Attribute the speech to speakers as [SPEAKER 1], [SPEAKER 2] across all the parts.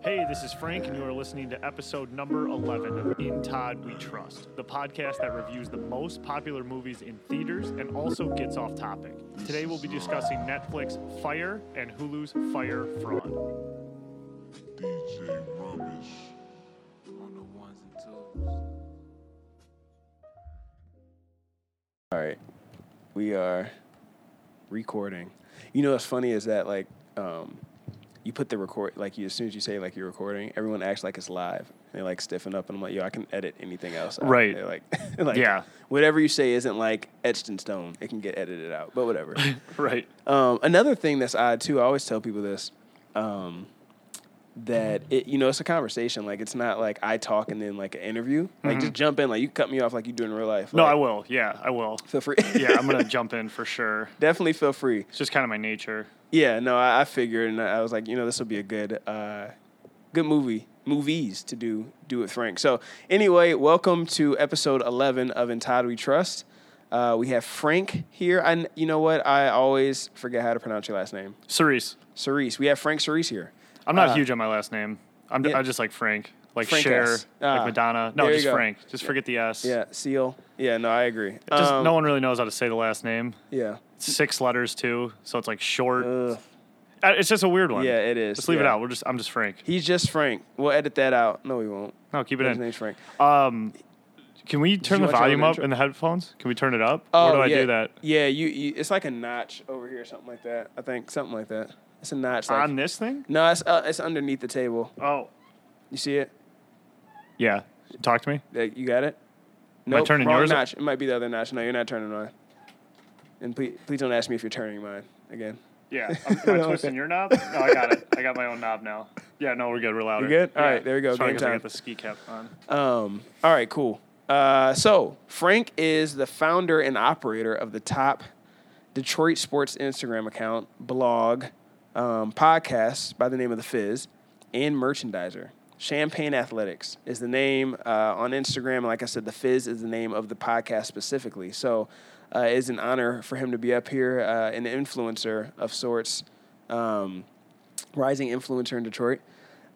[SPEAKER 1] Hey, this is Frank, and you are listening to episode number 11 of In Todd We Trust, the podcast that reviews the most popular movies in theaters and also gets off topic. Today, we'll be discussing Netflix Fire and Hulu's Fire Fraud.
[SPEAKER 2] DJ Rubbish.
[SPEAKER 3] on the ones and twos.
[SPEAKER 4] All right, we are recording. You know what's funny is that like um, you put the record like you as soon as you say like you're recording, everyone acts like it's live. They like stiffen up, and I'm like, yo, I can edit anything else. Out.
[SPEAKER 1] Right.
[SPEAKER 4] They're like, like,
[SPEAKER 1] Yeah.
[SPEAKER 4] Whatever you say isn't like etched in stone. It can get edited out, but whatever.
[SPEAKER 1] Right.
[SPEAKER 4] Um, another thing that's odd too, I always tell people this, um, that it you know it's a conversation. Like it's not like I talk and then like an interview. Like just jump in. Like you cut me off like you do in real life.
[SPEAKER 1] Mm-hmm. No,
[SPEAKER 4] Like,
[SPEAKER 1] I will. Yeah, I will.
[SPEAKER 4] Feel free.
[SPEAKER 1] Yeah, I'm going to jump in for sure.
[SPEAKER 4] Definitely feel free.
[SPEAKER 1] It's just kind of my nature.
[SPEAKER 4] Yeah, no, I, I figured, and I was like, you know, this will be a good, uh, good movie, movies to do, do with Frank. So, anyway, welcome to episode eleven of Entitled We Trust. Uh, we have Frank here. I, you know what? I always forget how to pronounce your last name,
[SPEAKER 1] Cerise,
[SPEAKER 4] Cerise. We have Frank Cerise here.
[SPEAKER 1] I'm not
[SPEAKER 4] Uh,
[SPEAKER 1] huge on my last name. I'm d
[SPEAKER 4] yeah.
[SPEAKER 1] I just like Frank, like
[SPEAKER 4] Frank
[SPEAKER 1] Cher,
[SPEAKER 4] S.
[SPEAKER 1] like
[SPEAKER 4] Ah,
[SPEAKER 1] Madonna. No,
[SPEAKER 4] there you
[SPEAKER 1] just
[SPEAKER 4] go.
[SPEAKER 1] Frank. Just forget the S.
[SPEAKER 4] Yeah, Seal. Yeah, no, I agree.
[SPEAKER 1] Just
[SPEAKER 4] Um,
[SPEAKER 1] no one really knows how to say the last name.
[SPEAKER 4] Yeah.
[SPEAKER 1] six letters too, so it's like short.
[SPEAKER 4] Ugh.
[SPEAKER 1] Uh, It's just a weird one.
[SPEAKER 4] Yeah, it is.
[SPEAKER 1] Just leave it
[SPEAKER 4] Yeah.
[SPEAKER 1] out. We're just I'm just Frank.
[SPEAKER 4] He's just Frank. We'll edit that out. No, we won't.
[SPEAKER 1] No, keep it
[SPEAKER 4] His
[SPEAKER 1] in.
[SPEAKER 4] name's Frank.
[SPEAKER 1] Can we turn
[SPEAKER 4] you
[SPEAKER 1] the
[SPEAKER 4] want your own
[SPEAKER 1] volume up
[SPEAKER 4] intro?
[SPEAKER 1] in the headphones? Can we turn it up?
[SPEAKER 4] Oh,
[SPEAKER 1] or do I
[SPEAKER 4] yeah.
[SPEAKER 1] do that?
[SPEAKER 4] Yeah, you, you. It's like a notch over here, something like that. I think something like that. It's a notch. Like,
[SPEAKER 1] On this thing?
[SPEAKER 4] no, it's uh, it's underneath the table.
[SPEAKER 1] Oh.
[SPEAKER 4] You see it?
[SPEAKER 1] Yeah. Talk to me.
[SPEAKER 4] That you got it?
[SPEAKER 1] I
[SPEAKER 4] No,
[SPEAKER 1] turning
[SPEAKER 4] wrong
[SPEAKER 1] yours up?
[SPEAKER 4] notch. It might be the other notch. No, you're not turning mine. And please, please don't ask me if you're turning mine again.
[SPEAKER 1] Yeah. I'm,
[SPEAKER 4] I twisting
[SPEAKER 1] your knob? No, I got it. I got my own knob now. Yeah, no, we're good. We're louder.
[SPEAKER 4] You good? All right, there we go.
[SPEAKER 1] Sorry,
[SPEAKER 4] Game
[SPEAKER 1] 'cause I
[SPEAKER 4] time.
[SPEAKER 1] got the ski cap on.
[SPEAKER 4] Um, all right, cool. Uh, so Frank is the founder and operator of the top Detroit sports Instagram account, blog, um, podcast by the name of the Fizz, and merchandiser. Champagne Athletics is the name uh, on Instagram. Like I said, the Fizz is the name of the podcast specifically. So uh, it's an honor for him to be up here, uh, an influencer of sorts. Um, rising influencer in Detroit,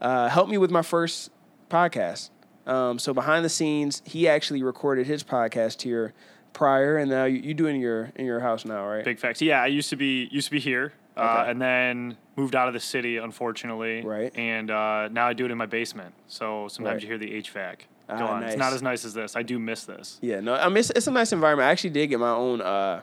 [SPEAKER 4] uh, helped me with my first podcast. Um, so behind the scenes, he actually recorded his podcast here prior, and now you, you do it in your in your house now, right?
[SPEAKER 1] Big facts. Yeah, I used to be used to be here, uh,
[SPEAKER 4] Okay.
[SPEAKER 1] and then moved out of the city, unfortunately.
[SPEAKER 4] Right.
[SPEAKER 1] And uh, now I do it in my basement. So sometimes
[SPEAKER 4] Right.
[SPEAKER 1] you hear the HVAC. Go
[SPEAKER 4] Ah,
[SPEAKER 1] on. It's not
[SPEAKER 4] nice.
[SPEAKER 1] as nice as this. I do miss this.
[SPEAKER 4] Yeah, no, I mean it's, it's a nice environment. I actually did get my own uh,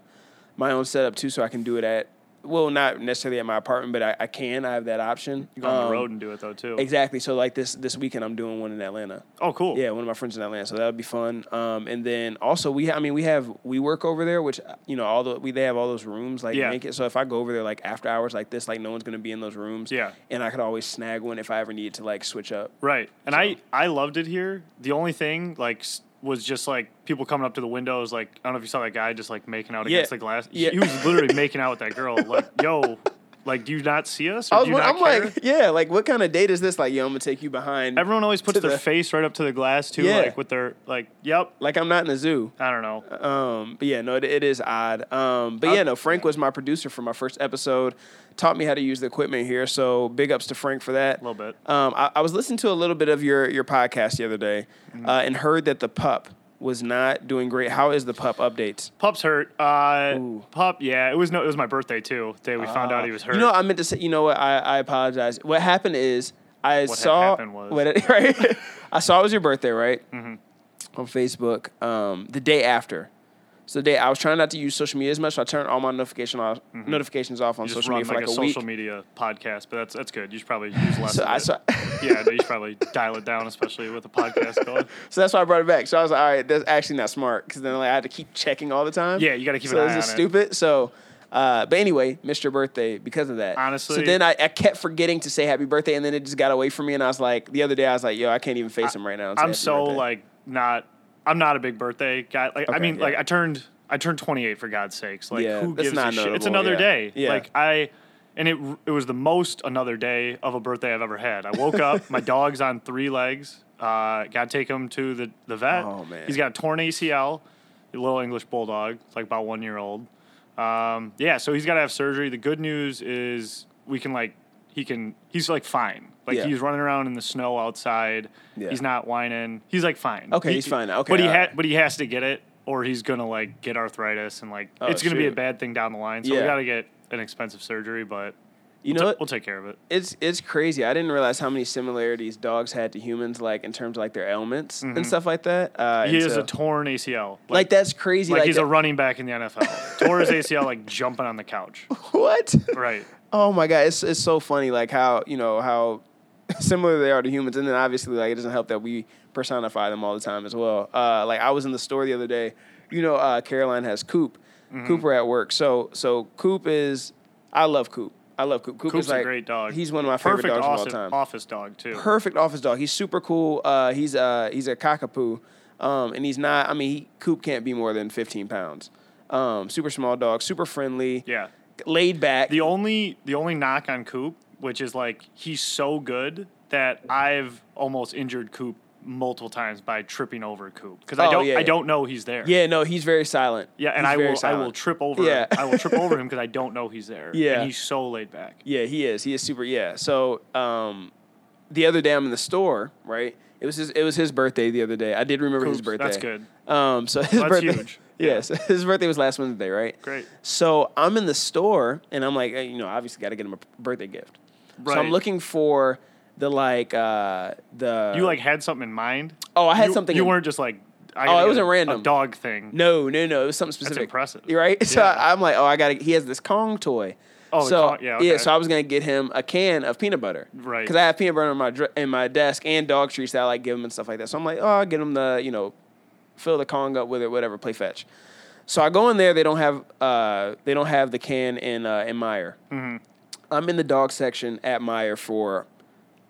[SPEAKER 4] my own setup too, so I can do it at well, not necessarily at my apartment, but I, I can. I have that option.
[SPEAKER 1] You go on the
[SPEAKER 4] Um,
[SPEAKER 1] road and do it though too.
[SPEAKER 4] Exactly. So like this this weekend, I'm doing one in Atlanta.
[SPEAKER 1] Oh, cool.
[SPEAKER 4] Yeah, one of my friends in Atlanta, so that would be fun. Um, and then also we, ha- I mean, we have we work over there, which you know, all the we they have all those rooms like
[SPEAKER 1] Yeah.
[SPEAKER 4] naked. So if I go over there like after hours like this, like no one's gonna be in those rooms.
[SPEAKER 1] Yeah.
[SPEAKER 4] and I could always snag one if I ever needed to like switch up.
[SPEAKER 1] Right. And I I loved it here. The only thing like s- was just like people coming up to the windows. Like I don't know if you saw that guy just like making out
[SPEAKER 4] Yeah.
[SPEAKER 1] against the glass. He-
[SPEAKER 4] Yeah.
[SPEAKER 1] He was literally making out with that girl. Like yo, like do you not see us? Or
[SPEAKER 4] I was,
[SPEAKER 1] do you
[SPEAKER 4] won-
[SPEAKER 1] not
[SPEAKER 4] I'm
[SPEAKER 1] care?
[SPEAKER 4] like, yeah, like what kind of date is this? Like, yo, I'm gonna take you behind.
[SPEAKER 1] Everyone always puts
[SPEAKER 4] to
[SPEAKER 1] their
[SPEAKER 4] the-
[SPEAKER 1] face right up to the glass too,
[SPEAKER 4] Yeah.
[SPEAKER 1] like with their like, yep.
[SPEAKER 4] like I'm not in the zoo.
[SPEAKER 1] I don't know.
[SPEAKER 4] Um, but yeah, no, it, it is odd. Um, but yeah, no, Frank was my producer for my first episode, taught me how to use the equipment here. So big ups to Frank for that. A
[SPEAKER 1] Little bit.
[SPEAKER 4] Um, I, I was listening to a little bit of your your podcast the other day,
[SPEAKER 1] Mm-hmm.
[SPEAKER 4] uh, and heard that the pup was not doing great. How is the pup updates?
[SPEAKER 1] Pup's hurt. Uh,
[SPEAKER 4] Ooh. Ah.
[SPEAKER 1] pup. Yeah, it was no. It was my birthday too. The day we found out he was hurt.
[SPEAKER 4] You know, I meant to say. You know what? I, I apologize. What happened is I
[SPEAKER 1] had
[SPEAKER 4] saw
[SPEAKER 1] happened was-
[SPEAKER 4] what it- right. I saw it was your birthday, right?
[SPEAKER 1] Mm-hmm.
[SPEAKER 4] On Facebook, um, the day after. So the day I was trying not to use social media as much, so I turned all my notification off, notifications off on
[SPEAKER 1] Mm-hmm. You just
[SPEAKER 4] social
[SPEAKER 1] run
[SPEAKER 4] media
[SPEAKER 1] like,
[SPEAKER 4] for like
[SPEAKER 1] a,
[SPEAKER 4] a,
[SPEAKER 1] social
[SPEAKER 4] week.
[SPEAKER 1] media podcast, but that's that's good. You should probably use less.
[SPEAKER 4] So
[SPEAKER 1] of
[SPEAKER 4] I
[SPEAKER 1] it.
[SPEAKER 4] saw.
[SPEAKER 1] yeah, no, you should probably dial it down, especially with a podcast going.
[SPEAKER 4] So that's why I brought it back. So I was like, all right, that's actually not smart because then like, I had to keep checking all the time.
[SPEAKER 1] Yeah, you gotta keep an
[SPEAKER 4] so
[SPEAKER 1] eye
[SPEAKER 4] So
[SPEAKER 1] on it.
[SPEAKER 4] stupid. So, uh, but anyway, missed your birthday because of that.
[SPEAKER 1] Honestly-
[SPEAKER 4] So then I, I kept forgetting to say happy birthday, and then it just got away from me. And I was like, the other day, I was like, yo, I can't even face him right now. and say
[SPEAKER 1] I'm
[SPEAKER 4] happy
[SPEAKER 1] so
[SPEAKER 4] birthday.
[SPEAKER 1] like not. I'm not a big birthday guy. Like I
[SPEAKER 4] Okay,
[SPEAKER 1] mean,
[SPEAKER 4] yeah.
[SPEAKER 1] like I turned I turned 28 for God's sakes. Like
[SPEAKER 4] Yeah,
[SPEAKER 1] who
[SPEAKER 4] that's
[SPEAKER 1] gives a
[SPEAKER 4] not
[SPEAKER 1] shit? It's
[SPEAKER 4] notable,
[SPEAKER 1] another
[SPEAKER 4] yeah.
[SPEAKER 1] day.
[SPEAKER 4] Yeah.
[SPEAKER 1] Like I, and it it was the most another day of a birthday I've ever had. I woke up, my dog's on three legs. Uh, got to take him to the the vet.
[SPEAKER 4] Oh, man.
[SPEAKER 1] he's got a torn ACL. A little English bulldog. It's like about one year old. Um, yeah, so he's got to have surgery. The good news is we can like he can he's like fine. Like
[SPEAKER 4] Yeah.
[SPEAKER 1] he's running around in the snow outside.
[SPEAKER 4] Yeah.
[SPEAKER 1] He's not whining. He's like fine.
[SPEAKER 4] Okay, he's fine now. Okay,
[SPEAKER 1] But he
[SPEAKER 4] all
[SPEAKER 1] ha-
[SPEAKER 4] right.
[SPEAKER 1] but he has to get it or he's going to like get arthritis and like
[SPEAKER 4] Oh,
[SPEAKER 1] it's going to be a
[SPEAKER 4] shoot.
[SPEAKER 1] bad thing down the line. So
[SPEAKER 4] Yeah.
[SPEAKER 1] we got to get an expensive surgery, but
[SPEAKER 4] You
[SPEAKER 1] we'll
[SPEAKER 4] know,
[SPEAKER 1] ta- we'll take care of it.
[SPEAKER 4] it's it's crazy. I didn't realize how many similarities dogs had to humans, like in terms of like their ailments and stuff like that. Uh,
[SPEAKER 1] Mm-hmm. He
[SPEAKER 4] and
[SPEAKER 1] is
[SPEAKER 4] so-
[SPEAKER 1] a torn ACL.
[SPEAKER 4] like, that's crazy.
[SPEAKER 1] like,
[SPEAKER 4] Like,
[SPEAKER 1] he's a
[SPEAKER 4] that-
[SPEAKER 1] running back in the NFL. Tore his ACL like jumping on the couch.
[SPEAKER 4] what?
[SPEAKER 1] Right.
[SPEAKER 4] Oh my god, it's it's so funny like how you know how similar they are to humans, and then obviously like it doesn't help that we personify them all the time as well. Uh, like I was in the store the other day, you know, uh, Caroline has Coop,
[SPEAKER 1] Mm-hmm.
[SPEAKER 4] Cooper at work. So so Coop is, I love Coop. I love Coop. Coop
[SPEAKER 1] Coop's
[SPEAKER 4] is like
[SPEAKER 1] a great dog.
[SPEAKER 4] He's one of my
[SPEAKER 1] Perfect
[SPEAKER 4] favorite dogs
[SPEAKER 1] office,
[SPEAKER 4] of all time.
[SPEAKER 1] office dog too.
[SPEAKER 4] Perfect office dog. He's super cool. Uh, he's uh, he's a cockapoo, um, and he's not. I mean, he, Coop can't be more than fifteen pounds. Um, super small dog, super friendly.
[SPEAKER 1] yeah.
[SPEAKER 4] laid back.
[SPEAKER 1] The only the only knock on Coop, which is like he's so good that I've almost injured Coop multiple times by tripping over Coop because I
[SPEAKER 4] Oh,
[SPEAKER 1] don't
[SPEAKER 4] yeah,
[SPEAKER 1] I
[SPEAKER 4] yeah.
[SPEAKER 1] don't know he's there.
[SPEAKER 4] Yeah, no, he's very silent.
[SPEAKER 1] Yeah, and
[SPEAKER 4] He's
[SPEAKER 1] I
[SPEAKER 4] very
[SPEAKER 1] will I
[SPEAKER 4] silent.
[SPEAKER 1] will trip over
[SPEAKER 4] Yeah.
[SPEAKER 1] I will trip over him because I don't know he's there.
[SPEAKER 4] Yeah.
[SPEAKER 1] And he's so laid back.
[SPEAKER 4] Yeah, he is. He is super. Yeah. So, um, the other day I'm in the store, right? It was his. It was his birthday the other day. I did remember his
[SPEAKER 1] Coops,
[SPEAKER 4] birthday.
[SPEAKER 1] that's good.
[SPEAKER 4] Um, so his
[SPEAKER 1] That's
[SPEAKER 4] birthday.
[SPEAKER 1] huge. Yeah.
[SPEAKER 4] Yes, his birthday was last Wednesday, right?
[SPEAKER 1] Great.
[SPEAKER 4] So I'm in the store and I'm like, eh, you know, obviously got to get him a birthday gift. So
[SPEAKER 1] Right.
[SPEAKER 4] I'm looking for the like uh the
[SPEAKER 1] You like had something in mind?
[SPEAKER 4] Oh, I had
[SPEAKER 1] You-
[SPEAKER 4] something
[SPEAKER 1] You
[SPEAKER 4] in-
[SPEAKER 1] weren't just like I
[SPEAKER 4] Oh,
[SPEAKER 1] gotta
[SPEAKER 4] it
[SPEAKER 1] get
[SPEAKER 4] wasn't
[SPEAKER 1] a-
[SPEAKER 4] random.
[SPEAKER 1] A dog thing.
[SPEAKER 4] No, no, no. It was something specific.
[SPEAKER 1] impressive.
[SPEAKER 4] You're Right? So
[SPEAKER 1] Yeah.
[SPEAKER 4] I- I'm like, oh, I got to. He has this Kong toy.
[SPEAKER 1] Oh, the
[SPEAKER 4] so
[SPEAKER 1] Kong- yeah,
[SPEAKER 4] yeah.
[SPEAKER 1] okay.
[SPEAKER 4] So I was gonna get him a can of peanut butter,
[SPEAKER 1] Right.
[SPEAKER 4] Because I have peanut butter in my dr- in my desk and dog treats that I like give him and stuff like that. So I'm like, oh, I'll get him the you know, fill the Kong up with it, whatever. Play fetch. So I go in there. They don't have uh they don't have the can in uh, in Meyer. I'm in the dog section at Meyer for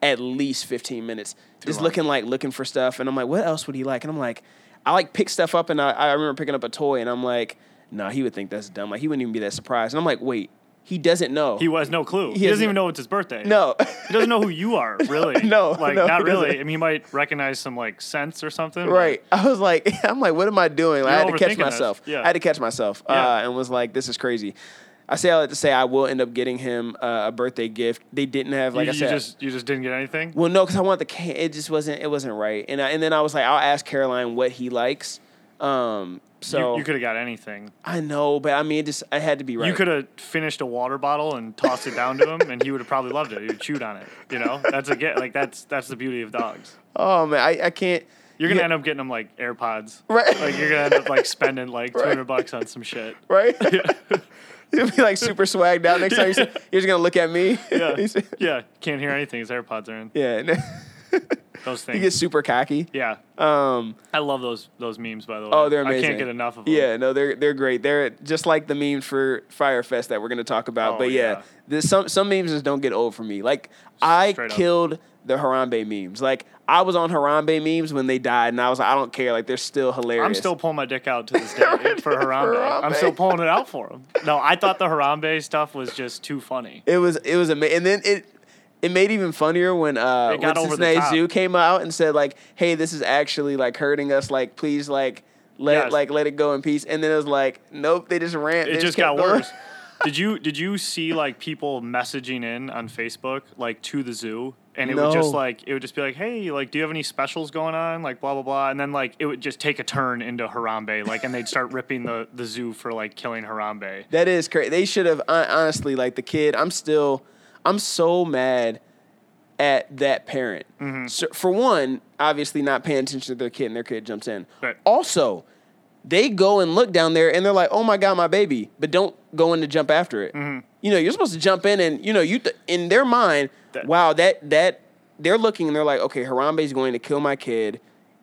[SPEAKER 4] at least 15 minutes just
[SPEAKER 1] long.
[SPEAKER 4] looking like looking for stuff and i'm like what else would he like and i'm like i like pick stuff up and i, I remember picking up a toy and i'm like nah he would think that's dumb like he wouldn't even be that surprised and i'm like wait he doesn't know
[SPEAKER 1] He has no clue. He, doesn't
[SPEAKER 4] has
[SPEAKER 1] even
[SPEAKER 4] no-
[SPEAKER 1] know it's his birthday.
[SPEAKER 4] no
[SPEAKER 1] He doesn't know who you are, really.
[SPEAKER 4] no,
[SPEAKER 1] like
[SPEAKER 4] no,
[SPEAKER 1] not
[SPEAKER 4] he doesn't.
[SPEAKER 1] really. I mean, he might recognize some like sense or something. but-
[SPEAKER 4] right i was like i'm like what am i doing Like, i had
[SPEAKER 1] You're
[SPEAKER 4] to catch
[SPEAKER 1] overthinking this.
[SPEAKER 4] myself
[SPEAKER 1] Yeah.
[SPEAKER 4] i had to catch myself uh,
[SPEAKER 1] Yeah.
[SPEAKER 4] and was like this is crazy i say all that to say i will end up getting him uh, a birthday gift they didn't have like
[SPEAKER 1] you,
[SPEAKER 4] i
[SPEAKER 1] you
[SPEAKER 4] said
[SPEAKER 1] just you just didn't get anything.
[SPEAKER 4] Well, no, because I want the can. It just wasn't. It wasn't right. And I, and then I was like, I'll ask Caroline what he likes. Um, so
[SPEAKER 1] you, you could have got anything.
[SPEAKER 4] I know, but I mean, it just I had to be right.
[SPEAKER 1] You could have finished a water bottle and tossed it down to him, and he would have probably loved it. He would chewed on it. You know, that's a get. Like that's that's the beauty of dogs.
[SPEAKER 4] Oh man, I, I can't.
[SPEAKER 1] You're gonna
[SPEAKER 4] Yeah.
[SPEAKER 1] end up getting them like AirPods.
[SPEAKER 4] Right.
[SPEAKER 1] Like you're gonna end up like spending like 200 bucks on some shit.
[SPEAKER 4] Right? You'll be like super swagged out next time. You're, you're just gonna look at me.
[SPEAKER 1] Yeah.
[SPEAKER 4] He said-
[SPEAKER 1] yeah. Can't hear anything. His AirPods are in.
[SPEAKER 4] yeah. and
[SPEAKER 1] Those
[SPEAKER 4] you
[SPEAKER 1] things.
[SPEAKER 4] get super cocky.
[SPEAKER 1] yeah.
[SPEAKER 4] Um.
[SPEAKER 1] I love those those memes by the way.
[SPEAKER 4] Oh, they're amazing.
[SPEAKER 1] I can't get enough of them.
[SPEAKER 4] Yeah. No, they're they're great. They're just like the meme for Firefest that we're gonna talk about.
[SPEAKER 1] Oh,
[SPEAKER 4] but yeah,
[SPEAKER 1] yeah.
[SPEAKER 4] This, some some memes just don't get old for me. Like I
[SPEAKER 1] Straight up.
[SPEAKER 4] killed the Harambe memes. Like I was on Harambe memes when they died, and I was like, I don't care. Like they're still hilarious.
[SPEAKER 1] I'm still pulling my dick out to this day for Harambe. I'm
[SPEAKER 4] Harambe.
[SPEAKER 1] still pulling it out for him. No, I thought the Harambe stuff was just too funny.
[SPEAKER 4] It was it was amazing, and then it it made even funnier when uh
[SPEAKER 1] It
[SPEAKER 4] when
[SPEAKER 1] got over the
[SPEAKER 4] Cincinnati
[SPEAKER 1] top.
[SPEAKER 4] Zoo came out and said like, "Hey, this is actually like hurting us. Like, please like let
[SPEAKER 1] Yes.
[SPEAKER 4] like let it go in peace." And then it was like, "Nope, they just ran."
[SPEAKER 1] It
[SPEAKER 4] they
[SPEAKER 1] just got
[SPEAKER 4] kept going.
[SPEAKER 1] worse. Did you did you see like people messaging in on Facebook like to the zoo and it would
[SPEAKER 4] No.
[SPEAKER 1] just like it would just be like hey like do you have any specials going on like blah blah blah and then like it would just take a turn into Harambe like and they'd start ripping the the zoo for like killing Harambe.
[SPEAKER 4] That is crazy. They should have hon- honestly like the kid. I'm still, I'm so mad at that parent.
[SPEAKER 1] Mm-hmm.
[SPEAKER 4] So, for one, obviously not paying attention to their kid, and their kid jumps in.
[SPEAKER 1] Right.
[SPEAKER 4] Also, they go and look down there, and they're like, "Oh my god, my baby!" But don't go in to jump after it.
[SPEAKER 1] Mm-hmm.
[SPEAKER 4] You know, you're supposed to jump in, and you know, you th- in their mind,
[SPEAKER 1] That-
[SPEAKER 4] wow, that that they're looking and they're like, "Okay, Harambe's going to kill my kid,"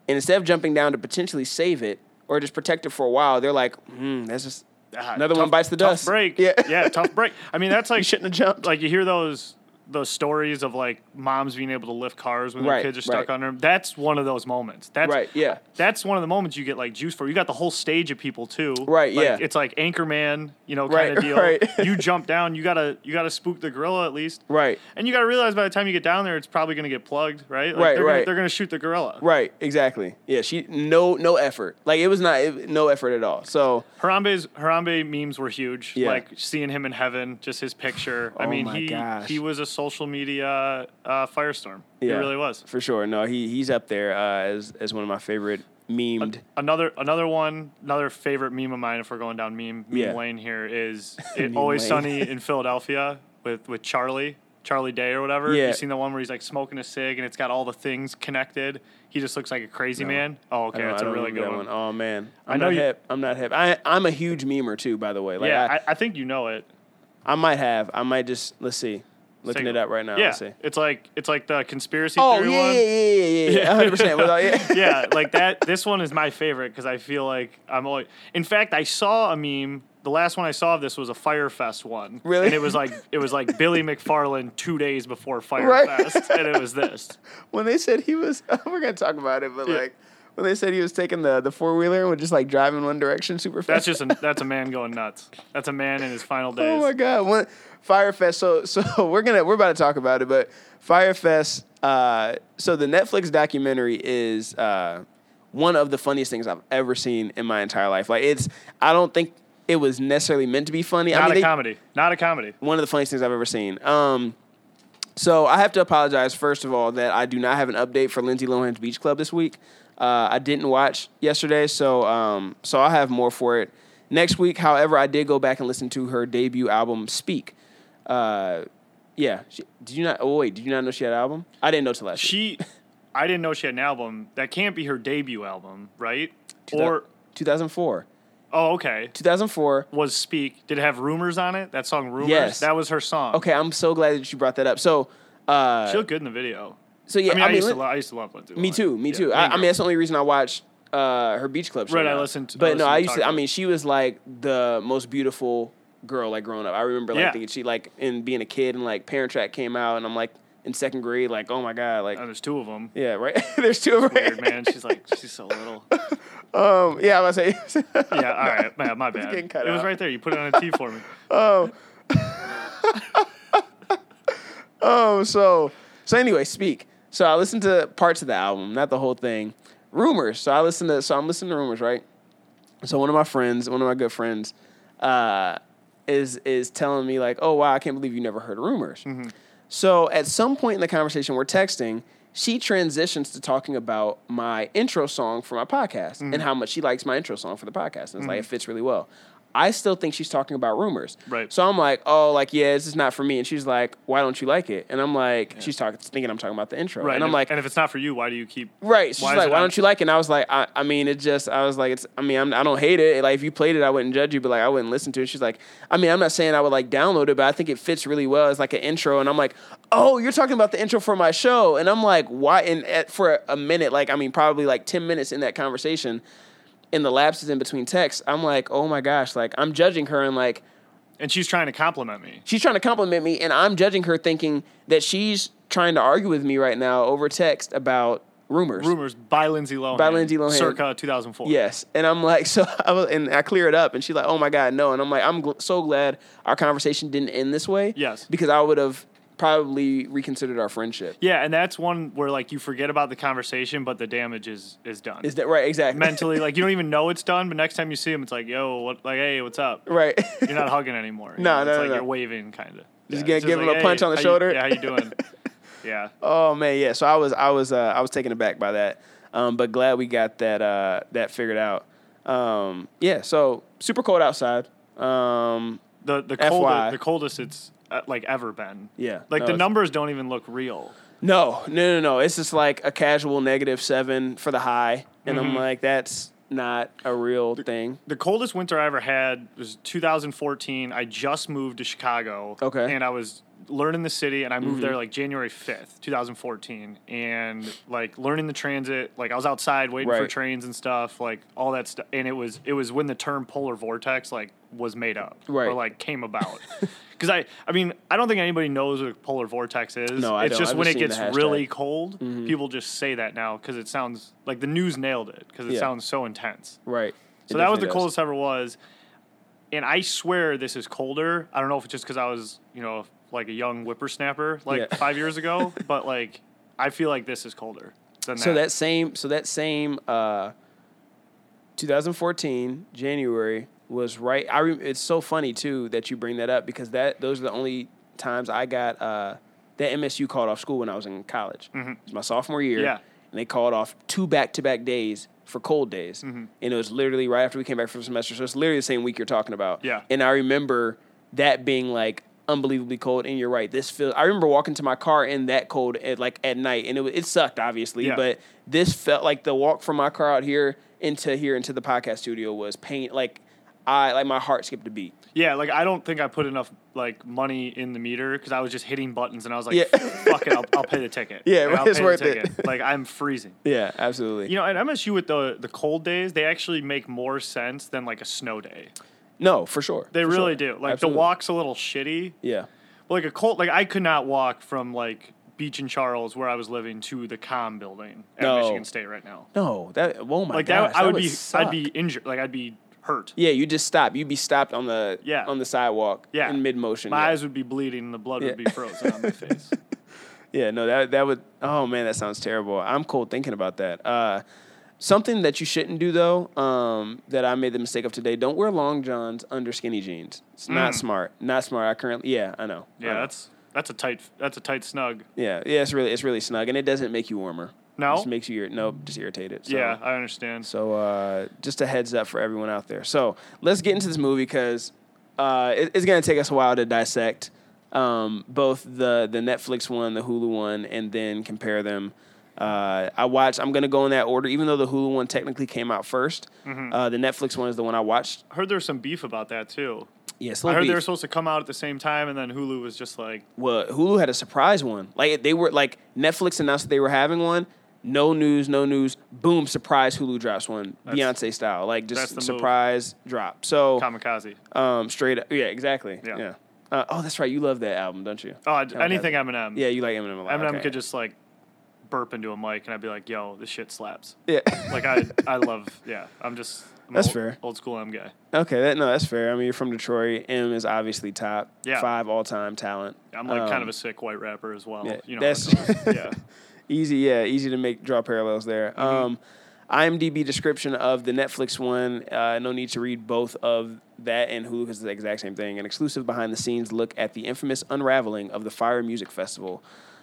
[SPEAKER 4] and instead of jumping down to potentially save it or just protect it for a while, they're like, "Hmm, that's just."
[SPEAKER 1] Ah,
[SPEAKER 4] Another one
[SPEAKER 1] tough-
[SPEAKER 4] bites the
[SPEAKER 1] tough
[SPEAKER 4] dust.
[SPEAKER 1] Break.
[SPEAKER 4] Yeah.
[SPEAKER 1] Yeah. yeah, tough break. I mean, that's like
[SPEAKER 4] shouldn't have jumped.
[SPEAKER 1] Like you hear those those stories of like moms being able to lift cars when
[SPEAKER 4] Right,
[SPEAKER 1] their kids are stuck
[SPEAKER 4] right.
[SPEAKER 1] under them. That's one of those moments. That's
[SPEAKER 4] Right, yeah.
[SPEAKER 1] That's one of the moments you get like juice for. You got the whole stage of people too.
[SPEAKER 4] Right,
[SPEAKER 1] Like,
[SPEAKER 4] yeah.
[SPEAKER 1] It's like Anchorman, you know,
[SPEAKER 4] Right,
[SPEAKER 1] kind of deal.
[SPEAKER 4] right.
[SPEAKER 1] you jump down. You gotta you gotta spook the gorilla at least.
[SPEAKER 4] Right.
[SPEAKER 1] And you gotta realize by the time you get down there, it's probably gonna get plugged. Right. Like,
[SPEAKER 4] Right,
[SPEAKER 1] They're
[SPEAKER 4] right.
[SPEAKER 1] Gonna, they're gonna shoot the gorilla.
[SPEAKER 4] Right, exactly. Yeah, she no no effort. Like it was not it, no effort at all. So
[SPEAKER 1] Harambe's Harambe memes were huge.
[SPEAKER 4] Yeah.
[SPEAKER 1] Like seeing him in heaven, just his picture. I
[SPEAKER 4] Oh
[SPEAKER 1] mean,
[SPEAKER 4] my
[SPEAKER 1] he
[SPEAKER 4] gosh.
[SPEAKER 1] he was a social media uh, firestorm. It
[SPEAKER 4] Yeah.
[SPEAKER 1] really was.
[SPEAKER 4] for sure. No, he he's up there uh, as as one of my favorite memed.
[SPEAKER 1] Another another one, another favorite meme of mine. If we're going down meme, meme
[SPEAKER 4] Yeah.
[SPEAKER 1] lane here is
[SPEAKER 4] Meme
[SPEAKER 1] it always
[SPEAKER 4] lane.
[SPEAKER 1] sunny in Philadelphia with with Charlie. Charlie Day or whatever.
[SPEAKER 4] Yeah.
[SPEAKER 1] You seen the one where he's like smoking a cig and it's got all the things connected. He just looks like a crazy man. Oh,
[SPEAKER 4] I
[SPEAKER 1] okay,
[SPEAKER 4] don't-
[SPEAKER 1] that's a
[SPEAKER 4] I don't
[SPEAKER 1] really
[SPEAKER 4] remember
[SPEAKER 1] good
[SPEAKER 4] that
[SPEAKER 1] one.
[SPEAKER 4] Oh man, I'm
[SPEAKER 1] I know
[SPEAKER 4] not
[SPEAKER 1] you-
[SPEAKER 4] hip. I'm not hip. I I'm a huge memer too. By the way, like
[SPEAKER 1] yeah,
[SPEAKER 4] I,
[SPEAKER 1] I, I think you know it.
[SPEAKER 4] I might have. I might just let's see. Looking
[SPEAKER 1] Take
[SPEAKER 4] it
[SPEAKER 1] a-
[SPEAKER 4] up right now.
[SPEAKER 1] Yeah,
[SPEAKER 4] Let's see.
[SPEAKER 1] it's like it's like the conspiracy
[SPEAKER 4] Oh yeah,
[SPEAKER 1] theory
[SPEAKER 4] yeah,
[SPEAKER 1] one.
[SPEAKER 4] yeah, yeah, yeah, yeah. 100. percent Without yeah.
[SPEAKER 1] yeah, like that. This one is my favorite because I feel like I'm always. In fact, I saw a meme. The last one I saw of this was a Firefest one.
[SPEAKER 4] Really?
[SPEAKER 1] And it was like it was like Billy McFarland two days before
[SPEAKER 4] Right.
[SPEAKER 1] Firefest, and it was this.
[SPEAKER 4] When they said he was, we're gonna talk about it, but like when they said he was taking the the four wheeler and would just like drive in one direction super
[SPEAKER 1] That's
[SPEAKER 4] fast.
[SPEAKER 1] just a, that's a man going nuts. That's a man in his final days.
[SPEAKER 4] Oh my god, one Firefest. So so we're gonna we're about to talk about it, but Firefest. Uh, so the Netflix documentary is uh, one of the funniest things I've ever seen in my entire life. Like it's, I don't think it was necessarily meant to be funny. I
[SPEAKER 1] Not
[SPEAKER 4] mean,
[SPEAKER 1] a
[SPEAKER 4] they-
[SPEAKER 1] comedy. Not a comedy.
[SPEAKER 4] one of the funniest things I've ever seen. Um, so I have to apologize first of all that I do not have an update for Lindsay Lohan's Beach Club this week. Uh, I didn't watch yesterday, so um, so I'll have more for it next week. However, I did go back and listen to her debut album, Speak. Uh, yeah, she, did you not? Oh wait, did you not know she had an album? I didn't know till last. week.
[SPEAKER 1] She, I didn't know she had an album. That can't be her debut album, right? Or
[SPEAKER 4] 2004,
[SPEAKER 1] oh, okay.
[SPEAKER 4] 2004.
[SPEAKER 1] Was Speak? Did it have rumors on it? That song, rumors.
[SPEAKER 4] Yes.
[SPEAKER 1] That was her song.
[SPEAKER 4] Okay, I'm so glad that you brought that up. So, uh,
[SPEAKER 1] She looked good in the video.
[SPEAKER 4] so yeah,
[SPEAKER 1] I mean, I, used
[SPEAKER 4] Lin-
[SPEAKER 1] to lo- I used to love Lindsay.
[SPEAKER 4] Me
[SPEAKER 1] Lohan.
[SPEAKER 4] too. Me
[SPEAKER 1] Yeah,
[SPEAKER 4] too.
[SPEAKER 1] main
[SPEAKER 4] I, I mean,
[SPEAKER 1] girl.
[SPEAKER 4] that's the only reason I watched uh, her beach club. Show
[SPEAKER 1] Right, I
[SPEAKER 4] now.
[SPEAKER 1] listened to- I
[SPEAKER 4] But no,
[SPEAKER 1] listened
[SPEAKER 4] I
[SPEAKER 1] to
[SPEAKER 4] used
[SPEAKER 1] Talk
[SPEAKER 4] to. I
[SPEAKER 1] About
[SPEAKER 4] mean, she was like the most beautiful girl like growing up. I remember like
[SPEAKER 1] Yeah.
[SPEAKER 4] thinking she like in being a kid and like Parent Trap came out and I'm like in second grade like oh my god like
[SPEAKER 1] And there's two of them.
[SPEAKER 4] yeah right there's two of
[SPEAKER 1] Weird
[SPEAKER 4] them
[SPEAKER 1] man. She's like she's so little. Yeah.
[SPEAKER 4] um yeah I was gonna say
[SPEAKER 1] All right. Man, my bad.
[SPEAKER 4] getting
[SPEAKER 1] It
[SPEAKER 4] cut
[SPEAKER 1] was
[SPEAKER 4] out.
[SPEAKER 1] right there. You put it on a T for me.
[SPEAKER 4] um so so anyway speak so I listened to parts of the album not the whole thing rumors so I listened to so I'm listening to rumors right so one of my friends, one of my good friends, uh, is is telling me like, "Oh wow, I can't believe you never heard rumors."
[SPEAKER 1] Mm-hmm.
[SPEAKER 4] So at some point in the conversation, we're texting. She transitions to talking about my intro song for my podcast
[SPEAKER 1] Mm-hmm.
[SPEAKER 4] and how much she likes my intro song for the podcast, and it's like it fits really well. I still think she's talking about rumors,
[SPEAKER 1] Right.
[SPEAKER 4] So I'm like, "Oh, like yeah, this is not for me," and she's like, "Why don't you like it?" And I'm like, "She's talking, thinking I'm talking about the intro,"
[SPEAKER 1] Right.
[SPEAKER 4] and I'm
[SPEAKER 1] if-
[SPEAKER 4] like,
[SPEAKER 1] and if it's not for you, why do you keep?
[SPEAKER 4] Right. She's
[SPEAKER 1] Why is
[SPEAKER 4] like,
[SPEAKER 1] it
[SPEAKER 4] why
[SPEAKER 1] on-
[SPEAKER 4] don't you like it? And I was like, I, I mean, it just, I was like, it's, I mean, I'm, I don't hate it. Like, if you played it, I wouldn't judge you, but like, I wouldn't listen to it. She's like, I mean, I'm not saying I would like download it, but I think it fits really well as like an intro. And I'm like, oh, you're talking about the intro for my show. And I'm like, why? And at, for a minute, like, I mean, probably like 10 minutes in that conversation, in the lapses in between texts, I'm like, oh my gosh, like, I'm judging her and like,
[SPEAKER 1] And she's trying to compliment me.
[SPEAKER 4] she's trying to compliment me and I'm judging her thinking that she's trying to argue with me right now over text about rumors.
[SPEAKER 1] Rumors by Lindsay Lohan.
[SPEAKER 4] By Lindsay Lohan.
[SPEAKER 1] Circa 2004.
[SPEAKER 4] Yes, and I'm like, so I was, and I clear it up, and she's like, oh my god, no, and I'm like, I'm gl- so glad our conversation didn't end this way.
[SPEAKER 1] Yes.
[SPEAKER 4] because I would have probably reconsidered our friendship.
[SPEAKER 1] Yeah, and that's one where like you forget about the conversation, but the damage is is done.
[SPEAKER 4] Is that right? Exactly.
[SPEAKER 1] mentally like you don't even know it's done, but next time you see him, it's like yo, what, like hey, what's up?
[SPEAKER 4] right.
[SPEAKER 1] You're not hugging anymore. you know?
[SPEAKER 4] No, no,
[SPEAKER 1] it's
[SPEAKER 4] no,
[SPEAKER 1] like
[SPEAKER 4] no.
[SPEAKER 1] You're waving kind of.
[SPEAKER 4] Just gonna give him a punch on the shoulder."
[SPEAKER 1] yeah, how you doing? yeah.
[SPEAKER 4] oh man, yeah. So I was, I was, uh, I was taken aback by that, um, but glad we got that uh, that figured out. Um, yeah. So super cold outside. Um,
[SPEAKER 1] the the
[SPEAKER 4] FY.
[SPEAKER 1] coldest the coldest it's uh, like ever been.
[SPEAKER 4] Yeah.
[SPEAKER 1] like
[SPEAKER 4] No,
[SPEAKER 1] the
[SPEAKER 4] it's-
[SPEAKER 1] numbers don't even look real.
[SPEAKER 4] No, no, no, no. It's just like a casual negative seven for the high, and I'm like, that's not a real thing.
[SPEAKER 1] Mm-hmm. The coldest winter I ever had was 2014. I just moved to Chicago.
[SPEAKER 4] Okay. Mm-hmm.
[SPEAKER 1] and I was learning the city, and I moved there like January 5th, 2014, and like learning the transit. Like I was outside waiting for
[SPEAKER 4] Right.
[SPEAKER 1] trains and stuff, like all that stuff. And it was it was when the term polar vortex like was made up
[SPEAKER 4] Right.
[SPEAKER 1] or like came about. Because I, I mean, I don't think anybody knows what a polar vortex is.
[SPEAKER 4] No, I
[SPEAKER 1] it's
[SPEAKER 4] don't.
[SPEAKER 1] just
[SPEAKER 4] I've
[SPEAKER 1] when
[SPEAKER 4] just
[SPEAKER 1] it
[SPEAKER 4] seen the
[SPEAKER 1] gets
[SPEAKER 4] hashtag. Mm-hmm.
[SPEAKER 1] really cold, people just say that now because it sounds like the news nailed it because it
[SPEAKER 4] Yeah.
[SPEAKER 1] sounds so intense.
[SPEAKER 4] Right.
[SPEAKER 1] So that was the coldest ever was, and I swear this is colder. I don't know if it's just because I was, you know, like a young whippersnapper like
[SPEAKER 4] Yeah.
[SPEAKER 1] five years ago, but like I feel like this is colder than
[SPEAKER 4] So
[SPEAKER 1] that.
[SPEAKER 4] that same, so that same, uh, 2014 January was right. I re- it's so funny too that you bring that up because that those are the only times I got uh, that MSU called off school when I was in college. It was my sophomore year.
[SPEAKER 1] Mm-hmm. Yeah.
[SPEAKER 4] And they called off two back to back days for cold days.
[SPEAKER 1] Mm-hmm.
[SPEAKER 4] And it was literally right after we came back from semester. So it's literally the same week you're talking about.
[SPEAKER 1] Yeah.
[SPEAKER 4] And I remember that being like unbelievably cold. And you're right. This feels, I remember walking to my car in that cold at like at night and it, wa- it sucked, obviously.
[SPEAKER 1] Yeah.
[SPEAKER 4] But this felt like the walk from my car out here into here into the podcast studio was pain. Like, I like my heart skipped a beat.
[SPEAKER 1] Yeah, like I don't think I put enough like money in the meter because I was just hitting buttons and I was like,
[SPEAKER 4] Yeah.
[SPEAKER 1] "Fuck it, I'll, I'll pay the ticket."
[SPEAKER 4] Yeah,
[SPEAKER 1] Like, I'll
[SPEAKER 4] it's
[SPEAKER 1] pay the
[SPEAKER 4] worth it.
[SPEAKER 1] ticket. Like I'm freezing.
[SPEAKER 4] Yeah, absolutely.
[SPEAKER 1] You know, at MSU with the the cold days, they actually make more sense than like a snow day.
[SPEAKER 4] no, for sure.
[SPEAKER 1] They
[SPEAKER 4] for
[SPEAKER 1] really
[SPEAKER 4] sure.
[SPEAKER 1] do. Like
[SPEAKER 4] Absolutely.
[SPEAKER 1] the walk's a little shitty.
[SPEAKER 4] Yeah.
[SPEAKER 1] But like a cold, like I could not walk from like Beach and Charles where I was living to the Com building at
[SPEAKER 4] No.
[SPEAKER 1] Michigan State right now.
[SPEAKER 4] No, that. Oh my
[SPEAKER 1] Like
[SPEAKER 4] gosh,
[SPEAKER 1] that, I would, be,
[SPEAKER 4] suck.
[SPEAKER 1] I'd be injured. Like I'd be hurt.
[SPEAKER 4] Yeah, you just stop. You'd be stopped on the
[SPEAKER 1] Yeah.
[SPEAKER 4] on the sidewalk.
[SPEAKER 1] Yeah.
[SPEAKER 4] in mid motion.
[SPEAKER 1] My
[SPEAKER 4] yeah.
[SPEAKER 1] eyes would be bleeding. and The blood
[SPEAKER 4] Yeah.
[SPEAKER 1] would be frozen on my face.
[SPEAKER 4] Yeah, no, that that would. Oh man, that sounds terrible. I'm cold thinking about that. Uh, something that you shouldn't do though, um, that I made the mistake of today. Don't wear long johns under skinny jeans. It's not smart. Not smart. I currently. Yeah, I know. I
[SPEAKER 1] Mm. Yeah,
[SPEAKER 4] know.
[SPEAKER 1] that's that's a tight that's a tight snug.
[SPEAKER 4] Yeah, yeah. It's really it's really snug, and it doesn't make you warmer.
[SPEAKER 1] No?
[SPEAKER 4] it just makes you ir- no, just irritated. So.
[SPEAKER 1] Yeah, I understand.
[SPEAKER 4] So uh, just a heads up for everyone out there. So let's get into this movie because uh, it- it's gonna take us a while to dissect um, both the the Netflix one, the Hulu one, and then compare them. Uh, I watched. I'm gonna go in that order, even though the Hulu one technically came out 1st
[SPEAKER 1] Mm-hmm.
[SPEAKER 4] Uh, the Netflix one is the one I watched.
[SPEAKER 1] I heard there was some beef about that too.
[SPEAKER 4] Yes,
[SPEAKER 1] I heard they were supposed to come out at the same time, and then Hulu was just like,
[SPEAKER 4] well, Hulu had a surprise one. Like they were like Netflix announced that they were having one. No news, no news. Boom! Surprise! Hulu drops one, Beyonce style. Like
[SPEAKER 1] that's the
[SPEAKER 4] just
[SPEAKER 1] move.
[SPEAKER 4] surprise drop. So
[SPEAKER 1] "Kamikaze."
[SPEAKER 4] Um, straight up. Yeah, exactly. Yeah.
[SPEAKER 1] Yeah.
[SPEAKER 4] Uh, oh, that's right. You love that album, don't you?
[SPEAKER 1] Oh, I'd-
[SPEAKER 4] Kamikaze.
[SPEAKER 1] anything Eminem.
[SPEAKER 4] Yeah, you like Eminem a lot.
[SPEAKER 1] Eminem
[SPEAKER 4] okay.
[SPEAKER 1] could just like burp into a mic, and I'd be like, "Yo, this shit slaps."
[SPEAKER 4] Yeah.
[SPEAKER 1] Like I, I love. Yeah, I'm just. I'm
[SPEAKER 4] That's
[SPEAKER 1] old,
[SPEAKER 4] fair.
[SPEAKER 1] Old school M guy.
[SPEAKER 4] okay. That, no, that's fair. I mean, you're from Detroit. M is obviously top.
[SPEAKER 1] Yeah.
[SPEAKER 4] Five all time talent.
[SPEAKER 1] I'm like
[SPEAKER 4] Um,
[SPEAKER 1] kind of a sick white rapper as well.
[SPEAKER 4] yeah,
[SPEAKER 1] you know.
[SPEAKER 4] that's-
[SPEAKER 1] how it goes. yeah.
[SPEAKER 4] easy. Yeah, easy to make draw parallels there. Um, IMDb description of the Netflix one. Uh, no need to read both of that and Hulu because it's the exact same thing. An exclusive behind the scenes look at the infamous unraveling of the Fire Music Festival.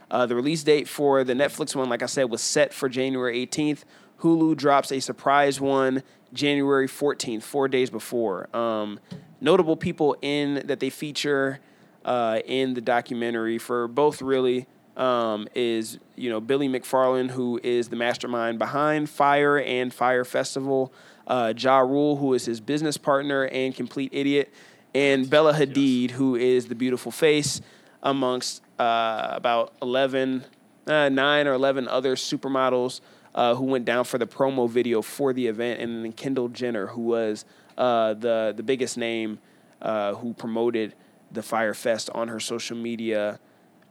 [SPEAKER 4] Uh, the release date for the Netflix one, like I said, was set for January 18th. Hulu drops a surprise one January 14th, four days before. Um, notable people in that they feature uh, in the documentary for both really um, is you know Billy McFarland, who is the mastermind behind Fire and Fire Festival, uh, Ja Rule, who is his business partner and complete idiot, and Bella Hadid, who is the beautiful face, amongst uh, about eleven, uh, nine or eleven other supermodels. Uh, who went down for the promo video for the event, and then Kendall Jenner, who was uh, the the biggest name uh, who promoted the Fire Fest on her social media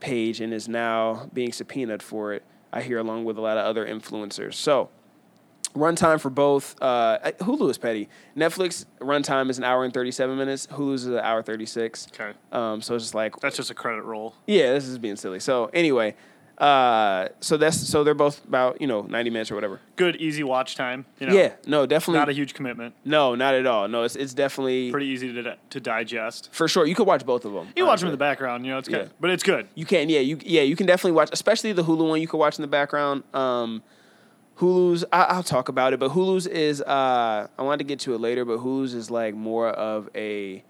[SPEAKER 4] page and is now being subpoenaed for it. I hear along with a lot of other influencers. So, runtime for both uh, Hulu is petty. Netflix runtime is an hour and thirty-seven minutes. Hulu's is an hour thirty-six.
[SPEAKER 1] Okay.
[SPEAKER 4] Um, so it's just like
[SPEAKER 1] That's just a credit roll.
[SPEAKER 4] yeah, this is being silly. So anyway, uh, so that's so they're both about you know ninety minutes or whatever.
[SPEAKER 1] Good, easy watch time. You know,
[SPEAKER 4] yeah, no, definitely
[SPEAKER 1] Not a huge commitment.
[SPEAKER 4] no, not at all. No, it's it's definitely
[SPEAKER 1] Pretty easy to di- to digest.
[SPEAKER 4] for sure. You could watch both of them.
[SPEAKER 1] You watch them in the
[SPEAKER 4] honestly.
[SPEAKER 1] background. You know, it's good,
[SPEAKER 4] Yeah.
[SPEAKER 1] but it's good.
[SPEAKER 4] You can, yeah, you yeah, you can definitely watch, especially the Hulu one. You can watch in the background. Um, Hulu's, I, I'll talk about it, but Hulu's is, uh, I wanted to get to it later, but Hulu's is like more of a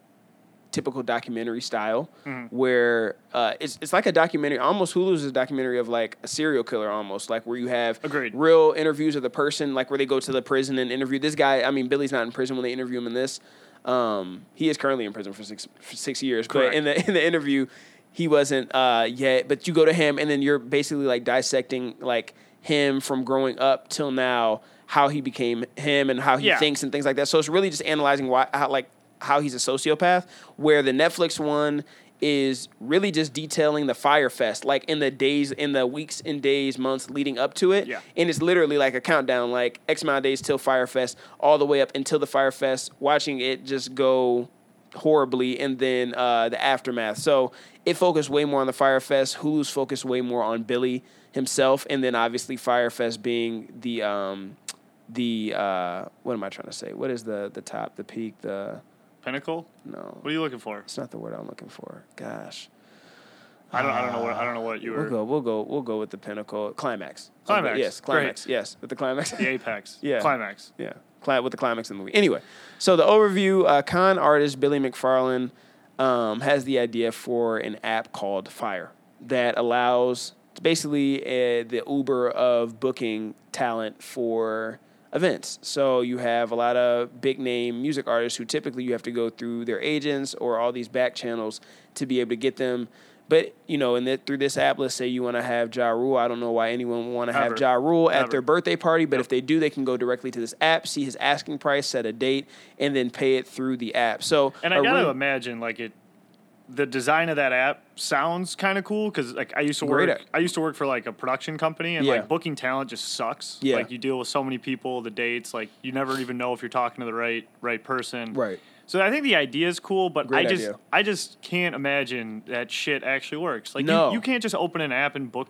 [SPEAKER 4] typical documentary style, where uh, it's it's like a documentary. Almost Hulu's is a documentary of like a serial killer, almost like where you have
[SPEAKER 1] Agreed.
[SPEAKER 4] real interviews of the person, like where they go to the prison and interview this guy. I mean, Billy's not in prison when they interview him in this. Um, he is currently in prison for six for six years,
[SPEAKER 1] Correct.
[SPEAKER 4] but in the in the interview, he wasn't uh, yet. But you go to him, and then you're basically like dissecting like him from growing up till now, how he became him, and how he
[SPEAKER 1] Yeah.
[SPEAKER 4] thinks and things like that. So it's really just analyzing why how like how he's a sociopath. Where the Netflix one is really just detailing the fire fest, like in the days, in the weeks and days, months leading up to it,
[SPEAKER 1] Yeah.
[SPEAKER 4] and it's literally like a countdown, like X amount of days till Firefest, all the way up until the Firefest, watching it just go horribly, and then uh, the aftermath. So it focused way more on the Firefest. Hulu's focused way more on Billy himself, and then obviously Firefest being the um, the uh, what am I trying to say? What is the the top, the peak, the
[SPEAKER 1] Pinnacle.
[SPEAKER 4] no?
[SPEAKER 1] What are you looking for?
[SPEAKER 4] It's not the word I'm looking for. Gosh.
[SPEAKER 1] I don't. I don't know what. I don't know what you
[SPEAKER 4] We'll
[SPEAKER 1] were.
[SPEAKER 4] go. We'll go. We'll go with the pinnacle climax.
[SPEAKER 1] Climax.
[SPEAKER 4] Yes.
[SPEAKER 1] Great.
[SPEAKER 4] Climax. Yes. With the climax.
[SPEAKER 1] The apex.
[SPEAKER 4] Yeah.
[SPEAKER 1] Climax.
[SPEAKER 4] Yeah, cli- with the climax in the movie. Anyway, so the overview: uh, con artist Billy McFarlane um, has the idea for an app called Fire that allows it's basically uh the Uber of booking talent for events. So you have a lot of big name music artists who typically you have to go through their agents or all these back channels to be able to get them. But you know, and that through this app, let's say you want to have Ja Rule. I don't know why anyone would want to have
[SPEAKER 1] Ever.
[SPEAKER 4] Ja Rule at
[SPEAKER 1] Ever.
[SPEAKER 4] their birthday party, but if they do, they can go directly to this app, see his asking price, set a date, and then pay it through the app. So
[SPEAKER 1] And
[SPEAKER 4] a
[SPEAKER 1] I gotta
[SPEAKER 4] real-
[SPEAKER 1] imagine like it. The design of that app sounds kind of cool because like I used to
[SPEAKER 4] Great
[SPEAKER 1] work.
[SPEAKER 4] app.
[SPEAKER 1] I used to work for like a production company and
[SPEAKER 4] Yeah.
[SPEAKER 1] like booking talent just sucks.
[SPEAKER 4] Yeah.
[SPEAKER 1] Like you deal with so many people, the dates, like you never even know if you're talking to the right right person.
[SPEAKER 4] Right.
[SPEAKER 1] So I think the idea is cool, but
[SPEAKER 4] Great
[SPEAKER 1] I just
[SPEAKER 4] idea.
[SPEAKER 1] I just can't imagine that shit actually works. Like
[SPEAKER 4] No.
[SPEAKER 1] you, you can't just open an app and book.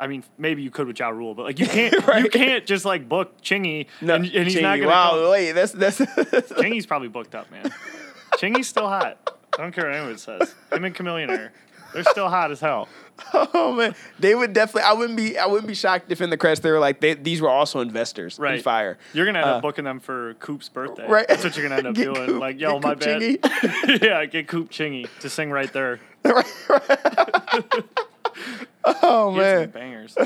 [SPEAKER 1] I mean, maybe you could with Ja Rule, but like you can't you
[SPEAKER 4] Right.
[SPEAKER 1] can't just like book Chingy
[SPEAKER 4] no,
[SPEAKER 1] and, and he's not
[SPEAKER 4] Chingy,
[SPEAKER 1] gonna
[SPEAKER 4] wow,
[SPEAKER 1] come.
[SPEAKER 4] wait, that's that's
[SPEAKER 1] Chingy's probably booked up, man. Chingy's still hot. I don't care what anyone says. Him and Chameleon are. They're still hot as hell.
[SPEAKER 4] oh man, they would definitely. I wouldn't be I wouldn't be shocked if in the credits they were like they, these were also investors in
[SPEAKER 1] Right.
[SPEAKER 4] Fire.
[SPEAKER 1] You're going to end
[SPEAKER 4] Uh,
[SPEAKER 1] up booking them for Coop's birthday.
[SPEAKER 4] right.
[SPEAKER 1] That's what you're going to end up
[SPEAKER 4] Get
[SPEAKER 1] doing.
[SPEAKER 4] Coop-
[SPEAKER 1] like, yo,
[SPEAKER 4] get
[SPEAKER 1] my
[SPEAKER 4] Coop
[SPEAKER 1] bad. yeah, get Coop Chingy to sing right there.
[SPEAKER 4] Oh
[SPEAKER 1] He had some
[SPEAKER 4] man,
[SPEAKER 1] bangers.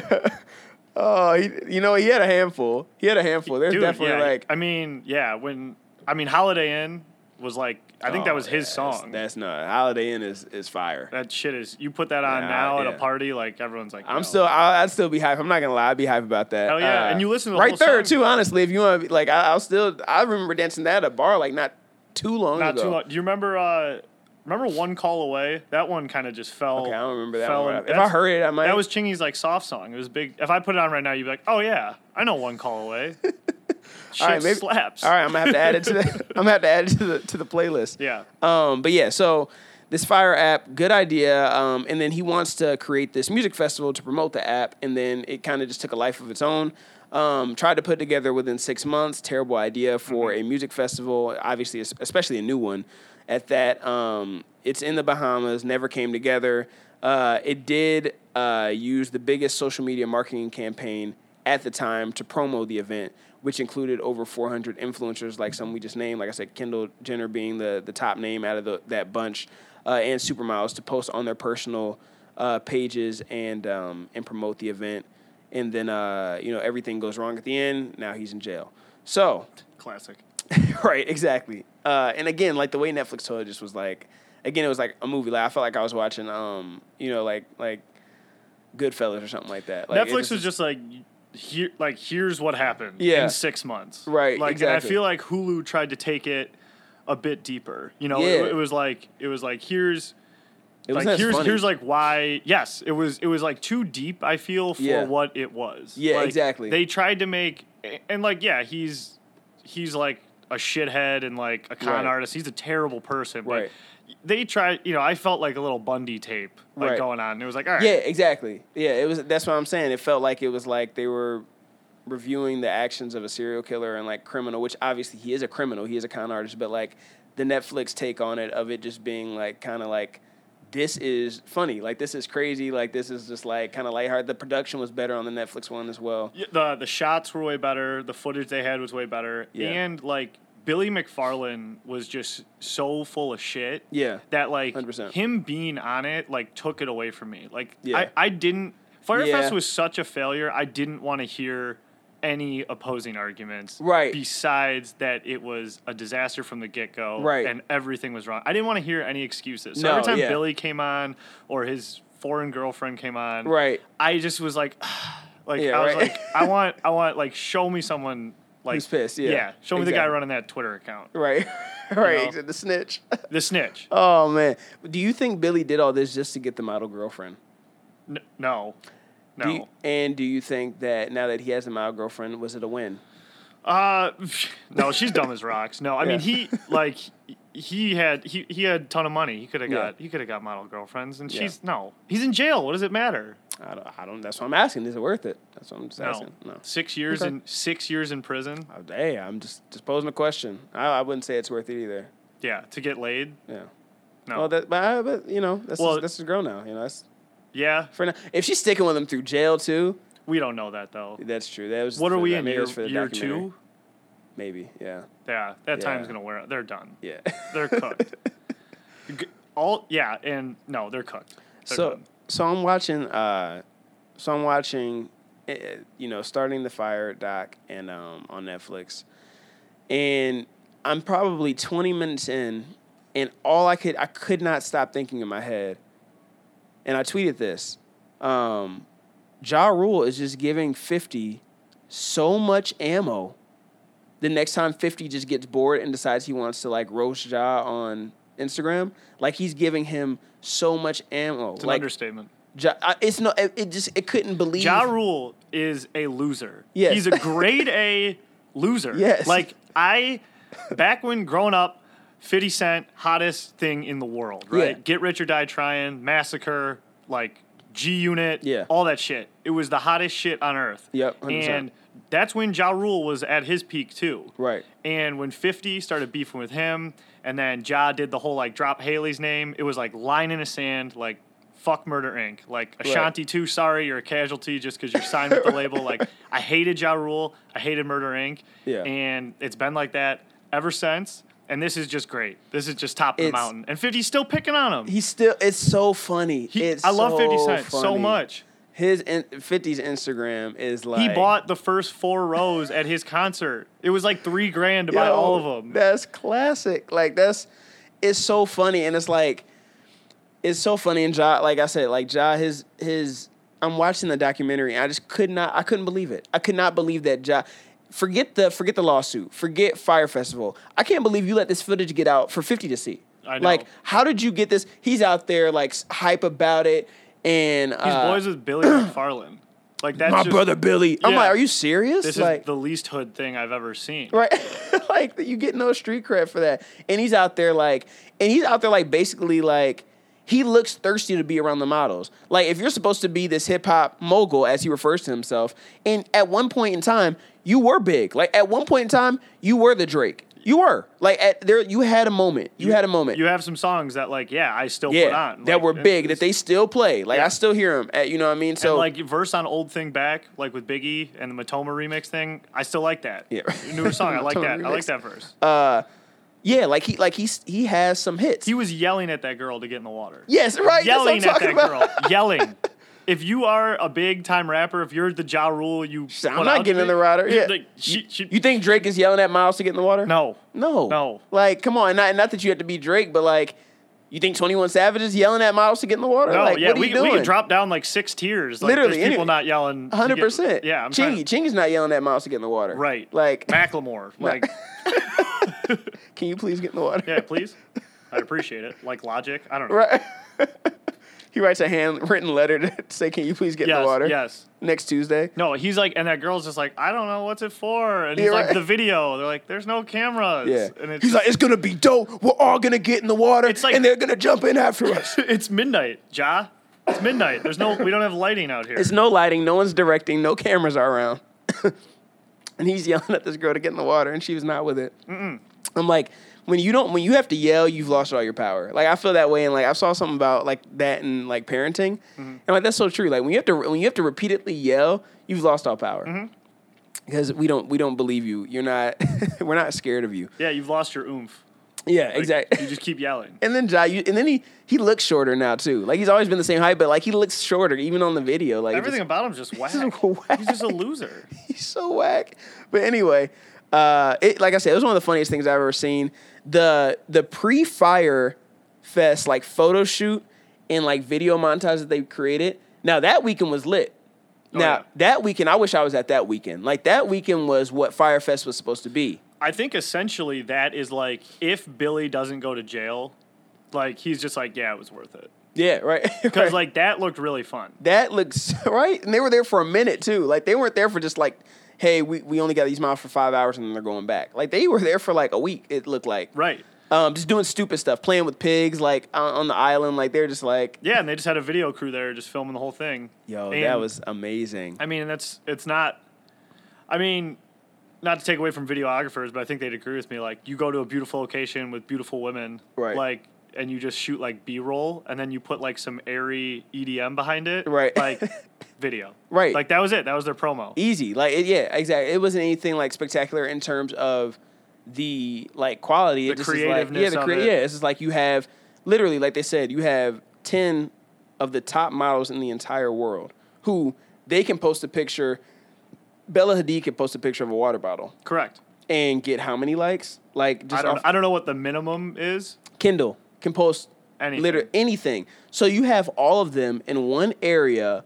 [SPEAKER 4] oh he, you know he had a handful. He had a handful. There's
[SPEAKER 1] Dude,
[SPEAKER 4] definitely
[SPEAKER 1] yeah,
[SPEAKER 4] like
[SPEAKER 1] I mean, yeah, when. I mean, Holiday Inn was like. I think that
[SPEAKER 4] Oh,
[SPEAKER 1] was his
[SPEAKER 4] yeah, that's-
[SPEAKER 1] song.
[SPEAKER 4] That's not Holiday Inn is is fire.
[SPEAKER 1] that shit is. You put that on
[SPEAKER 4] Nah,
[SPEAKER 1] now at
[SPEAKER 4] yeah.
[SPEAKER 1] a party, like, everyone's like.
[SPEAKER 4] I'm
[SPEAKER 1] yo.
[SPEAKER 4] still, I'll, I'd still be hype. I'm not gonna lie, I'd be hype about that.
[SPEAKER 1] Hell yeah, and you listen to the
[SPEAKER 4] right
[SPEAKER 1] whole
[SPEAKER 4] there
[SPEAKER 1] song.
[SPEAKER 4] too. Honestly, if you want, to like, I, I'll still. I remember dancing that at a bar like not too long
[SPEAKER 1] Not
[SPEAKER 4] ago.
[SPEAKER 1] too long. Do you remember? Uh, remember one call away? That one kind of just fell.
[SPEAKER 4] Okay, I don't remember that
[SPEAKER 1] fell
[SPEAKER 4] one.
[SPEAKER 1] in-
[SPEAKER 4] If I
[SPEAKER 1] that's-
[SPEAKER 4] heard it, I might-
[SPEAKER 1] That was Chingy's like soft song. It was big. If I put it on right now, you'd be like, "Oh yeah, I know one call away." Shit
[SPEAKER 4] All right, maybe-
[SPEAKER 1] slaps.
[SPEAKER 4] All right, I'm gonna have to add it to the. I'm gonna have to add it to the to the playlist.
[SPEAKER 1] Yeah.
[SPEAKER 4] Um, but yeah, so this Fire app, good idea. Um, and then he wants to create this music festival to promote the app, and then it kind of just took a life of its own. Um, tried to put together within six months, terrible idea for a music festival, obviously, es- especially a new one. At that, um, it's in the Bahamas, never came together. Uh, it did uh, use the biggest social media marketing campaign at the time to promo the event, which included over 400 influencers, like some we just named. Like I said, Kendall Jenner being the, the top name out of the, that bunch, uh, and Supermodels to post on their personal uh, pages and um, and promote the event. And then uh, you know everything goes wrong at the end. Now he's in jail. So
[SPEAKER 1] Classic.
[SPEAKER 4] right, exactly. Uh, and again, like the way Netflix told it just was like, again, it was like a movie. Like I felt like I was watching, um, you know, like like Goodfellas or something like that. Like, it
[SPEAKER 1] Netflix was just like. Here, like, here's what happened
[SPEAKER 4] Yeah.
[SPEAKER 1] in six months.
[SPEAKER 4] Right,
[SPEAKER 1] Like, and I
[SPEAKER 4] exactly.
[SPEAKER 1] feel like Hulu tried to take it a bit deeper. You know,
[SPEAKER 4] Yeah.
[SPEAKER 1] it, it was like, it was like, here's
[SPEAKER 4] it
[SPEAKER 1] like
[SPEAKER 4] wasn't as
[SPEAKER 1] here's
[SPEAKER 4] funny.
[SPEAKER 1] here's like why yes it was it was like too deep i feel for
[SPEAKER 4] Yeah.
[SPEAKER 1] what it was
[SPEAKER 4] Yeah,
[SPEAKER 1] Like,
[SPEAKER 4] exactly.
[SPEAKER 1] they tried to make a- and like yeah he's he's like a shithead and like a con
[SPEAKER 4] Right.
[SPEAKER 1] artist he's a terrible person but
[SPEAKER 4] Right.
[SPEAKER 1] they tried you know i felt like a little bundy tape like
[SPEAKER 4] Right.
[SPEAKER 1] going on it was like all right
[SPEAKER 4] Yeah, exactly. Yeah, it was. That's what I'm saying. It felt like it was like they were reviewing the actions of a serial killer and like criminal, which obviously he is a criminal. He is a con artist, but like the Netflix take on it of it just being like kind of like this is funny, like this is crazy, like this is just like kind of lighthearted. The production was better on the Netflix one as well.
[SPEAKER 1] Y- the the shots were way better. The footage they had was way better.
[SPEAKER 4] Yeah.
[SPEAKER 1] And like Billy McFarlane was just so full of shit.
[SPEAKER 4] Yeah.
[SPEAKER 1] That like
[SPEAKER 4] 100%.
[SPEAKER 1] him being on it like took it away from me. Like
[SPEAKER 4] Yeah.
[SPEAKER 1] I I didn't Firefest
[SPEAKER 4] Yeah.
[SPEAKER 1] was such a failure. I didn't want to hear any opposing arguments.
[SPEAKER 4] Right.
[SPEAKER 1] Besides that it was a disaster from the get go.
[SPEAKER 4] Right.
[SPEAKER 1] And everything was wrong. I didn't want to hear any excuses. So
[SPEAKER 4] No,
[SPEAKER 1] every time
[SPEAKER 4] yeah.
[SPEAKER 1] Billy came on or his foreign girlfriend came on.
[SPEAKER 4] Right.
[SPEAKER 1] I just was like like
[SPEAKER 4] Yeah,
[SPEAKER 1] I was
[SPEAKER 4] right.
[SPEAKER 1] like, I want, I want, like, show me someone, like,
[SPEAKER 4] Who's pissed, yeah.
[SPEAKER 1] show me the guy
[SPEAKER 4] Exactly.
[SPEAKER 1] running that Twitter account,
[SPEAKER 4] Right, right.
[SPEAKER 1] know?
[SPEAKER 4] The snitch.
[SPEAKER 1] the snitch.
[SPEAKER 4] Oh man, do you think Billy did all this just to get the model girlfriend?
[SPEAKER 1] N- no, no.
[SPEAKER 4] Do you- and do you think that now that he has a model girlfriend, was it a win?
[SPEAKER 1] Uh, no, she's dumb as rocks. No, I mean
[SPEAKER 4] Yeah.
[SPEAKER 1] he like he had he he had a ton of money. He could have
[SPEAKER 4] Yeah.
[SPEAKER 1] got he could have got model girlfriends, and
[SPEAKER 4] Yeah.
[SPEAKER 1] she's no, he's in jail. What does it matter?
[SPEAKER 4] I don't, I don't. That's what I'm asking. Is it worth it? That's what I'm just
[SPEAKER 1] No,
[SPEAKER 4] asking. No.
[SPEAKER 1] six years
[SPEAKER 4] Okay.
[SPEAKER 1] in six years in prison.
[SPEAKER 4] Oh, Hey, I'm just just posing a question. I, I wouldn't say it's worth it either.
[SPEAKER 1] Yeah, to get laid.
[SPEAKER 4] Yeah.
[SPEAKER 1] No.
[SPEAKER 4] Well, that, but, I- but you know, that's
[SPEAKER 1] Well-
[SPEAKER 4] that's his girl now. You know, that's
[SPEAKER 1] yeah,
[SPEAKER 4] for now. If she's sticking with him through jail too,
[SPEAKER 1] we don't know that though.
[SPEAKER 4] that's true. That was
[SPEAKER 1] What are
[SPEAKER 4] for
[SPEAKER 1] we
[SPEAKER 4] that-
[SPEAKER 1] in
[SPEAKER 4] maybe it
[SPEAKER 1] year,
[SPEAKER 4] was for the
[SPEAKER 1] year
[SPEAKER 4] documentary.
[SPEAKER 1] two?
[SPEAKER 4] Maybe, yeah,
[SPEAKER 1] Yeah, that
[SPEAKER 4] Yeah.
[SPEAKER 1] time's gonna wear. out. They're done.
[SPEAKER 4] yeah.
[SPEAKER 1] They're cooked. G- All yeah, and no, they're cooked. They're
[SPEAKER 4] so
[SPEAKER 1] done.
[SPEAKER 4] so I'm watching uh so I'm watching eh, eh, you know starting the fire doc and um on Netflix and I'm probably 20 minutes in and all I could I could not stop thinking in my head and I tweeted this um Ja Rule is just giving 50 so much ammo the next time 50 just gets bored and decides he wants to like roast Ja on Instagram, like he's giving him so much ammo.
[SPEAKER 1] it's an
[SPEAKER 4] like
[SPEAKER 1] understatement.
[SPEAKER 4] ja, I- it's no, it, it just it couldn't believe.
[SPEAKER 1] Ja Rule is a loser.
[SPEAKER 4] Yes.
[SPEAKER 1] He's a grade A loser.
[SPEAKER 4] Yes.
[SPEAKER 1] Like I back when growing up, 50 Cent, hottest thing in the world, right?
[SPEAKER 4] Yeah.
[SPEAKER 1] Get Rich or Die Trying, Massacre, like G Unit,
[SPEAKER 4] Yeah.
[SPEAKER 1] all that shit. It was the hottest shit on earth.
[SPEAKER 4] Yep, 100%.
[SPEAKER 1] And that's when Ja Rule was at his peak too.
[SPEAKER 4] Right.
[SPEAKER 1] And when 50 started beefing with him, and then Ja did the whole like drop Haley's name, it was like line in the sand, like fuck Murder Inc. Like Ashanti too, sorry, you're a casualty just because you're signed with the label. Like I hated Ja Rule, I hated Murder Inc.
[SPEAKER 4] Yeah.
[SPEAKER 1] And it's been like that ever since. And this is just great. This is just top of the
[SPEAKER 4] It's-
[SPEAKER 1] mountain. And 50's still picking on him.
[SPEAKER 4] He's still. It's so funny.
[SPEAKER 1] He-
[SPEAKER 4] it's
[SPEAKER 1] I love 50
[SPEAKER 4] so
[SPEAKER 1] Cent so
[SPEAKER 4] funny.
[SPEAKER 1] much.
[SPEAKER 4] His in, 50's Instagram is like
[SPEAKER 1] He bought the first four rows at his concert. It was like three grand to buy
[SPEAKER 4] Yo,
[SPEAKER 1] all of them.
[SPEAKER 4] That's classic. Like that's it's so funny and it's like it's so funny and Ja like I said, like Ja his his I'm watching the documentary and I just could not I couldn't believe it. I could not believe that Ja forget the forget the lawsuit. Forget Fire Festival. I can't believe you let this footage get out for 50 to see.
[SPEAKER 1] I know.
[SPEAKER 4] Like how did you get this? He's out there like s- hype about it and
[SPEAKER 1] He's
[SPEAKER 4] uh,
[SPEAKER 1] boys with Billy McFarlane. Like that's
[SPEAKER 4] my
[SPEAKER 1] just-
[SPEAKER 4] brother Billy. I'm
[SPEAKER 1] Yeah.
[SPEAKER 4] like, are you serious?
[SPEAKER 1] This
[SPEAKER 4] like,
[SPEAKER 1] is the least hood thing I've ever seen.
[SPEAKER 4] Right. like you get no street cred for that. And he's out there like and he's out there like basically like he looks thirsty to be around the models. Like if you're supposed to be this hip hop mogul as he refers to himself, and at one point in time, you were big. Like at one point in time, you were the Drake. You were. Like at there you had a moment. You, had a moment.
[SPEAKER 1] You have some songs that like, yeah, I still
[SPEAKER 4] yeah,
[SPEAKER 1] put on
[SPEAKER 4] that
[SPEAKER 1] Like,
[SPEAKER 4] were
[SPEAKER 1] it-
[SPEAKER 4] big that they still play. Like
[SPEAKER 1] Yeah.
[SPEAKER 4] I still hear them. At, you know what I mean?
[SPEAKER 1] and
[SPEAKER 4] So
[SPEAKER 1] like verse on old thing back, like with Biggie and the Matoma remix thing. I still like that.
[SPEAKER 4] Yeah. Uh,
[SPEAKER 1] newer song. I like
[SPEAKER 4] Matoma
[SPEAKER 1] that. I like
[SPEAKER 4] remix.
[SPEAKER 1] that verse.
[SPEAKER 4] yeah, like he like he's he has some hits.
[SPEAKER 1] he was yelling at that girl to get in the water.
[SPEAKER 4] yes, right. That's what
[SPEAKER 1] yelling
[SPEAKER 4] I'm
[SPEAKER 1] at
[SPEAKER 4] talking
[SPEAKER 1] that
[SPEAKER 4] about.
[SPEAKER 1] girl. Yelling. If you are a big time rapper, if you're the Ja Rule, you.
[SPEAKER 4] I'm
[SPEAKER 1] put
[SPEAKER 4] not
[SPEAKER 1] out
[SPEAKER 4] getting in
[SPEAKER 1] there,
[SPEAKER 4] the water.
[SPEAKER 1] you-
[SPEAKER 4] Yeah.
[SPEAKER 1] like, she, she,
[SPEAKER 4] You think Drake is yelling at Miles to get in the water?
[SPEAKER 1] no.
[SPEAKER 4] No.
[SPEAKER 1] No.
[SPEAKER 4] Like, come on. Not, not that you have to be Drake, but like, you think 21 Savage is yelling at Miles to get in the water?
[SPEAKER 1] No,
[SPEAKER 4] like,
[SPEAKER 1] yeah,
[SPEAKER 4] what are
[SPEAKER 1] we,
[SPEAKER 4] you
[SPEAKER 1] we
[SPEAKER 4] doing?
[SPEAKER 1] can drop down like six tiers. Like,
[SPEAKER 4] Literally,
[SPEAKER 1] there's people
[SPEAKER 4] anyway.
[SPEAKER 1] not yelling. to get-
[SPEAKER 4] 100%.
[SPEAKER 1] Yeah, I'm trying
[SPEAKER 4] Chingy. Chingy's not yelling at Miles to get in the water.
[SPEAKER 1] Right.
[SPEAKER 4] Like,
[SPEAKER 1] Macklemore. Like,
[SPEAKER 4] can you please get in the water?
[SPEAKER 1] yeah, please. I'd appreciate it. Like Logic. I don't know.
[SPEAKER 4] Right. he writes a handwritten letter to say, can you please get in
[SPEAKER 1] Yes,
[SPEAKER 4] the water?
[SPEAKER 1] yes.
[SPEAKER 4] Next Tuesday.
[SPEAKER 1] No, he's like, and that girl's just like, I don't know what's it for, and he's
[SPEAKER 4] Yeah,
[SPEAKER 1] like,
[SPEAKER 4] right.
[SPEAKER 1] the video. They're like, there's no cameras.
[SPEAKER 4] Yeah.
[SPEAKER 1] and it's
[SPEAKER 4] He's like, it's going to be dope. We're all going to get in the water
[SPEAKER 1] It's like-
[SPEAKER 4] and they're going to jump in after us.
[SPEAKER 1] it's midnight, Ja. It's midnight. There's no, we don't have lighting out here.
[SPEAKER 4] It's no lighting, no one's directing, no cameras are around. and he's yelling at this girl to get in the water, and she was not with it. I'm like, when you don't, when you have to yell, you've lost all your power. Like I feel that way, and like I saw something about like that and like parenting,
[SPEAKER 1] Mm-hmm.
[SPEAKER 4] and like that's so true. Like when you have to, when you have to repeatedly yell, you've lost all power.
[SPEAKER 1] Mm-hmm.
[SPEAKER 4] Because we don't, we don't believe you. You're not, we're not scared of you.
[SPEAKER 1] yeah, you've lost your oomph.
[SPEAKER 4] Yeah,
[SPEAKER 1] Like,
[SPEAKER 4] exactly.
[SPEAKER 1] You just keep yelling.
[SPEAKER 4] And then Ja, you, and then he he looks shorter now too. Like he's always been the same height, but like he looks shorter even on the video. Like it
[SPEAKER 1] Everything
[SPEAKER 4] just-
[SPEAKER 1] about him's just whack.
[SPEAKER 4] just whack.
[SPEAKER 1] He's just a loser.
[SPEAKER 4] he's so whack. But anyway, uh, it like I said, it was one of the funniest things I've ever seen. The the pre fire fest like photo shoot and like video montage that they created. Now that weekend was lit. now
[SPEAKER 1] Oh, yeah.
[SPEAKER 4] that weekend, I wish I was at that weekend. Like that weekend was what Firefest was supposed to be.
[SPEAKER 1] I think essentially that is like if Billy doesn't go to jail, like he's just like, yeah, it was worth it.
[SPEAKER 4] Yeah, right.
[SPEAKER 1] Because
[SPEAKER 4] Right.
[SPEAKER 1] like that looked really fun.
[SPEAKER 4] that looks right. And they were there for a minute too. Like they weren't there for just like, hey, we, we only got these miles for five hours and then they're going back. Like they were there for like a week. It looked like
[SPEAKER 1] Right.
[SPEAKER 4] um, just doing stupid stuff, playing with pigs, like on, on the island. Like they're just like,
[SPEAKER 1] Yeah, and they just had a video crew there just filming the whole thing.
[SPEAKER 4] yo,
[SPEAKER 1] And,
[SPEAKER 4] that was amazing.
[SPEAKER 1] I mean, that's it's not. I mean, not to take away from videographers, but I think they'd agree with me. Like, you go to a beautiful location with beautiful women,
[SPEAKER 4] Right.
[SPEAKER 1] Like, and you just shoot like B roll and then you put like some airy EDM behind it.
[SPEAKER 4] Right.
[SPEAKER 1] Like video.
[SPEAKER 4] Right. E
[SPEAKER 1] Like that was it. That was their promo.
[SPEAKER 4] easy. Like it, yeah, exactly. It wasn't anything like spectacular in terms of the like quality.
[SPEAKER 1] The
[SPEAKER 4] it just is like, yeah,
[SPEAKER 1] creativeness
[SPEAKER 4] the
[SPEAKER 1] of
[SPEAKER 4] crea-
[SPEAKER 1] it.
[SPEAKER 4] yeah. It's just like you have literally, like they said, you have ten of the top models in the entire world who they can post a picture. Bella Hadid can post a picture of a water bottle
[SPEAKER 1] Correct.
[SPEAKER 4] and get how many likes? Like just
[SPEAKER 1] I don't,
[SPEAKER 4] off
[SPEAKER 1] I don't know what the minimum is.
[SPEAKER 4] Kindle can post
[SPEAKER 1] Anything.
[SPEAKER 4] literally anything. So you have all of them in one area,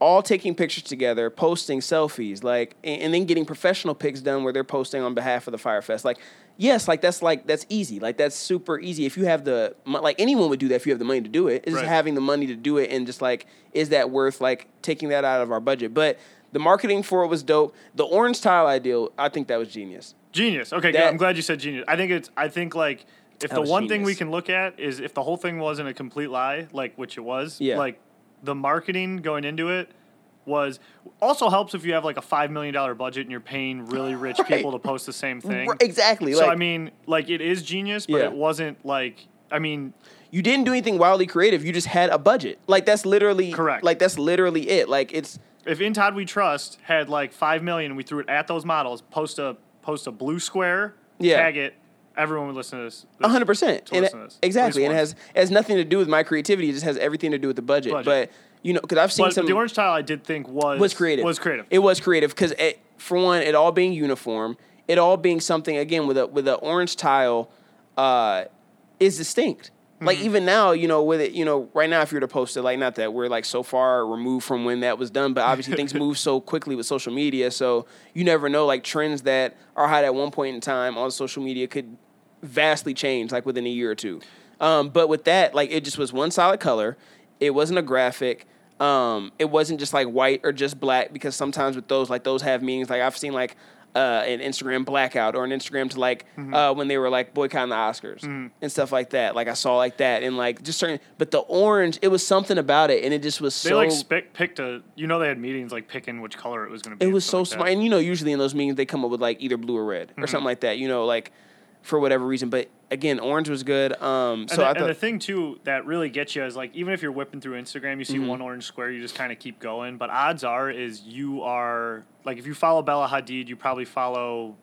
[SPEAKER 4] all taking pictures together, posting selfies, like, and, and then getting professional pics done where they're posting on behalf of the Firefest. Like, yes, like that's like that's easy. Like that's super easy if you have the mo- like anyone would do that if you have the money to do it. It's
[SPEAKER 1] Right.
[SPEAKER 4] just having the money to do it and just like is that worth like taking that out of our budget? But the marketing for it was dope. The orange tile ideal, I think that was genius.
[SPEAKER 1] Genius. Okay, good.
[SPEAKER 4] That-
[SPEAKER 1] I'm glad you said genius. I think it's. I think like if
[SPEAKER 4] That
[SPEAKER 1] the
[SPEAKER 4] was
[SPEAKER 1] one thing we
[SPEAKER 4] genius.
[SPEAKER 1] can look at is if the whole thing wasn't a complete lie, like which it was.
[SPEAKER 4] Yeah.
[SPEAKER 1] Like the marketing going into it was also helps if you have like a five million dollar budget and you're paying really rich
[SPEAKER 4] Right.
[SPEAKER 1] people to post the same thing.
[SPEAKER 4] Right, exactly.
[SPEAKER 1] So
[SPEAKER 4] like,
[SPEAKER 1] I mean, like it is genius, but
[SPEAKER 4] Yeah.
[SPEAKER 1] it wasn't like. I mean,
[SPEAKER 4] you didn't do anything wildly creative. You just had a budget. Like that's literally
[SPEAKER 1] Correct.
[SPEAKER 4] Like that's literally it. Like it's
[SPEAKER 1] if In Todd We Trust had like five million, and we threw it at those models. Post a post a blue square.
[SPEAKER 4] Yeah.
[SPEAKER 1] Tag it. Everyone would listen to this. this-
[SPEAKER 4] hundred percent.
[SPEAKER 1] to
[SPEAKER 4] And it-
[SPEAKER 1] listen to this. At
[SPEAKER 4] exactly,
[SPEAKER 1] least
[SPEAKER 4] and it
[SPEAKER 1] once.
[SPEAKER 4] has it has nothing to do with my creativity. It just has everything to do with the budget.
[SPEAKER 1] Budget.
[SPEAKER 4] But you know, because I've seen
[SPEAKER 1] But
[SPEAKER 4] some
[SPEAKER 1] the orange tile, I did think was
[SPEAKER 4] was creative.
[SPEAKER 1] Was creative.
[SPEAKER 4] It was creative because for one, it all being uniform, it all being something again with a with an orange tile, uh, is distinct. Like even now, you know, with it, you know, right now, if you were to post it, like not that we're like so far removed from when that was done, but obviously things move so quickly with social media, so you never know like trends that are hot at one point in time on social media could vastly change like within a year or two. Um, but with that, like it just was one solid color. It wasn't a graphic. Um, it wasn't just like white or just black because sometimes with those, like those have meanings. Like I've seen like uh, an Instagram blackout or an Instagram to like
[SPEAKER 1] Mm-hmm.
[SPEAKER 4] uh, when they were like boycotting the Oscars and stuff like that. Like I saw like that and like just certain. But the orange, it was something about it, and it just was
[SPEAKER 1] They
[SPEAKER 4] so.
[SPEAKER 1] like spick, picked a. You know, they had meetings like picking which color it was going to be.
[SPEAKER 4] It
[SPEAKER 1] and
[SPEAKER 4] was
[SPEAKER 1] stuff
[SPEAKER 4] so
[SPEAKER 1] like that. Mm-hmm.
[SPEAKER 4] smart. And you know, usually in those meetings they come up with like either blue or red or something like that. You know, like for whatever reason. But again, orange was good. Um, so
[SPEAKER 1] and, the,
[SPEAKER 4] I
[SPEAKER 1] and
[SPEAKER 4] thought
[SPEAKER 1] the thing too that really gets you is like even if you're whipping through Instagram, you see
[SPEAKER 4] Mm-hmm.
[SPEAKER 1] one orange square, you just kind of keep going. But odds are is you are like if you follow Bella Hadid, you probably follow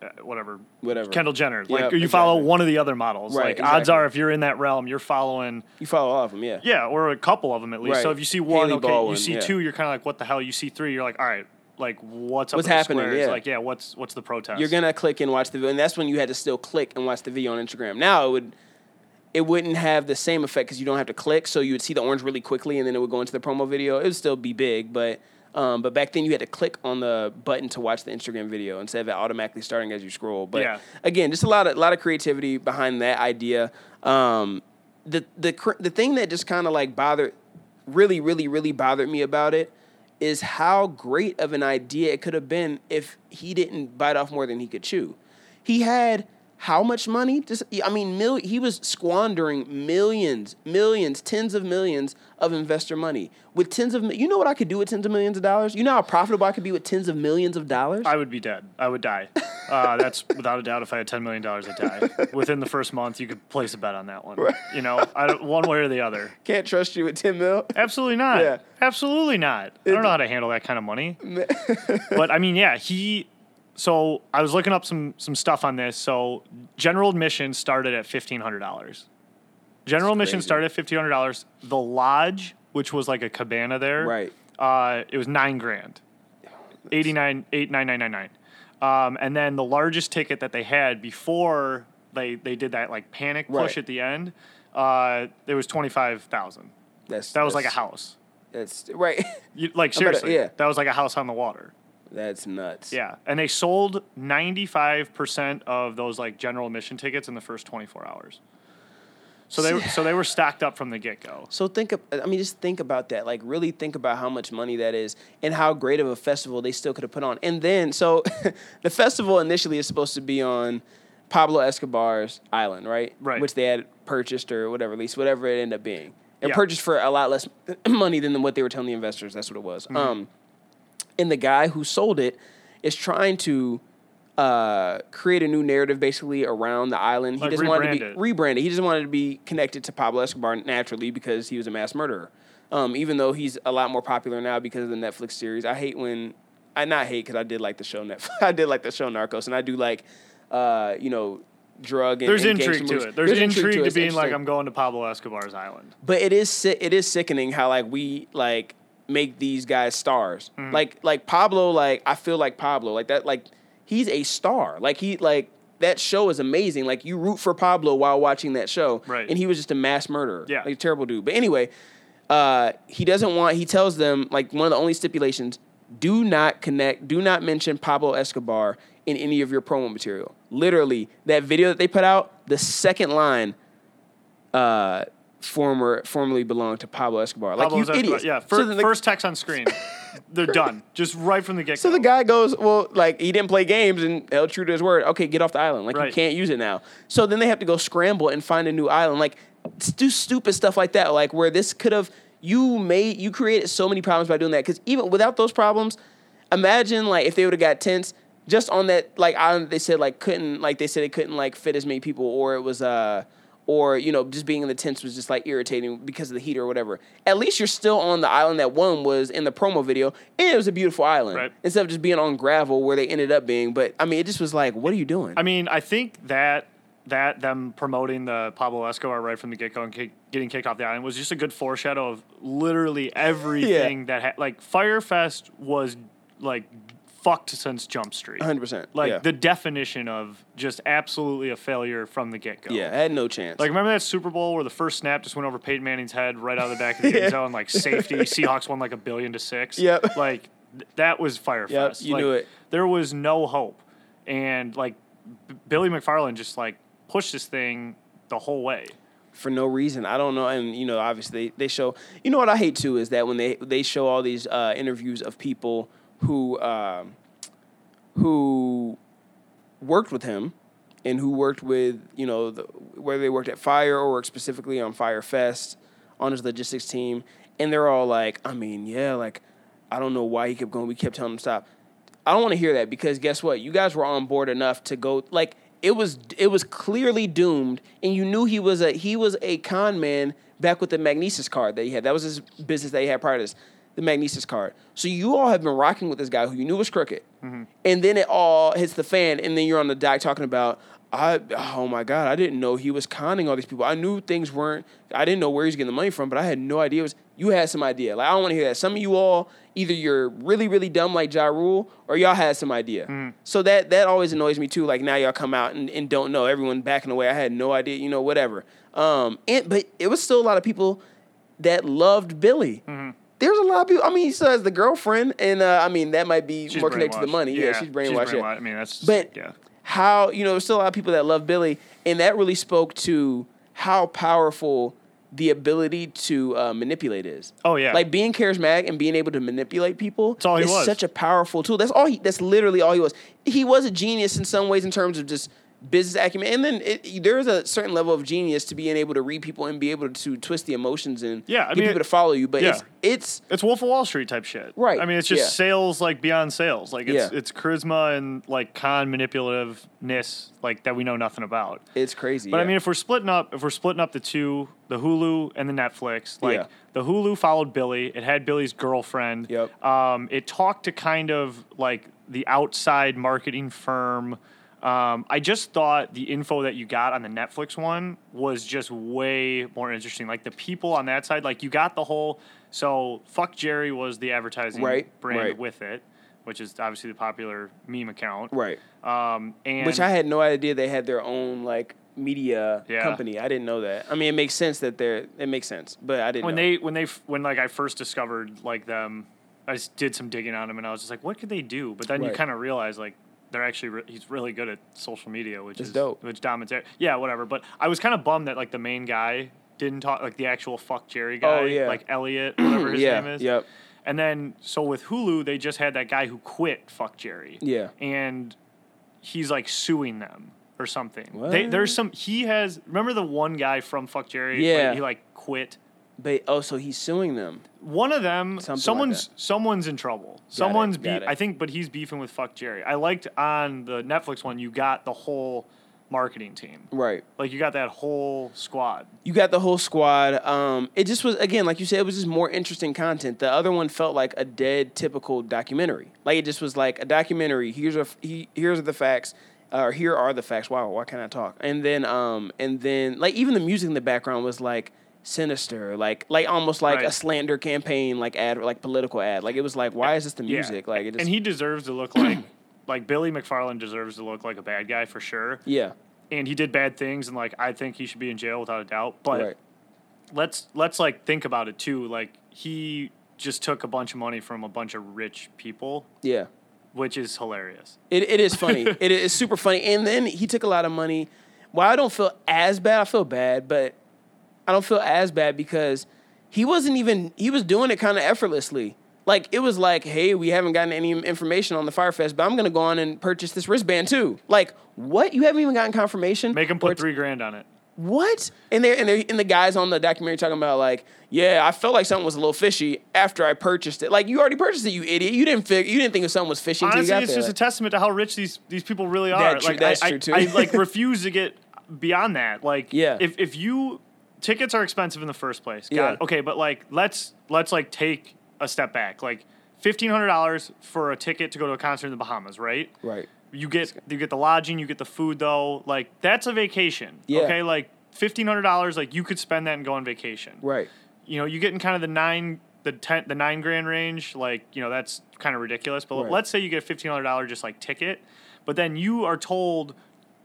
[SPEAKER 1] uh, whatever
[SPEAKER 4] Whatever.
[SPEAKER 1] Kendall Jenner. Like
[SPEAKER 4] Yep,
[SPEAKER 1] or you follow
[SPEAKER 4] exactly.
[SPEAKER 1] one of the other models.
[SPEAKER 4] Right,
[SPEAKER 1] like odds
[SPEAKER 4] exactly.
[SPEAKER 1] are if you're in that realm, you're following
[SPEAKER 4] you follow all of them, yeah.
[SPEAKER 1] yeah or a couple of them at least.
[SPEAKER 4] Right.
[SPEAKER 1] So if you see one,
[SPEAKER 4] Haley
[SPEAKER 1] okay,
[SPEAKER 4] Baldwin,
[SPEAKER 1] you see
[SPEAKER 4] yeah.
[SPEAKER 1] two, you're kind of like what the hell. You see three, you're like all right, like what's up?
[SPEAKER 4] What's
[SPEAKER 1] with the
[SPEAKER 4] happening?
[SPEAKER 1] squares?
[SPEAKER 4] Yeah.
[SPEAKER 1] Like yeah, what's what's the protest?
[SPEAKER 4] You're gonna click and watch the video, and that's when you had to still click and watch the video on Instagram. Now it would, it wouldn't have the same effect because you don't have to click, so you would see the orange really quickly, and then it would go into the promo video. It would still be big, but um, but back then you had to click on the button to watch the Instagram video instead of it automatically starting as you scroll. But
[SPEAKER 1] Yeah.
[SPEAKER 4] again, just a lot of lot of creativity behind that idea. Um, the the cr- the thing that just kind of like bothered, really, really, really bothered me about it is how great of an idea it could have been if he didn't bite off more than he could chew. He had how much money? Just I mean, mil- he was squandering millions, millions, tens of millions of investor money with tens of. mi- You know what I could do with tens of millions of dollars? You know how profitable I could be with tens of millions of dollars?
[SPEAKER 1] I would be dead. I would die. Uh, that's without a doubt. If I had ten million dollars, I'd die within the first month. You could place a bet on that one. You know, I don't, one way or the other.
[SPEAKER 4] Can't trust you with ten mil.
[SPEAKER 1] Absolutely not.
[SPEAKER 4] Yeah.
[SPEAKER 1] Absolutely not. I don't know how to handle that kind of money. but I mean, yeah, he. So I was looking up some some stuff on this. So general admission started at fifteen hundred dollars. General admission
[SPEAKER 4] crazy.
[SPEAKER 1] started at fifteen hundred dollars. The lodge, which was like a cabana there,
[SPEAKER 4] Right.
[SPEAKER 1] Uh, it was nine grand. 89 89999 um, and then the largest ticket that they had before they they did that like panic push
[SPEAKER 4] Right.
[SPEAKER 1] at the end uh it was 25,000
[SPEAKER 4] That's
[SPEAKER 1] that was like a
[SPEAKER 4] that's-
[SPEAKER 1] house
[SPEAKER 4] That's right.
[SPEAKER 1] you, like
[SPEAKER 4] I bet it-
[SPEAKER 1] seriously
[SPEAKER 4] yeah.
[SPEAKER 1] that was like a house on the water
[SPEAKER 4] that's nuts.
[SPEAKER 1] yeah and they sold 95% of those like general admission tickets in the first 24 hours so they were, so they were stacked up from the get go
[SPEAKER 4] So think, ab- I mean, just think about that. Like, really think about how much money that is and how great of a festival they still could have put on. And then, so the festival initially is supposed to be on Pablo Escobar's island, right?
[SPEAKER 1] Right.
[SPEAKER 4] Which they had purchased or whatever, at least whatever it ended up being. And
[SPEAKER 1] Yeah.
[SPEAKER 4] purchased for a lot less money than what they were telling the
[SPEAKER 1] Mm-hmm.
[SPEAKER 4] investors. That's what it was. Um, and the guy who sold it is trying to uh, create a new narrative basically around the island. He
[SPEAKER 1] Like,
[SPEAKER 4] just wanted to
[SPEAKER 1] rebrand it.
[SPEAKER 4] be rebranded. He just wanted to be connected to Pablo Escobar naturally because he was a mass murderer. Um, even though he's a lot more popular now because of the Netflix series. I hate when I not hate because I did like the show Netflix. I did like the show Narcos, and I do like uh, you know drug. And,
[SPEAKER 1] There's
[SPEAKER 4] and gangster
[SPEAKER 1] intrigue to
[SPEAKER 4] movies.
[SPEAKER 1] it. There's, intrigue, to
[SPEAKER 4] It's
[SPEAKER 1] being like
[SPEAKER 4] interesting
[SPEAKER 1] I'm going to Pablo Escobar's island.
[SPEAKER 4] but it is si- it is sickening how like we like make these guys stars.
[SPEAKER 1] Mm.
[SPEAKER 4] Like like Pablo, like I feel like Pablo, like that, like he's a star. Like he like that show is amazing. Like you root for Pablo while watching that show,
[SPEAKER 1] Right.
[SPEAKER 4] And he was just a mass murderer,
[SPEAKER 1] Yeah.
[SPEAKER 4] like a terrible dude. But anyway, uh, he doesn't want. He tells them like one of the only stipulations: do not connect, do not mention Pablo Escobar in any of your promo material. Literally, that video that they put out, the second line uh, former formerly belonged to Pablo Escobar. Like
[SPEAKER 1] Pablo
[SPEAKER 4] you
[SPEAKER 1] Escobar-
[SPEAKER 4] idiots.
[SPEAKER 1] Yeah,
[SPEAKER 4] So
[SPEAKER 1] fir-
[SPEAKER 4] then the-
[SPEAKER 1] first text on screen. They're done. Just right from the get go.
[SPEAKER 4] So the guy goes, well, like he didn't play games and held true to his word. Okay, get off the island. Like you
[SPEAKER 1] Right.
[SPEAKER 4] can't use it now. So then they have to go scramble and find a new island. Like s- do stupid stuff like that. Like where this could have you made you created so many problems by doing that. Because even without those problems, imagine like if they would have got tense just on that like island. that They said like couldn't like they said it couldn't like fit as many people or it was uh. Or you know, just being in the tents was just like irritating because of the heat or whatever. At least you're still on the island that one was in the promo video, and it was a beautiful island
[SPEAKER 1] Right.
[SPEAKER 4] instead of just being on gravel where they ended up being. But I mean, it just was like, what are you doing?
[SPEAKER 1] I mean, I think that that them promoting the Pablo Escobar right from the get go and kick, getting kicked off the island was just a good foreshadow of literally everything that ha- like Firefest was like fucked since Jump Street.
[SPEAKER 4] 100%.
[SPEAKER 1] Like
[SPEAKER 4] yeah.
[SPEAKER 1] the definition of just absolutely a failure from the get go.
[SPEAKER 4] yeah, I had no chance.
[SPEAKER 1] Like remember that Super Bowl where the first snap just went over Peyton Manning's head right out of the back of the end zone, like safety. Seahawks won like a billion to six.
[SPEAKER 4] Yep.
[SPEAKER 1] Like th- that was Firefest.
[SPEAKER 4] Yep, you
[SPEAKER 1] like,
[SPEAKER 4] knew it.
[SPEAKER 1] There was no hope, and like B- Billy McFarland just like pushed this thing the whole way.
[SPEAKER 4] for no reason. I don't know. And you know, obviously they, they show. You know what I hate too is that when they they show all these uh, interviews of people who um, who worked with him and who worked with you know the, whether they worked at Fire or worked specifically on Fire Fest on his logistics team, and they're all like, I mean, yeah, like I don't know why he kept going. We kept telling him to stop. I don't want to hear that because guess what? You guys were on board enough to go like it was it was clearly doomed and you knew he was a he was a con man back with the Magnesis card that he had. That was his business that he had prior to this, the Magnesis card. So you all have been rocking with this guy who you knew was crooked. And then it all hits the fan and then you're on the dock talking about I oh my god, I didn't know he was conning all these people. I knew things weren't I didn't know where he was getting the money from, but I had no idea it was you had some idea. Like I don't want to hear that. Some of you all either you're really really dumb like Ja Rule or y'all had some idea. So that that always annoys me too. Like now y'all come out and, and don't know. Everyone backing away. I had no idea. You know whatever. Um, and but it was still a lot of people that loved Billy. There's a lot of people. I mean, he still has the girlfriend, and uh, I mean that might be more connected to the
[SPEAKER 1] brainwashed.
[SPEAKER 4] money. Yeah, she's brainwashed. yeah.
[SPEAKER 1] I mean, that's just,
[SPEAKER 4] But
[SPEAKER 1] yeah.
[SPEAKER 4] how you know there's still a lot of people that love Billy, and that really spoke to how powerful the ability to uh, manipulate is.
[SPEAKER 1] Oh, yeah.
[SPEAKER 4] like being charismatic and being able to manipulate people. That's
[SPEAKER 1] all he
[SPEAKER 4] is
[SPEAKER 1] was.
[SPEAKER 4] Such a powerful tool. That's all he. That's literally all he was. He was a genius in some ways in terms of just business acumen, and then it, there is a certain level of genius to being able to read people and be able to twist the emotions and
[SPEAKER 1] Yeah, I
[SPEAKER 4] get
[SPEAKER 1] mean,
[SPEAKER 4] people to follow you. But
[SPEAKER 1] yeah.
[SPEAKER 4] it's it's
[SPEAKER 1] It's Wolf of Wall Street type shit.
[SPEAKER 4] Right,
[SPEAKER 1] I mean, it's just
[SPEAKER 4] yeah.
[SPEAKER 1] sales like beyond sales. Like it's
[SPEAKER 4] Yeah.
[SPEAKER 1] it's charisma and like con manipulativeness like that we know nothing about.
[SPEAKER 4] it's crazy.
[SPEAKER 1] But I
[SPEAKER 4] yeah.
[SPEAKER 1] mean, if we're splitting up, if we're splitting up the two, the Hulu and the Netflix, like
[SPEAKER 4] Yeah.
[SPEAKER 1] the Hulu followed Billy. It had Billy's girlfriend.
[SPEAKER 4] Yep.
[SPEAKER 1] Um, it talked to kind of like the outside marketing firm. Um, I just thought the info that you got on the Netflix one was just way more interesting. Like the people on that side, like you got the whole. So fuck Jerry was the advertising
[SPEAKER 4] Right,
[SPEAKER 1] brand
[SPEAKER 4] right.
[SPEAKER 1] with it, which is obviously the popular meme account.
[SPEAKER 4] right.
[SPEAKER 1] Um, and
[SPEAKER 4] Which I had no idea they had their own like media
[SPEAKER 1] Yeah.
[SPEAKER 4] company. I didn't know that. I mean, it makes sense that they're it makes sense, but I didn't.
[SPEAKER 1] when
[SPEAKER 4] know.
[SPEAKER 1] they when they f- when like I first discovered like them, I just did some digging on them, and I was just like, what could they do? But then you
[SPEAKER 4] Right.
[SPEAKER 1] kind of realize like they're actually re- he's really good at social media, which
[SPEAKER 4] That's
[SPEAKER 1] is
[SPEAKER 4] dope.
[SPEAKER 1] which dominates. Yeah, whatever. But I was kind of bummed that like the main guy didn't talk like the actual fuck Jerry guy,
[SPEAKER 4] Oh, yeah.
[SPEAKER 1] like Elliot, whatever his
[SPEAKER 4] yeah,
[SPEAKER 1] name is.
[SPEAKER 4] yep,
[SPEAKER 1] And then so with Hulu, they just had that guy who quit fuck Jerry.
[SPEAKER 4] yeah,
[SPEAKER 1] And he's like suing them or something. They, there's some he has remember the one guy from Fuck Jerry when
[SPEAKER 4] Yeah.
[SPEAKER 1] he like quit
[SPEAKER 4] But oh, so he's suing them.
[SPEAKER 1] One of them,
[SPEAKER 4] Something like
[SPEAKER 1] someone's
[SPEAKER 4] that.
[SPEAKER 1] someone's in trouble. someone's
[SPEAKER 4] it,
[SPEAKER 1] be-
[SPEAKER 4] got it.
[SPEAKER 1] I think, but he's beefing with fuck Jerry. I liked on the Netflix one. You got the whole marketing team.
[SPEAKER 4] Right.
[SPEAKER 1] Like you got that whole squad.
[SPEAKER 4] You got the whole squad. Um, it just was again, like you said, it was just more interesting content. The other one felt like a dead typical documentary. Like it just was like a documentary. Here's a he, here's the facts, uh, or here are the facts. Wow, why can't I talk? And then um, and then like even the music in the background was like sinister, like like almost like a
[SPEAKER 1] Right.
[SPEAKER 4] slander campaign, like ad, like political ad. Like it was like, why is this the
[SPEAKER 1] Yeah.
[SPEAKER 4] music? Like it just
[SPEAKER 1] and he deserves to look like like Billy McFarland deserves to look like a bad guy for sure.
[SPEAKER 4] yeah
[SPEAKER 1] And he did bad things, and like I think he should be in jail without a doubt. But
[SPEAKER 4] right
[SPEAKER 1] let's let's like think about it too. Like he just took a bunch of money from a bunch of rich people,
[SPEAKER 4] yeah.
[SPEAKER 1] which is hilarious.
[SPEAKER 4] It, it is funny. it is super funny. And then he took a lot of money. Well, I don't feel as bad. I feel bad, but I don't feel as bad because he wasn't even he was doing it kind of effortlessly. Like it was like, hey, we haven't gotten any information on the Firefest, but I'm gonna go on and purchase this wristband too. Like what? You haven't even gotten confirmation.
[SPEAKER 1] Make him
[SPEAKER 4] Or
[SPEAKER 1] put
[SPEAKER 4] it's-
[SPEAKER 1] three grand on it.
[SPEAKER 4] What? And they and they and the guys on the documentary talking about like, yeah, I felt like something was a little fishy after I purchased it. Like you already purchased it, you idiot. You didn't fig- you didn't think something was fishy. until you
[SPEAKER 1] Honestly,
[SPEAKER 4] got
[SPEAKER 1] it's
[SPEAKER 4] there.
[SPEAKER 1] just a testament to how rich these these people really are.
[SPEAKER 4] That true-
[SPEAKER 1] like
[SPEAKER 4] that's
[SPEAKER 1] I,
[SPEAKER 4] true, too.
[SPEAKER 1] I, I like refuse to get beyond that. Like
[SPEAKER 4] Yeah.
[SPEAKER 1] if if you tickets are expensive in the first place. God,
[SPEAKER 4] Yeah.
[SPEAKER 1] okay, but like let's let's like take a step back. Like fifteen hundred dollars for a ticket to go to a concert in the Bahamas, right?
[SPEAKER 4] right.
[SPEAKER 1] You get you get the lodging, you get the food though. Like that's a vacation.
[SPEAKER 4] Yeah.
[SPEAKER 1] Okay, like fifteen hundred dollars, like you could spend that and go on vacation
[SPEAKER 4] Right.
[SPEAKER 1] you know, you get in kind of the nine, the ten, the nine grand range. Like, you know, that's kind of ridiculous. But
[SPEAKER 4] Right.
[SPEAKER 1] let's say you get a fifteen hundred dollar just like ticket, but then you are told,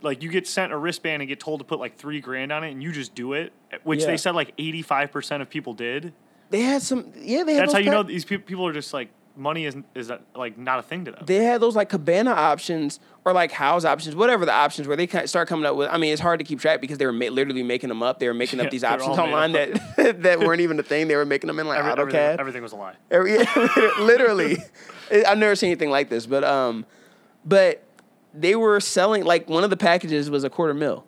[SPEAKER 1] like, you get sent a wristband and get told to put like three grand on it, and you just do it, which
[SPEAKER 4] Yeah.
[SPEAKER 1] they said like eighty five percent of people did.
[SPEAKER 4] They had some. Yeah, they had.
[SPEAKER 1] That's
[SPEAKER 4] those
[SPEAKER 1] how you
[SPEAKER 4] pa-
[SPEAKER 1] know these pe- people are just like money is is uh, like not a thing to them.
[SPEAKER 4] they had those like cabana options or like house options, whatever the options were. They kind of start coming up with. I mean, it's hard to keep track because they were ma- literally making them up. They were making
[SPEAKER 1] Yeah,
[SPEAKER 4] up these
[SPEAKER 1] they're
[SPEAKER 4] options
[SPEAKER 1] all made
[SPEAKER 4] online that that weren't even a thing. They were making them in like
[SPEAKER 1] Every- everything,
[SPEAKER 4] AutoCAD.
[SPEAKER 1] everything was a lie.
[SPEAKER 4] Every, yeah, literally, I've never seen anything like this. But um, but they were selling like one of the packages was a quarter mil.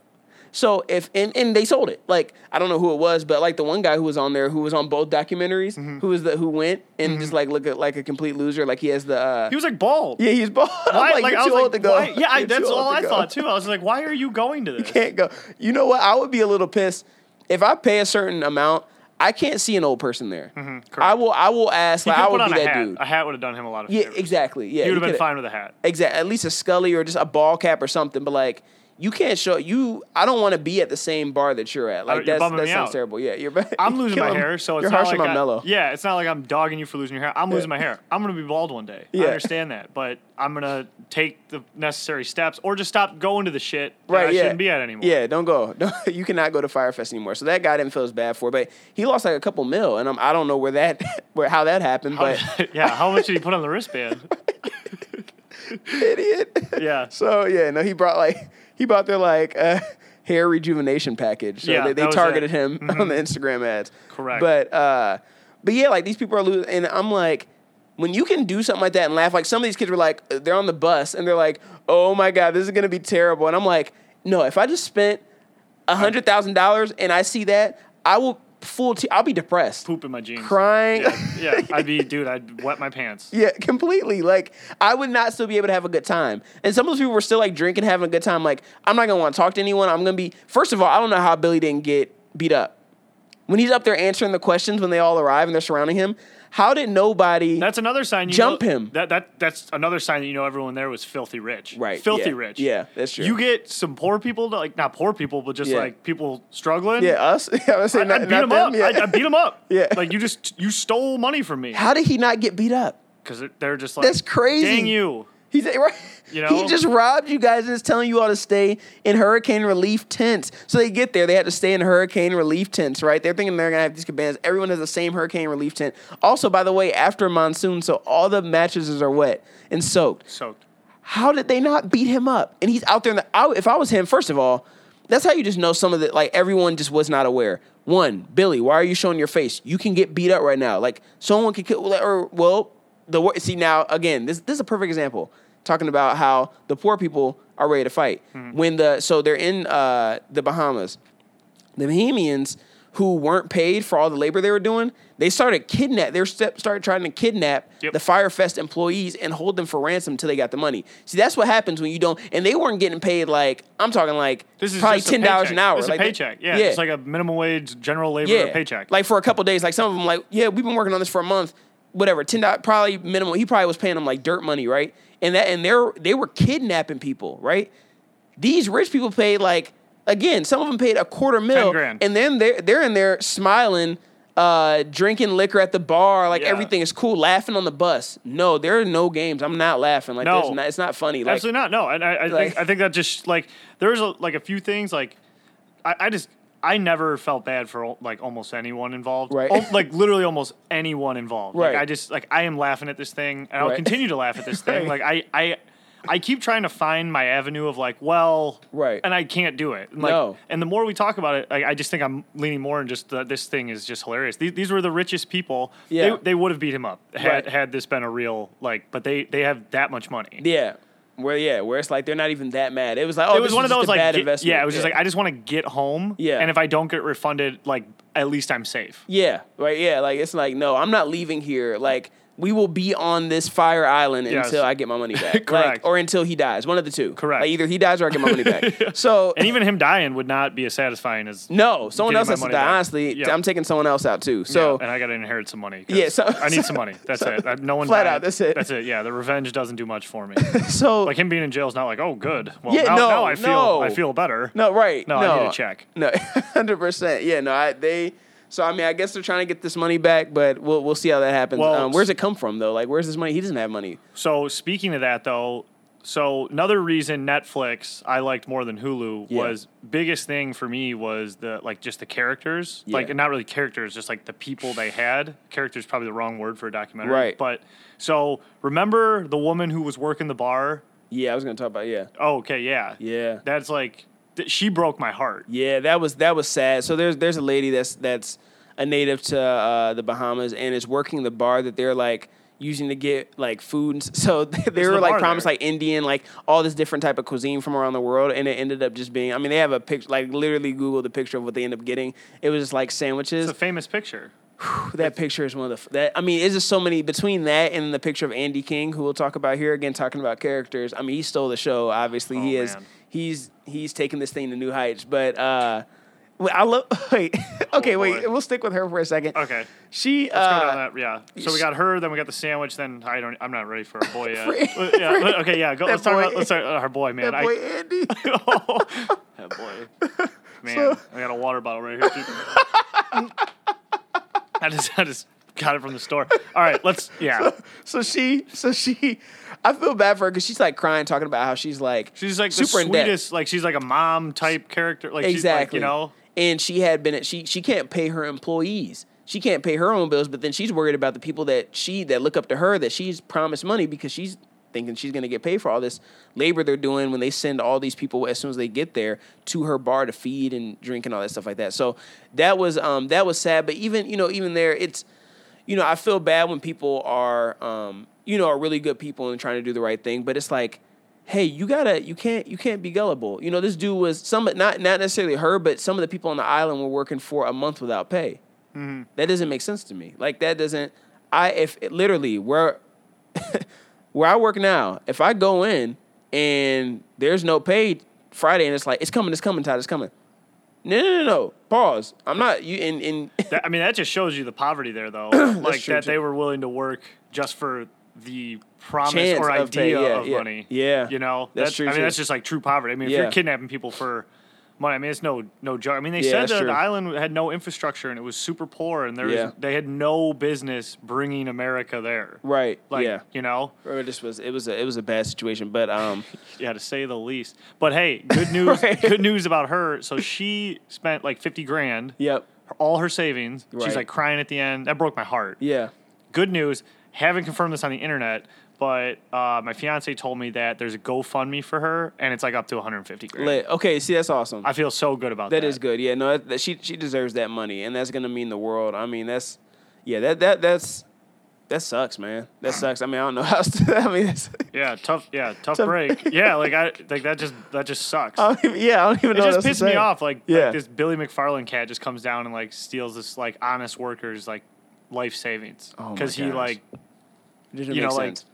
[SPEAKER 4] So if and, and they sold it. Like I don't know who it was, but like the one guy who was on there who was on both documentaries,
[SPEAKER 1] Mm-hmm.
[SPEAKER 4] who was the who went and just like look at like a complete loser. Like he has the uh,
[SPEAKER 1] He was like bald.
[SPEAKER 4] yeah he's bald. I'm
[SPEAKER 1] Why-
[SPEAKER 4] like, you're too old to go.
[SPEAKER 1] why- Yeah, I,
[SPEAKER 4] You're
[SPEAKER 1] that's
[SPEAKER 4] too old
[SPEAKER 1] all
[SPEAKER 4] to
[SPEAKER 1] I
[SPEAKER 4] go.
[SPEAKER 1] thought too. I was like, why are you going to this?
[SPEAKER 4] Can't go. You know what? I would be a little pissed if I pay a certain amount. I can't see an old person there.
[SPEAKER 1] Mm-hmm,
[SPEAKER 4] I will. I will ask.
[SPEAKER 1] He
[SPEAKER 4] like,
[SPEAKER 1] could
[SPEAKER 4] I
[SPEAKER 1] put
[SPEAKER 4] would
[SPEAKER 1] on
[SPEAKER 4] be
[SPEAKER 1] a
[SPEAKER 4] that
[SPEAKER 1] hat.
[SPEAKER 4] dude.
[SPEAKER 1] A hat would have done him a lot of
[SPEAKER 4] Yeah,
[SPEAKER 1] favors.
[SPEAKER 4] exactly. Yeah,
[SPEAKER 1] He would have
[SPEAKER 4] could've-
[SPEAKER 1] been fine with a hat.
[SPEAKER 4] Exactly. At least a Scully or just a ball cap or something. But like, you can't show you. I don't want to be at the same bar that you're at. Like
[SPEAKER 1] Oh, you're
[SPEAKER 4] that's
[SPEAKER 1] bumming
[SPEAKER 4] that
[SPEAKER 1] me
[SPEAKER 4] sounds
[SPEAKER 1] out.
[SPEAKER 4] terrible. Yeah, you're.
[SPEAKER 1] I'm losing my
[SPEAKER 4] killing-
[SPEAKER 1] hair, so it's
[SPEAKER 4] you're
[SPEAKER 1] not
[SPEAKER 4] harsh on
[SPEAKER 1] like
[SPEAKER 4] my
[SPEAKER 1] I-
[SPEAKER 4] mellow.
[SPEAKER 1] Yeah, it's not like I'm dogging you for losing your hair. I'm losing my hair. I'm gonna be bald one day.
[SPEAKER 4] Yeah.
[SPEAKER 1] I understand that, but I'm gonna take the necessary steps, or just stop going to the shit that
[SPEAKER 4] Right,
[SPEAKER 1] I
[SPEAKER 4] yeah.
[SPEAKER 1] shouldn't be at anymore.
[SPEAKER 4] Yeah, don't go. Don't, you cannot go to Firefest anymore. So that guy didn't feel as bad for, it, but he lost like a couple mil, and I'm, I don't know where that, where how that happened, but
[SPEAKER 1] yeah. How much did he put on the wristband?
[SPEAKER 4] idiot.
[SPEAKER 1] Yeah.
[SPEAKER 4] So yeah, no, he brought like he bought their like uh, hair rejuvenation package. So
[SPEAKER 1] Yeah,
[SPEAKER 4] they, they
[SPEAKER 1] that was
[SPEAKER 4] targeted
[SPEAKER 1] it. Mm-hmm.
[SPEAKER 4] him on the Instagram ads.
[SPEAKER 1] Correct.
[SPEAKER 4] But uh, but yeah, like these people are losing, and I'm like, when you can do something like that and laugh, like some of these kids were like, uh, they're on the bus and they're like, oh my god, this is gonna be terrible, and I'm like, no, if I just spent a hundred thousand dollars and I see that, I will full, t- I'll be depressed,
[SPEAKER 1] Poop in my jeans.
[SPEAKER 4] crying.
[SPEAKER 1] Yeah, yeah. I'd be, dude. I'd wet my pants.
[SPEAKER 4] Yeah, completely. Like I would not still be able to have a good time. And some of those people were still like drinking, having a good time. Like I'm not gonna want to talk to anyone. I'm gonna be. First of all, I don't know how Billy didn't get beat up when he's up there answering the questions when they all arrive and they're surrounding him. How did nobody?
[SPEAKER 1] That's another sign. You
[SPEAKER 4] Jump
[SPEAKER 1] know-
[SPEAKER 4] him.
[SPEAKER 1] That that that's another sign that you know everyone there was filthy rich.
[SPEAKER 4] Right,
[SPEAKER 1] Filthy
[SPEAKER 4] yeah.
[SPEAKER 1] rich.
[SPEAKER 4] Yeah, that's true.
[SPEAKER 1] You get some poor people, to, like not poor people, but just
[SPEAKER 4] Yeah.
[SPEAKER 1] like people struggling.
[SPEAKER 4] yeah, us. Yeah, I was
[SPEAKER 1] I,
[SPEAKER 4] saying not,
[SPEAKER 1] would beat
[SPEAKER 4] not
[SPEAKER 1] him
[SPEAKER 4] them.
[SPEAKER 1] up.
[SPEAKER 4] Yeah.
[SPEAKER 1] I, I beat him up.
[SPEAKER 4] Yeah.
[SPEAKER 1] Like you just you stole money from me
[SPEAKER 4] how did he not get beat up?
[SPEAKER 1] because they're just like
[SPEAKER 4] That's crazy.
[SPEAKER 1] Dang you.
[SPEAKER 4] He's right.
[SPEAKER 1] You know?
[SPEAKER 4] he just robbed you guys and is telling you all to stay in hurricane relief tents. So they get there, they had to stay in hurricane relief tents, right? They're thinking they're gonna have these cabanas. Everyone has the same hurricane relief tent. Also, by the way, after monsoon, so all the mattresses are wet and soaked.
[SPEAKER 1] Soaked.
[SPEAKER 4] How did they not beat him up? And he's out there. In the, I, if I was him, first of all, that's how you just know some of the like everyone just was not aware. One, Billy, why are you showing your face? You can get beat up right now. Like someone could kill. Or well, the wor- see now again. This this is a perfect example talking about how the poor people are ready to fight when the so they're in uh, the Bahamas the Bohemians who weren't paid for all the labor they were doing, they started kidnap. They step started trying to kidnap
[SPEAKER 1] Yep.
[SPEAKER 4] the Firefest employees and hold them for ransom until they got the money. See, that's what happens when you don't. And they weren't getting paid like I'm talking like
[SPEAKER 1] This is
[SPEAKER 4] probably
[SPEAKER 1] just a
[SPEAKER 4] ten dollars an
[SPEAKER 1] paycheck.
[SPEAKER 4] hour.
[SPEAKER 1] It's
[SPEAKER 4] like
[SPEAKER 1] a
[SPEAKER 4] they-
[SPEAKER 1] paycheck. Yeah, it's like a minimum wage, general labor paycheck.
[SPEAKER 4] like for a couple days, like some of them, like yeah, we've been working on this for a month, whatever. Ten dollars, probably minimal. He probably was paying them like dirt money, right? And that, and they're they were kidnapping people, right? These rich people paid like again, some of them paid a quarter mil,
[SPEAKER 1] grand.
[SPEAKER 4] and then they're they're in there smiling, uh, drinking liquor at the bar, like
[SPEAKER 1] Yeah.
[SPEAKER 4] everything is cool, laughing on the bus. No, there are no games. I'm not laughing. Like
[SPEAKER 1] No.
[SPEAKER 4] there's not, it's not funny. Like
[SPEAKER 1] Absolutely not. No, and I, I
[SPEAKER 4] like-
[SPEAKER 1] think I think that just like there's a, like a few things like I, I just I never felt bad for like almost anyone involved.
[SPEAKER 4] Right.
[SPEAKER 1] Al- like literally almost anyone involved.
[SPEAKER 4] Right.
[SPEAKER 1] Like I just like I am laughing at this thing, and I'll
[SPEAKER 4] Right.
[SPEAKER 1] continue to laugh at this thing. Like
[SPEAKER 4] Right.
[SPEAKER 1] I I. I keep trying to find my avenue of like, well,
[SPEAKER 4] Right.
[SPEAKER 1] and I can't do it. And like,
[SPEAKER 4] No.
[SPEAKER 1] and the more we talk about it, like, I just think I'm leaning more in just the, this thing is just hilarious. These, these were the richest people.
[SPEAKER 4] Yeah.
[SPEAKER 1] They, they would have beat him up had
[SPEAKER 4] Right.
[SPEAKER 1] had this been a real like, but they they have that much money.
[SPEAKER 4] yeah. Where yeah, where it's like they're not even that mad. It was like oh,
[SPEAKER 1] it was
[SPEAKER 4] this
[SPEAKER 1] one of
[SPEAKER 4] just
[SPEAKER 1] those
[SPEAKER 4] a
[SPEAKER 1] like
[SPEAKER 4] bad
[SPEAKER 1] get-
[SPEAKER 4] investment.
[SPEAKER 1] yeah it was just like i just want to get home
[SPEAKER 4] Yeah.
[SPEAKER 1] and if i don't get refunded like at least i'm safe
[SPEAKER 4] Yeah, right. Yeah, like it's like no, I'm not leaving here. Like we will be on this fire island
[SPEAKER 1] Yes.
[SPEAKER 4] until I get my money back, Like,
[SPEAKER 1] Correct.
[SPEAKER 4] or until he dies. One of the two.
[SPEAKER 1] Correct.
[SPEAKER 4] Like, either he dies or I get my money back. So
[SPEAKER 1] and even him dying would not be as satisfying as
[SPEAKER 4] no, someone
[SPEAKER 1] Getting
[SPEAKER 4] else
[SPEAKER 1] my
[SPEAKER 4] has to
[SPEAKER 1] money
[SPEAKER 4] die.
[SPEAKER 1] back.
[SPEAKER 4] Honestly,
[SPEAKER 1] Yeah.
[SPEAKER 4] I'm taking someone else out too.
[SPEAKER 1] Yeah,
[SPEAKER 4] So
[SPEAKER 1] and i gotta inherit some money 'cause
[SPEAKER 4] Yeah, so-
[SPEAKER 1] i need some money that's it Uh, no one
[SPEAKER 4] Flat
[SPEAKER 1] died.
[SPEAKER 4] out, that's it.
[SPEAKER 1] that's it yeah the revenge doesn't do much for me
[SPEAKER 4] so
[SPEAKER 1] like him being in jail is not like oh good well
[SPEAKER 4] Yeah,
[SPEAKER 1] now,
[SPEAKER 4] no,
[SPEAKER 1] now i feel
[SPEAKER 4] no.
[SPEAKER 1] i feel better
[SPEAKER 4] No, right.
[SPEAKER 1] No, I need a check.
[SPEAKER 4] No, hundred percent. Yeah, no, I, they. So I mean, I guess they're trying to get this money back, but we'll we'll see how that happens.
[SPEAKER 1] Well,
[SPEAKER 4] um, where's it come from though? Like, where's this money? He doesn't have money.
[SPEAKER 1] So speaking of that though, so another reason Netflix I liked more than Hulu
[SPEAKER 4] Yeah.
[SPEAKER 1] was biggest thing for me was the like just the characters, like
[SPEAKER 4] Yeah.
[SPEAKER 1] not really characters, just like the people they had. Characters probably the wrong word for a documentary,
[SPEAKER 4] Right.
[SPEAKER 1] But so remember the woman who was working the bar?
[SPEAKER 4] Yeah, I was gonna talk about yeah,
[SPEAKER 1] Oh, okay, yeah,
[SPEAKER 4] yeah.
[SPEAKER 1] That's like th- she broke my heart.
[SPEAKER 4] Yeah, that was that was sad. So there's there's a lady that's that's a native to uh, the Bahamas and is working the bar that they're like using to get like food. And s- So they
[SPEAKER 1] the
[SPEAKER 4] were like
[SPEAKER 1] bar
[SPEAKER 4] promised
[SPEAKER 1] there.
[SPEAKER 4] like Indian, like all this different type of cuisine from around the world, and it ended up just being. I mean, they have a picture. Like literally, Google the picture of what they end up getting. It was just like sandwiches.
[SPEAKER 1] It's a famous picture.
[SPEAKER 4] that picture is one of the. That I mean, it's just so many between that and the picture of Andy King, who we'll talk about here again, talking about characters. I mean, he stole the show. Obviously, he
[SPEAKER 1] Oh,
[SPEAKER 4] is.
[SPEAKER 1] man.
[SPEAKER 4] He's he's taking this thing to new heights. But uh, wait, I love. Wait, okay, wait.
[SPEAKER 1] Oh, boy.
[SPEAKER 4] We'll stick with her for a second.
[SPEAKER 1] Okay.
[SPEAKER 4] She.
[SPEAKER 1] Let's
[SPEAKER 4] uh,
[SPEAKER 1] go down that. Yeah. So we got her. Then we got the sandwich. Then I don't. I'm not ready for our boy yet.
[SPEAKER 4] For-
[SPEAKER 1] Uh, yeah, but- Okay. Yeah. Go,
[SPEAKER 4] That
[SPEAKER 1] let's talk
[SPEAKER 4] boy-
[SPEAKER 1] about. Let's talk about our boy, man.
[SPEAKER 4] that boy Andy.
[SPEAKER 1] I,
[SPEAKER 3] That boy.
[SPEAKER 1] Man, I got a water bottle right here. Too. I just, I just got it from the store. All right, let's. Yeah,
[SPEAKER 4] so she. So she. I feel bad for her because she's like crying, talking about how she's like
[SPEAKER 1] she's like
[SPEAKER 4] super
[SPEAKER 1] the
[SPEAKER 4] in debt.
[SPEAKER 1] sweetest. Like she's like a mom type character. Like she's like,
[SPEAKER 4] Exactly.
[SPEAKER 1] you know.
[SPEAKER 4] And she had been she she can't pay her employees. She can't pay her own bills, but then she's worried about the people that she that look up to her that she's promised money because she's thinking she's going to get paid for all this labor they're doing when they send all these people as soon as they get there to her bar to feed and drink and all that stuff like that. So that was um that was sad, but even you know even there it's you know, I feel bad when people are, um, you know, are really good people and trying to do the right thing, but it's like, hey, you gotta, you can't, you can't be gullible. You know, this dude was some, not not necessarily her, but some of the people on the island were working for a month without pay. That doesn't make sense to me. Like that doesn't. I if literally where where I work now, if I go in and there's no pay Friday, and it's like it's coming, it's coming, Todd, it's coming. No, no, no, no. Pause. I'm not you. And and
[SPEAKER 1] That, I mean, that just shows you the poverty there, though. like
[SPEAKER 4] true,
[SPEAKER 1] that
[SPEAKER 4] too.
[SPEAKER 1] they were willing to work just for the promise
[SPEAKER 4] Chance
[SPEAKER 1] or
[SPEAKER 4] of pay,
[SPEAKER 1] idea
[SPEAKER 4] yeah,
[SPEAKER 1] of
[SPEAKER 4] yeah,
[SPEAKER 1] money.
[SPEAKER 4] yeah.
[SPEAKER 1] you know,
[SPEAKER 4] That's true,
[SPEAKER 1] I mean,
[SPEAKER 4] too.
[SPEAKER 1] that's just like true poverty. I mean, if
[SPEAKER 4] Yeah.
[SPEAKER 1] you're kidnapping people for money, I mean, it's no no joke. I mean, they
[SPEAKER 4] Yeah,
[SPEAKER 1] said
[SPEAKER 4] that's
[SPEAKER 1] that
[SPEAKER 4] true.
[SPEAKER 1] the island had no infrastructure and it was super poor, and there
[SPEAKER 4] Yeah.
[SPEAKER 1] was, they had no business bringing America there.
[SPEAKER 4] right.
[SPEAKER 1] Like,
[SPEAKER 4] yeah.
[SPEAKER 1] you know,
[SPEAKER 4] Or this was it was a it was a bad situation, but um,
[SPEAKER 1] yeah, to say the least. But hey, good news,
[SPEAKER 4] Right.
[SPEAKER 1] good news about her. So she spent like fifty grand,
[SPEAKER 4] yep,
[SPEAKER 1] all her savings.
[SPEAKER 4] Right.
[SPEAKER 1] She's like crying at the end. That broke my heart.
[SPEAKER 4] yeah,
[SPEAKER 1] good news haven't confirmed this on the internet but uh, my fiance told me that there's a gofundme for her and it's like up to 150 grand
[SPEAKER 4] lit. Okay, see that's awesome.
[SPEAKER 1] i feel so good about that
[SPEAKER 4] that is good. Yeah, no, that, that she she deserves that money, and that's gonna mean the world. I mean, that's yeah, that that that's That sucks, man. That sucks. I mean, I don't know how else to. I mean, it's,
[SPEAKER 1] Yeah, tough. Yeah, tough,
[SPEAKER 4] Tough- Oh,
[SPEAKER 1] break. yeah, like I like that just that just sucks.
[SPEAKER 4] I don't even, yeah, I don't even
[SPEAKER 1] it
[SPEAKER 4] know. what
[SPEAKER 1] just
[SPEAKER 4] else to
[SPEAKER 1] pissed me
[SPEAKER 4] say.
[SPEAKER 1] off. Like,
[SPEAKER 4] Yeah.
[SPEAKER 1] like this Billy McFarland cat just comes down and like steals this like honest workers like life savings
[SPEAKER 4] Oh my
[SPEAKER 1] because he
[SPEAKER 4] gosh.
[SPEAKER 1] like
[SPEAKER 4] It didn't
[SPEAKER 1] you
[SPEAKER 4] make
[SPEAKER 1] know, like,
[SPEAKER 4] sense.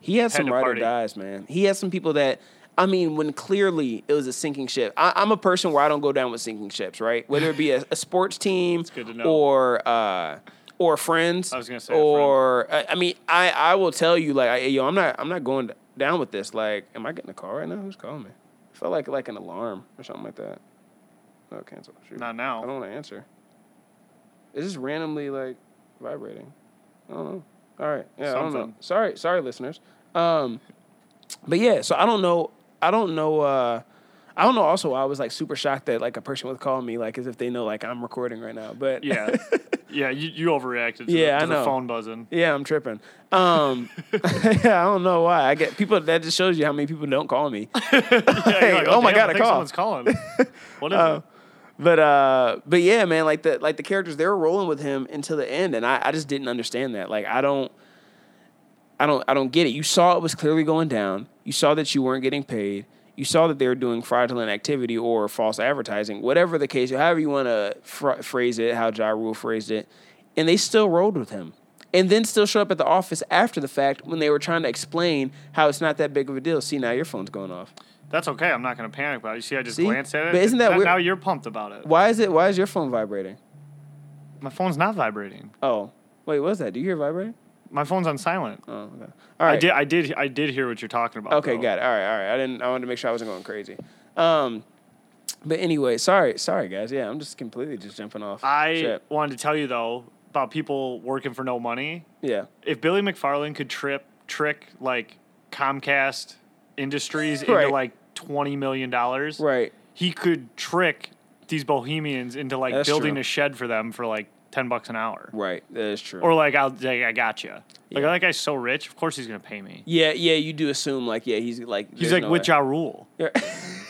[SPEAKER 4] he had some
[SPEAKER 1] to
[SPEAKER 4] ride or
[SPEAKER 1] party.
[SPEAKER 4] dies, man. He had some people that. I mean, when clearly it was a sinking ship. I, I'm a person where I don't go down with sinking ships, right? Whether it be a, a sports team
[SPEAKER 1] good to know.
[SPEAKER 4] or uh, or friends.
[SPEAKER 1] I was gonna say a friend.
[SPEAKER 4] or I, I mean, I, I will tell you like, I, yo, I'm not I'm not going down with this. Like, am I getting a call right now? Who's calling me? It felt like like an alarm or something like that. No, cancel. Shoot.
[SPEAKER 1] Not now.
[SPEAKER 4] I don't want to answer. It's just randomly like vibrating. I don't know. All right. Yeah, I don't know.
[SPEAKER 1] Something.
[SPEAKER 4] Sorry, sorry, listeners. Um, but yeah, so I don't know. I don't know. Uh, I don't know. Also, why I was like super shocked that like a person would call me like as if they know like I'm recording right now. But
[SPEAKER 1] yeah yeah you, you overreacted. To
[SPEAKER 4] Yeah, I
[SPEAKER 1] the, to
[SPEAKER 4] know.
[SPEAKER 1] the phone buzzing.
[SPEAKER 4] yeah, I'm tripping. Um, yeah, I don't know why. I get people. That just shows you how many people don't call me.
[SPEAKER 1] Yeah, you're
[SPEAKER 4] oh my
[SPEAKER 1] damn,
[SPEAKER 4] God,
[SPEAKER 1] I
[SPEAKER 4] a
[SPEAKER 1] think
[SPEAKER 4] call.
[SPEAKER 1] Someone's calling. What is it?
[SPEAKER 4] But uh, but yeah, man, like the like the characters, they were rolling with him until the end, and I, I just didn't understand that. Like I don't, I don't, I don't get it. You saw it was clearly going down. You saw that you weren't getting paid. You saw that they were doing fraudulent activity or false advertising, whatever the case, however you want to fr- phrase it, how Ja Rule phrased it, and they still rolled with him. And then still showed up at the office after the fact when they were trying to explain how it's not that big of a deal. See, now your phone's going off.
[SPEAKER 1] That's okay. I'm not gonna panic about it. You see, I just
[SPEAKER 4] See?
[SPEAKER 1] glanced at it.
[SPEAKER 4] But isn't that
[SPEAKER 1] Now-
[SPEAKER 4] weird-
[SPEAKER 1] now you're pumped about it?
[SPEAKER 4] Why is it? Why is your phone vibrating?
[SPEAKER 1] My phone's not vibrating.
[SPEAKER 4] Oh, wait, what was that? Do you hear it vibrating?
[SPEAKER 1] My phone's on silent.
[SPEAKER 4] Oh, okay. All right.
[SPEAKER 1] I did I did I did hear what you're talking about.
[SPEAKER 4] Okay,
[SPEAKER 1] though.
[SPEAKER 4] got it. All right, all right. I didn't. I wanted to make sure I wasn't going crazy. Um, but anyway, sorry, sorry guys. Yeah, I'm just completely just jumping off.
[SPEAKER 1] I
[SPEAKER 4] ship.
[SPEAKER 1] wanted to tell you though about people working for no money.
[SPEAKER 4] yeah.
[SPEAKER 1] if Billy McFarland could trip trick like Comcast Industries
[SPEAKER 4] Right.
[SPEAKER 1] into like twenty million dollars,
[SPEAKER 4] Right.
[SPEAKER 1] He could trick these Bohemians into like
[SPEAKER 4] That's
[SPEAKER 1] building
[SPEAKER 4] true.
[SPEAKER 1] a shed for them for like ten bucks an hour,
[SPEAKER 4] Right. That is true.
[SPEAKER 1] or like I'll like, I got you. Like
[SPEAKER 4] Yeah.
[SPEAKER 1] that guy's so rich, of course he's gonna pay me.
[SPEAKER 4] yeah, yeah. You do assume like yeah, he's like
[SPEAKER 1] He's
[SPEAKER 4] there's
[SPEAKER 1] like
[SPEAKER 4] no
[SPEAKER 1] with
[SPEAKER 4] way.
[SPEAKER 1] Ja Rule,
[SPEAKER 4] Yeah.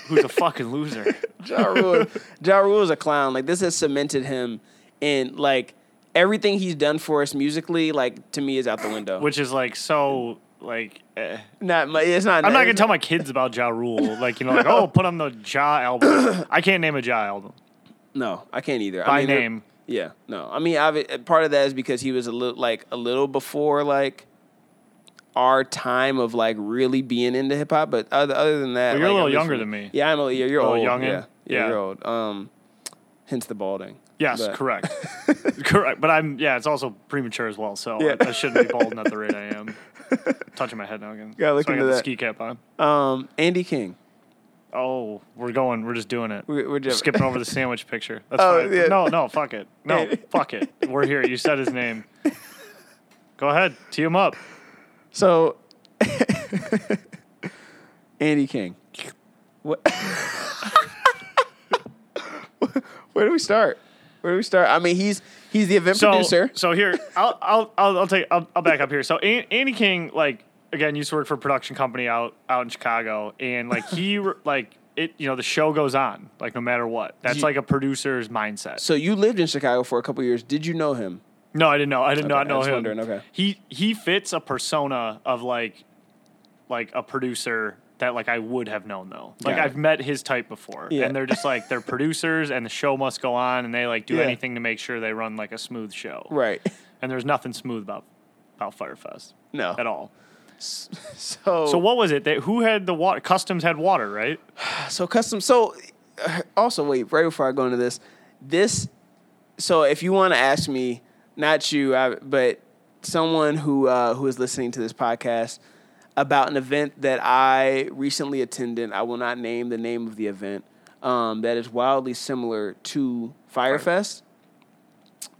[SPEAKER 1] who's a fucking loser.
[SPEAKER 4] Ja Rule, ja Rule is a clown. Like this has cemented him in like everything he's done for us musically. Like to me is out the window.
[SPEAKER 1] Which is like so like eh.
[SPEAKER 4] not my, it's not.
[SPEAKER 1] I'm not gonna tell my kids about Ja Rule. Like you know, like oh, put on the Ja album. I can't name a Ja album
[SPEAKER 4] No, I can't either.
[SPEAKER 1] by
[SPEAKER 4] I mean, they're-
[SPEAKER 1] name.
[SPEAKER 4] Yeah, no. I mean, obvi- part of that is because he was a little like a little before like our time of like really being into hip hop. But other, other than that,
[SPEAKER 1] Well, you're a
[SPEAKER 4] like,
[SPEAKER 1] little
[SPEAKER 4] at least
[SPEAKER 1] younger
[SPEAKER 4] we-
[SPEAKER 1] than me.
[SPEAKER 4] Yeah, I'm a yeah, you're
[SPEAKER 1] A
[SPEAKER 4] old.
[SPEAKER 1] little youngin'?
[SPEAKER 4] Yeah, yeah,
[SPEAKER 1] Yeah.
[SPEAKER 4] you're old. Um, hence the balding.
[SPEAKER 1] Yes,
[SPEAKER 4] But-
[SPEAKER 1] correct. correct. But I'm yeah, it's also premature as well, so
[SPEAKER 4] Yeah.
[SPEAKER 1] I, I shouldn't be balding at the rate I am. Touching my head now again.
[SPEAKER 4] Gotta look
[SPEAKER 1] so I
[SPEAKER 4] into
[SPEAKER 1] got
[SPEAKER 4] that.
[SPEAKER 1] the ski cap on.
[SPEAKER 4] Um, Andy King.
[SPEAKER 1] Oh, we're going. We're just doing it.
[SPEAKER 4] We- we're jumping.
[SPEAKER 1] skipping over the sandwich picture. That's
[SPEAKER 4] Oh,
[SPEAKER 1] fine.
[SPEAKER 4] yeah.
[SPEAKER 1] No, no, fuck it. No,
[SPEAKER 4] Andy.
[SPEAKER 1] fuck it. We're here. You said his name. Go ahead, tee him up.
[SPEAKER 4] So, Andy King. What? Where do we start? Where do we start? I mean, he's he's the event
[SPEAKER 1] So,
[SPEAKER 4] producer.
[SPEAKER 1] so here, I'll, I'll, I'll, I'll take, I'll, I'll back up here. So An- Andy King, like again, used to work for a production company out, out in Chicago, and like he, re- like it, you know, the show goes on, like no matter what. That's
[SPEAKER 4] you-
[SPEAKER 1] like a producer's mindset.
[SPEAKER 4] So you lived in Chicago for a couple years. Did you know him?
[SPEAKER 1] No, I didn't know. I did not know
[SPEAKER 4] I was
[SPEAKER 1] him.
[SPEAKER 4] wondering, okay.
[SPEAKER 1] He, he fits a persona of like, like a producer that like I would have known though. Like
[SPEAKER 4] Got it.
[SPEAKER 1] I've met his type before,
[SPEAKER 4] Yeah.
[SPEAKER 1] and they're just like they're producers, and the show must go on, and they like do
[SPEAKER 4] Yeah.
[SPEAKER 1] anything to make sure they run like a smooth show.
[SPEAKER 4] Right.
[SPEAKER 1] and there's nothing smooth about about Firefest
[SPEAKER 4] No.
[SPEAKER 1] at all.
[SPEAKER 4] So
[SPEAKER 1] So what was it that who had the water? Customs had water, right?
[SPEAKER 4] so custom. So uh, also wait, right before I go into this, this. So if you want to ask me, not you, I, but someone who uh, who is listening to this podcast about an event that I recently attended, I will not name the name of the event. Um, that is wildly similar to Firefest.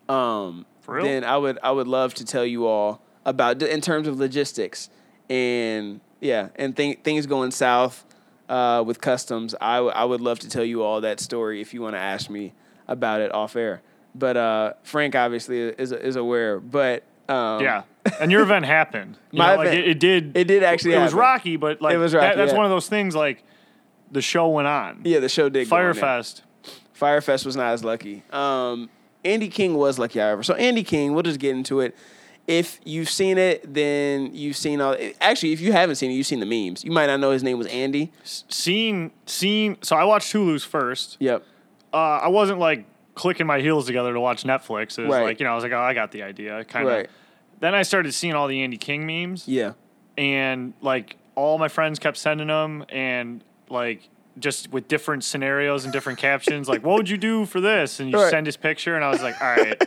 [SPEAKER 4] Um,
[SPEAKER 1] For real?
[SPEAKER 4] Then I would I would love to tell you all about in terms of logistics and yeah and th- things going south uh, with customs. I w- I would love to tell you all that story if you want to ask me about it off air. But uh, Frank obviously is is aware. But um,
[SPEAKER 1] yeah, and your event happened. You
[SPEAKER 4] My
[SPEAKER 1] know, like
[SPEAKER 4] event-
[SPEAKER 1] it, it did.
[SPEAKER 4] it did actually
[SPEAKER 1] It was
[SPEAKER 4] happen.
[SPEAKER 1] rocky, but like
[SPEAKER 4] It was
[SPEAKER 1] that-
[SPEAKER 4] rocky,
[SPEAKER 1] that's
[SPEAKER 4] yeah.
[SPEAKER 1] one of those things. Like the show went on.
[SPEAKER 4] yeah, the show did go on there.
[SPEAKER 1] Firefest.
[SPEAKER 4] Firefest was not as lucky. Um, Andy King was lucky, however. So Andy King, we'll just get into it. If you've seen it, then you've seen all. Actually, if you haven't seen it, you've seen the memes. You might not know his name was Andy.
[SPEAKER 1] Seeing, seeing. So I watched Hulu's first.
[SPEAKER 4] Yep.
[SPEAKER 1] Uh, I wasn't like clicking my heels together to watch Netflix. It was
[SPEAKER 4] Right.
[SPEAKER 1] like you know, I was like, oh, I got the idea. Kind of.
[SPEAKER 4] Right.
[SPEAKER 1] Then I started seeing all the Andy King memes.
[SPEAKER 4] Yeah.
[SPEAKER 1] and like all my friends kept sending them and like just with different scenarios and different captions like what would you do for this and you
[SPEAKER 4] Right.
[SPEAKER 1] send his picture and i was like all right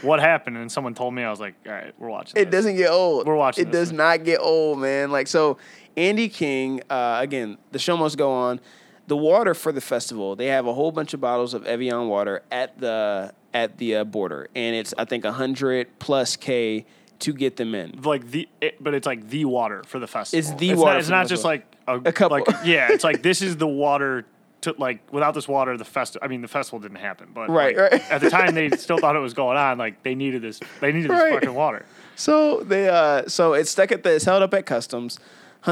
[SPEAKER 1] what happened and someone told me i was like all right we're watching
[SPEAKER 4] It
[SPEAKER 1] this.
[SPEAKER 4] doesn't get old.
[SPEAKER 1] We're watching
[SPEAKER 4] It
[SPEAKER 1] this
[SPEAKER 4] does
[SPEAKER 1] one.
[SPEAKER 4] not get old, man. Like so, Andy King. Uh, again, the show must go on. The water for the festival. They have a whole bunch of bottles of Evian water at the at the uh, border, and it's I think hundred plus k to get them in.
[SPEAKER 1] like the it, but it's like the water for the festival
[SPEAKER 4] It's the
[SPEAKER 1] it's
[SPEAKER 4] water
[SPEAKER 1] not, it's
[SPEAKER 4] for the
[SPEAKER 1] not just like a,
[SPEAKER 4] A couple.
[SPEAKER 1] like yeah it's like this is the water to like without this water the festival i mean the festival didn't happen but
[SPEAKER 4] Right,
[SPEAKER 1] like,
[SPEAKER 4] right.
[SPEAKER 1] at the time they still thought it was going on like they needed this they needed this
[SPEAKER 4] Right.
[SPEAKER 1] fucking water
[SPEAKER 4] So they uh, so it's stuck at the it's held up at customs,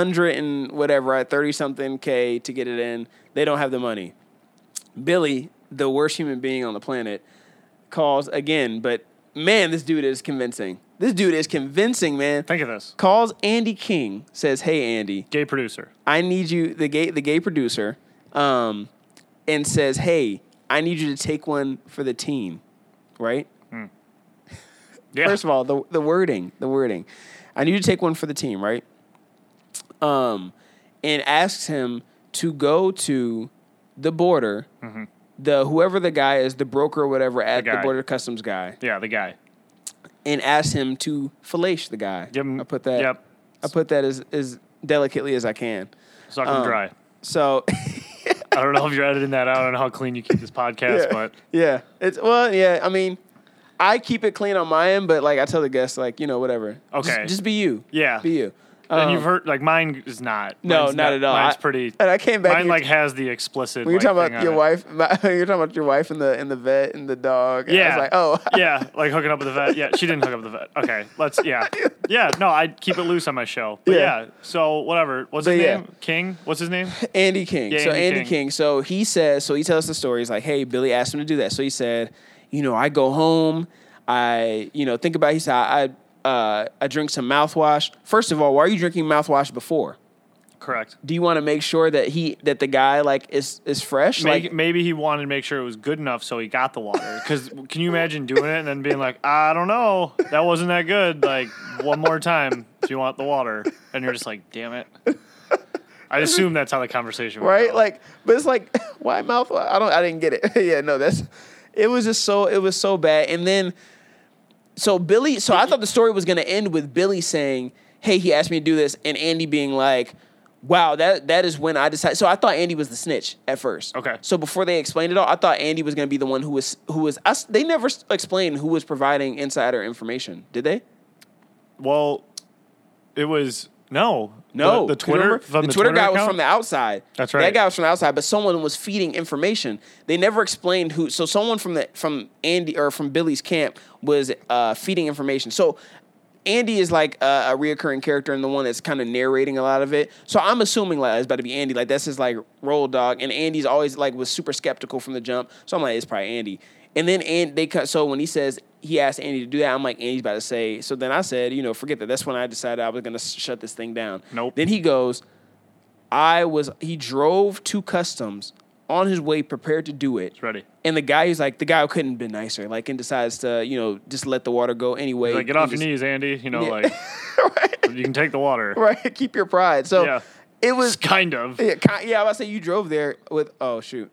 [SPEAKER 4] hundred and whatever at thirty something k to get it in. They don't have the money. Billy, the worst human being on the planet, calls again, but man, this dude is convincing. This dude is convincing, man.
[SPEAKER 1] think of this
[SPEAKER 4] Calls Andy King, says, "Hey Andy,
[SPEAKER 1] gay producer
[SPEAKER 4] I need you the gay the gay producer, um, and says, "Hey, I need you to take one for the team." Right?
[SPEAKER 1] yeah
[SPEAKER 4] First of all, the the wording, the wording. I need you to take one for the team, right? Um, and asks him to go to the border, the whoever the guy is, the broker or whatever at the,
[SPEAKER 1] Mm-hmm. guy.
[SPEAKER 4] border customs guy,
[SPEAKER 1] yeah the guy
[SPEAKER 4] and asks him to fillet the guy.
[SPEAKER 1] Give him-
[SPEAKER 4] I put that.
[SPEAKER 1] yep.
[SPEAKER 4] I put that as as delicately as I can.
[SPEAKER 1] Suck them
[SPEAKER 4] Um,
[SPEAKER 1] dry.
[SPEAKER 4] So
[SPEAKER 1] I don't know if you're editing that out and how clean you keep this podcast, but
[SPEAKER 4] yeah, it's well, yeah. I mean, I keep it clean on my end, but like I tell the guests, like you know, whatever. Just-
[SPEAKER 1] Okay.
[SPEAKER 4] just, be you.
[SPEAKER 1] yeah.
[SPEAKER 4] be you.
[SPEAKER 1] and
[SPEAKER 4] Um,
[SPEAKER 1] you've heard like mine is not.
[SPEAKER 4] No,
[SPEAKER 1] Mine's
[SPEAKER 4] not at all.
[SPEAKER 1] Mine's
[SPEAKER 4] I-
[SPEAKER 1] pretty.
[SPEAKER 4] and I came back
[SPEAKER 1] Mine
[SPEAKER 4] and-
[SPEAKER 1] like has the explicit.
[SPEAKER 4] When you're
[SPEAKER 1] like,
[SPEAKER 4] talking
[SPEAKER 1] thing
[SPEAKER 4] about
[SPEAKER 1] on
[SPEAKER 4] your
[SPEAKER 1] it.
[SPEAKER 4] wife, you're talking about your wife and the and the vet and the dog. and
[SPEAKER 1] Yeah.
[SPEAKER 4] I was like, oh,
[SPEAKER 1] yeah, like hooking up with the vet. Yeah, she didn't hook up with the vet. Okay, let's. Yeah, yeah. No, I keep it loose on my show. But
[SPEAKER 4] Yeah.
[SPEAKER 1] yeah. So whatever. What's
[SPEAKER 4] But
[SPEAKER 1] his
[SPEAKER 4] yeah.
[SPEAKER 1] name? King. What's his name?
[SPEAKER 4] Andy King.
[SPEAKER 1] Yeah,
[SPEAKER 4] so Andy,
[SPEAKER 1] Andy
[SPEAKER 4] King.
[SPEAKER 1] King.
[SPEAKER 4] So he says, so he tells the story. He's like, hey, Billy asked him to do that. So he said, you know, I go home. I, you know, think about. He said, I, uh, I drink some mouthwash. First of all, why are you drinking mouthwash before?
[SPEAKER 1] Correct.
[SPEAKER 4] Do you want to make sure that he that the guy like is is fresh?
[SPEAKER 1] Maybe,
[SPEAKER 4] like,
[SPEAKER 1] maybe he wanted to make sure it was good enough, so he got the water. Because can you imagine doing it and then being like, I don't know, that wasn't that good. Like one more time, do you want the water? And you're just like, damn it. I assume that's how the conversation went.
[SPEAKER 4] right? Like, but it's like, why mouth? I don't. I didn't get it. yeah, no, that's. It was just so. It was so bad. And then, so Billy. So I thought the story was gonna end with Billy saying, "Hey, he asked me to do this," and Andy being like. Wow, that that is when I decided. So I thought Andy was the snitch at first.
[SPEAKER 1] Okay.
[SPEAKER 4] So before they explained it all, I thought Andy was going to be the one who was who was us. They never s- explained who was providing insider information, did they?
[SPEAKER 1] well, it was no,
[SPEAKER 4] No,
[SPEAKER 1] The, the
[SPEAKER 4] 'cause
[SPEAKER 1] Twitter,
[SPEAKER 4] remember,
[SPEAKER 1] from
[SPEAKER 4] the Twitter, guy was
[SPEAKER 1] account?
[SPEAKER 4] from the outside.
[SPEAKER 1] That's
[SPEAKER 4] That
[SPEAKER 1] right.
[SPEAKER 4] guy was from the outside, but someone was feeding information. They never explained who. So someone from the from Andy or from Billy's camp was uh, feeding information. So Andy is like a, a reoccurring character and the one that's kind of narrating a lot of it. So I'm assuming like it's about to be Andy. Like that's his like roll dog, and Andy's always like was super skeptical from the jump. So I'm like, it's probably Andy. And then and they cut. So when he says he asked Andy to do that, I'm like, Andy's about to say. So then I said, you know, forget that. That's when I decided I was gonna s- shut this thing down.
[SPEAKER 1] Nope.
[SPEAKER 4] Then he goes, I was. He drove to customs on his way, prepared to do it.
[SPEAKER 1] It's ready.
[SPEAKER 4] And the guy is like, the guy couldn't have been nicer. Like, and decides to, you know, just let the water go anyway.
[SPEAKER 1] Like get
[SPEAKER 4] He
[SPEAKER 1] off
[SPEAKER 4] just-
[SPEAKER 1] your knees, Andy. You know, like you can take the water.
[SPEAKER 4] Right, keep your pride. So
[SPEAKER 1] Yeah.
[SPEAKER 4] it was.
[SPEAKER 1] Kind of.
[SPEAKER 4] Yeah, ki- yeah, I was about to say you drove there with. Oh shoot,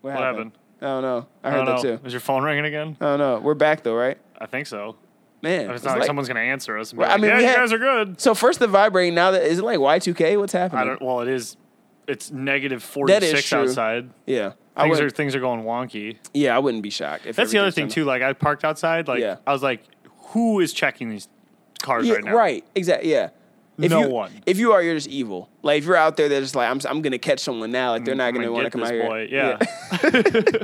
[SPEAKER 4] what,
[SPEAKER 1] happened?
[SPEAKER 4] I don't know. I
[SPEAKER 1] I
[SPEAKER 4] heard
[SPEAKER 1] don't know.
[SPEAKER 4] that too.
[SPEAKER 1] Is your phone ringing again?
[SPEAKER 4] I don't know. We're back though, right?
[SPEAKER 1] I think so.
[SPEAKER 4] Man,
[SPEAKER 1] It's
[SPEAKER 4] it's
[SPEAKER 1] not like,
[SPEAKER 4] like-
[SPEAKER 1] someone's gonna answer us. And be
[SPEAKER 4] Well, I
[SPEAKER 1] like,
[SPEAKER 4] mean,
[SPEAKER 1] yeah,
[SPEAKER 4] we
[SPEAKER 1] you
[SPEAKER 4] had-
[SPEAKER 1] guys are good.
[SPEAKER 4] So first the vibrating. Now that is it like Y two K? What's happening?
[SPEAKER 1] I don't. Well, it is. It's negative
[SPEAKER 4] That
[SPEAKER 1] forty
[SPEAKER 4] is
[SPEAKER 1] six
[SPEAKER 4] true.
[SPEAKER 1] outside.
[SPEAKER 4] Yeah, I
[SPEAKER 1] Things
[SPEAKER 4] would.
[SPEAKER 1] are things are going wonky.
[SPEAKER 4] yeah, I wouldn't be shocked. If
[SPEAKER 1] That's the other
[SPEAKER 4] everything's
[SPEAKER 1] thing too.
[SPEAKER 4] done.
[SPEAKER 1] Like I parked outside. Like
[SPEAKER 4] Yeah.
[SPEAKER 1] I was like, who is checking these cars
[SPEAKER 4] Yeah,
[SPEAKER 1] right now?
[SPEAKER 4] Exactly. Yeah. If
[SPEAKER 1] No
[SPEAKER 4] you,
[SPEAKER 1] one.
[SPEAKER 4] If you are, you're just evil. Like if you're out there, they're just like, I'm. I'm gonna catch someone now. Like they're not
[SPEAKER 1] Mm, I'm
[SPEAKER 4] gonna want
[SPEAKER 1] get
[SPEAKER 4] to come
[SPEAKER 1] this
[SPEAKER 4] out here.
[SPEAKER 1] boy. Yeah.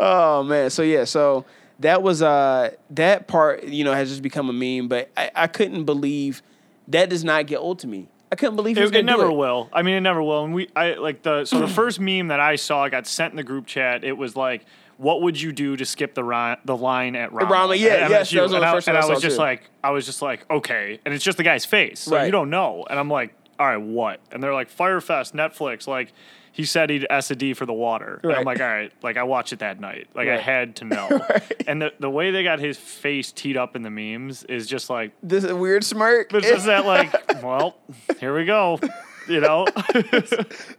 [SPEAKER 4] Oh man, so yeah, so that was uh that part, you know, has just become a meme, but I, I couldn't believe that does not get old to me. I couldn't believe he was
[SPEAKER 1] It,
[SPEAKER 4] gonna
[SPEAKER 1] it
[SPEAKER 4] do
[SPEAKER 1] never
[SPEAKER 4] it.
[SPEAKER 1] will. I mean, it never will. And we, I like the so the first meme that I saw got sent in the group chat. It was like what would you do to skip the ri- the line at Rama?
[SPEAKER 4] Rama, yeah,
[SPEAKER 1] at
[SPEAKER 4] yes, that was
[SPEAKER 1] and
[SPEAKER 4] the
[SPEAKER 1] I,
[SPEAKER 4] first one
[SPEAKER 1] and
[SPEAKER 4] I
[SPEAKER 1] I was
[SPEAKER 4] saw,
[SPEAKER 1] just
[SPEAKER 4] too.
[SPEAKER 1] like, I was just like, okay, and it's just the guy's face, so
[SPEAKER 4] Right.
[SPEAKER 1] you don't know, and I'm like, all right, what? And they're like, Firefest, Netflix, like. He said he'd S a D for the water. And
[SPEAKER 4] Right.
[SPEAKER 1] I'm like, all right, like I watched it that night. Like
[SPEAKER 4] Right.
[SPEAKER 1] I had to know.
[SPEAKER 4] Right.
[SPEAKER 1] And the, the way they got his face teed up in the memes is just like
[SPEAKER 4] This is a weird smirk.
[SPEAKER 1] but it's just that like, well, here we go. You know?
[SPEAKER 4] That's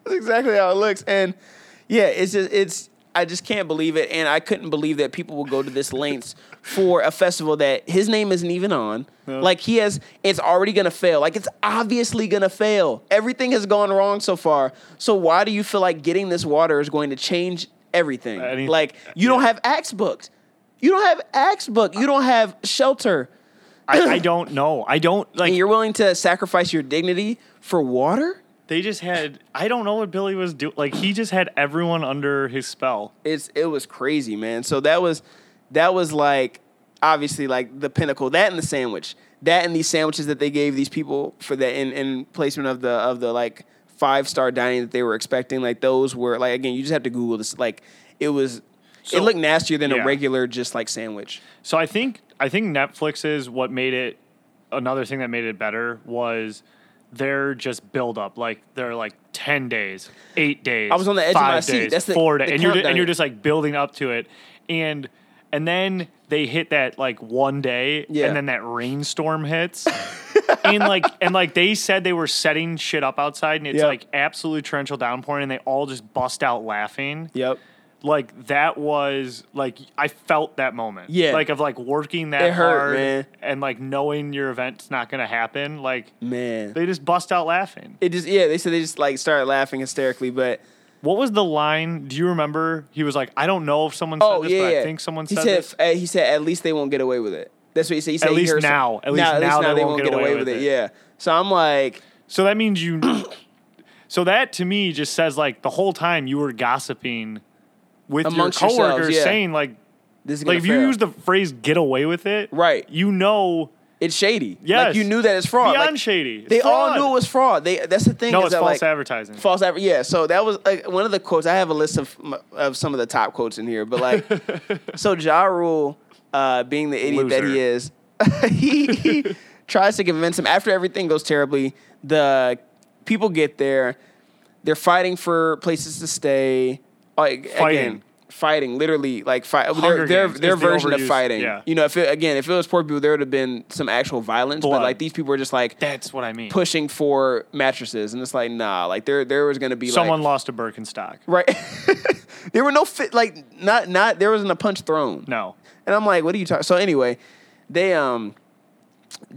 [SPEAKER 4] exactly how it looks. And yeah, it's just it's I just can't believe it. And I couldn't believe that people will go to this lengths for a festival that his name isn't even on. Like he has it's already gonna fail. Like it's obviously gonna fail. Everything has gone wrong so far. So why do you feel like getting this water is going to change everything?
[SPEAKER 1] Any-
[SPEAKER 4] like you don't have axe books. You don't have axe book. You don't have shelter.
[SPEAKER 1] I, I don't know. I don't like
[SPEAKER 4] And you're willing to sacrifice your dignity for water?
[SPEAKER 1] they just had I don't know what Billy was doing. Like he just had everyone under his spell.
[SPEAKER 4] it's it was crazy, man. So that was that was like obviously like the pinnacle. That and the sandwich. That and these sandwiches that they gave these people for the in, in placement of the of the like five star dining that they were expecting. Like those were like again, you just have to Google this. Like it was it looked nastier than
[SPEAKER 1] yeah.
[SPEAKER 4] a regular just like sandwich.
[SPEAKER 1] So I think I think Netflix is what made it another thing that made it better was their just build up. Like they're like ten days, eight days.
[SPEAKER 4] I was on the edge of
[SPEAKER 1] five
[SPEAKER 4] my seat.
[SPEAKER 1] Days,
[SPEAKER 4] That's the-
[SPEAKER 1] four days,
[SPEAKER 4] the
[SPEAKER 1] and you're
[SPEAKER 4] countdown.
[SPEAKER 1] and you're just like building up to it, and and then they hit that like one day,
[SPEAKER 4] Yeah.
[SPEAKER 1] and then that rainstorm hits. and like and like they said they were setting shit up outside and it's
[SPEAKER 4] Yep.
[SPEAKER 1] like absolute torrential downpouring and they all just bust out laughing
[SPEAKER 4] Yep.
[SPEAKER 1] like that was like I felt that moment.
[SPEAKER 4] Yeah.
[SPEAKER 1] Like of like working that
[SPEAKER 4] It hurt,
[SPEAKER 1] hard
[SPEAKER 4] man.
[SPEAKER 1] and like knowing your event's not gonna happen. Like
[SPEAKER 4] Man.
[SPEAKER 1] they just bust out laughing.
[SPEAKER 4] it just yeah, they said they just like started laughing hysterically, but
[SPEAKER 1] What was the line? Do you remember? He was like, I don't know if someone said
[SPEAKER 4] Oh
[SPEAKER 1] this,
[SPEAKER 4] yeah,
[SPEAKER 1] but
[SPEAKER 4] yeah.
[SPEAKER 1] I think someone
[SPEAKER 4] he
[SPEAKER 1] said,
[SPEAKER 4] said.
[SPEAKER 1] this.
[SPEAKER 4] uh, he said at least they won't get away with it. That's what he said. He said he
[SPEAKER 1] least
[SPEAKER 4] heard some-
[SPEAKER 1] now. At least now they won't get away with it.
[SPEAKER 4] Yeah. So I'm like,
[SPEAKER 1] So that means you So that to me just says like the whole time you were gossiping with
[SPEAKER 4] Amongst
[SPEAKER 1] your
[SPEAKER 4] yourselves,
[SPEAKER 1] coworkers
[SPEAKER 4] yeah.
[SPEAKER 1] saying like
[SPEAKER 4] this is gonna
[SPEAKER 1] like if you
[SPEAKER 4] fail.
[SPEAKER 1] use the phrase get away with it,
[SPEAKER 4] Right.
[SPEAKER 1] You know
[SPEAKER 4] it's shady.
[SPEAKER 1] Yes.
[SPEAKER 4] Like you knew that it's fraud.
[SPEAKER 1] beyond
[SPEAKER 4] Like,
[SPEAKER 1] shady. It's
[SPEAKER 4] they all
[SPEAKER 1] fraud.
[SPEAKER 4] knew it was fraud. They that's the thing.
[SPEAKER 1] No,
[SPEAKER 4] is
[SPEAKER 1] it's
[SPEAKER 4] that,
[SPEAKER 1] false
[SPEAKER 4] like,
[SPEAKER 1] advertising.
[SPEAKER 4] False adver- Yeah. So that was like, one of the quotes. I have a list of of some of the top quotes in here, but like, so Ja Rule, uh, being the idiot that he is, he, he tries to convince him after everything goes terribly. The people get there, they're fighting for places to stay. Like again,
[SPEAKER 1] Fighting.
[SPEAKER 4] fighting literally like fight. Their
[SPEAKER 1] Hunger
[SPEAKER 4] their,
[SPEAKER 1] Games
[SPEAKER 4] their
[SPEAKER 1] is the
[SPEAKER 4] version of
[SPEAKER 1] overused-
[SPEAKER 4] fighting.
[SPEAKER 1] yeah.
[SPEAKER 4] You know, if it, again, if it was poor people, there would have been some actual violence. But
[SPEAKER 1] Blood.
[SPEAKER 4] like these people are just like
[SPEAKER 1] That's what I mean.
[SPEAKER 4] pushing for mattresses, and it's like nah, like there there was gonna be
[SPEAKER 1] Someone
[SPEAKER 4] like,
[SPEAKER 1] lost a Birkenstock.
[SPEAKER 4] right. there were no fit like not not there wasn't a punch thrown.
[SPEAKER 1] No.
[SPEAKER 4] And I'm like, what are you talking? So anyway, they um,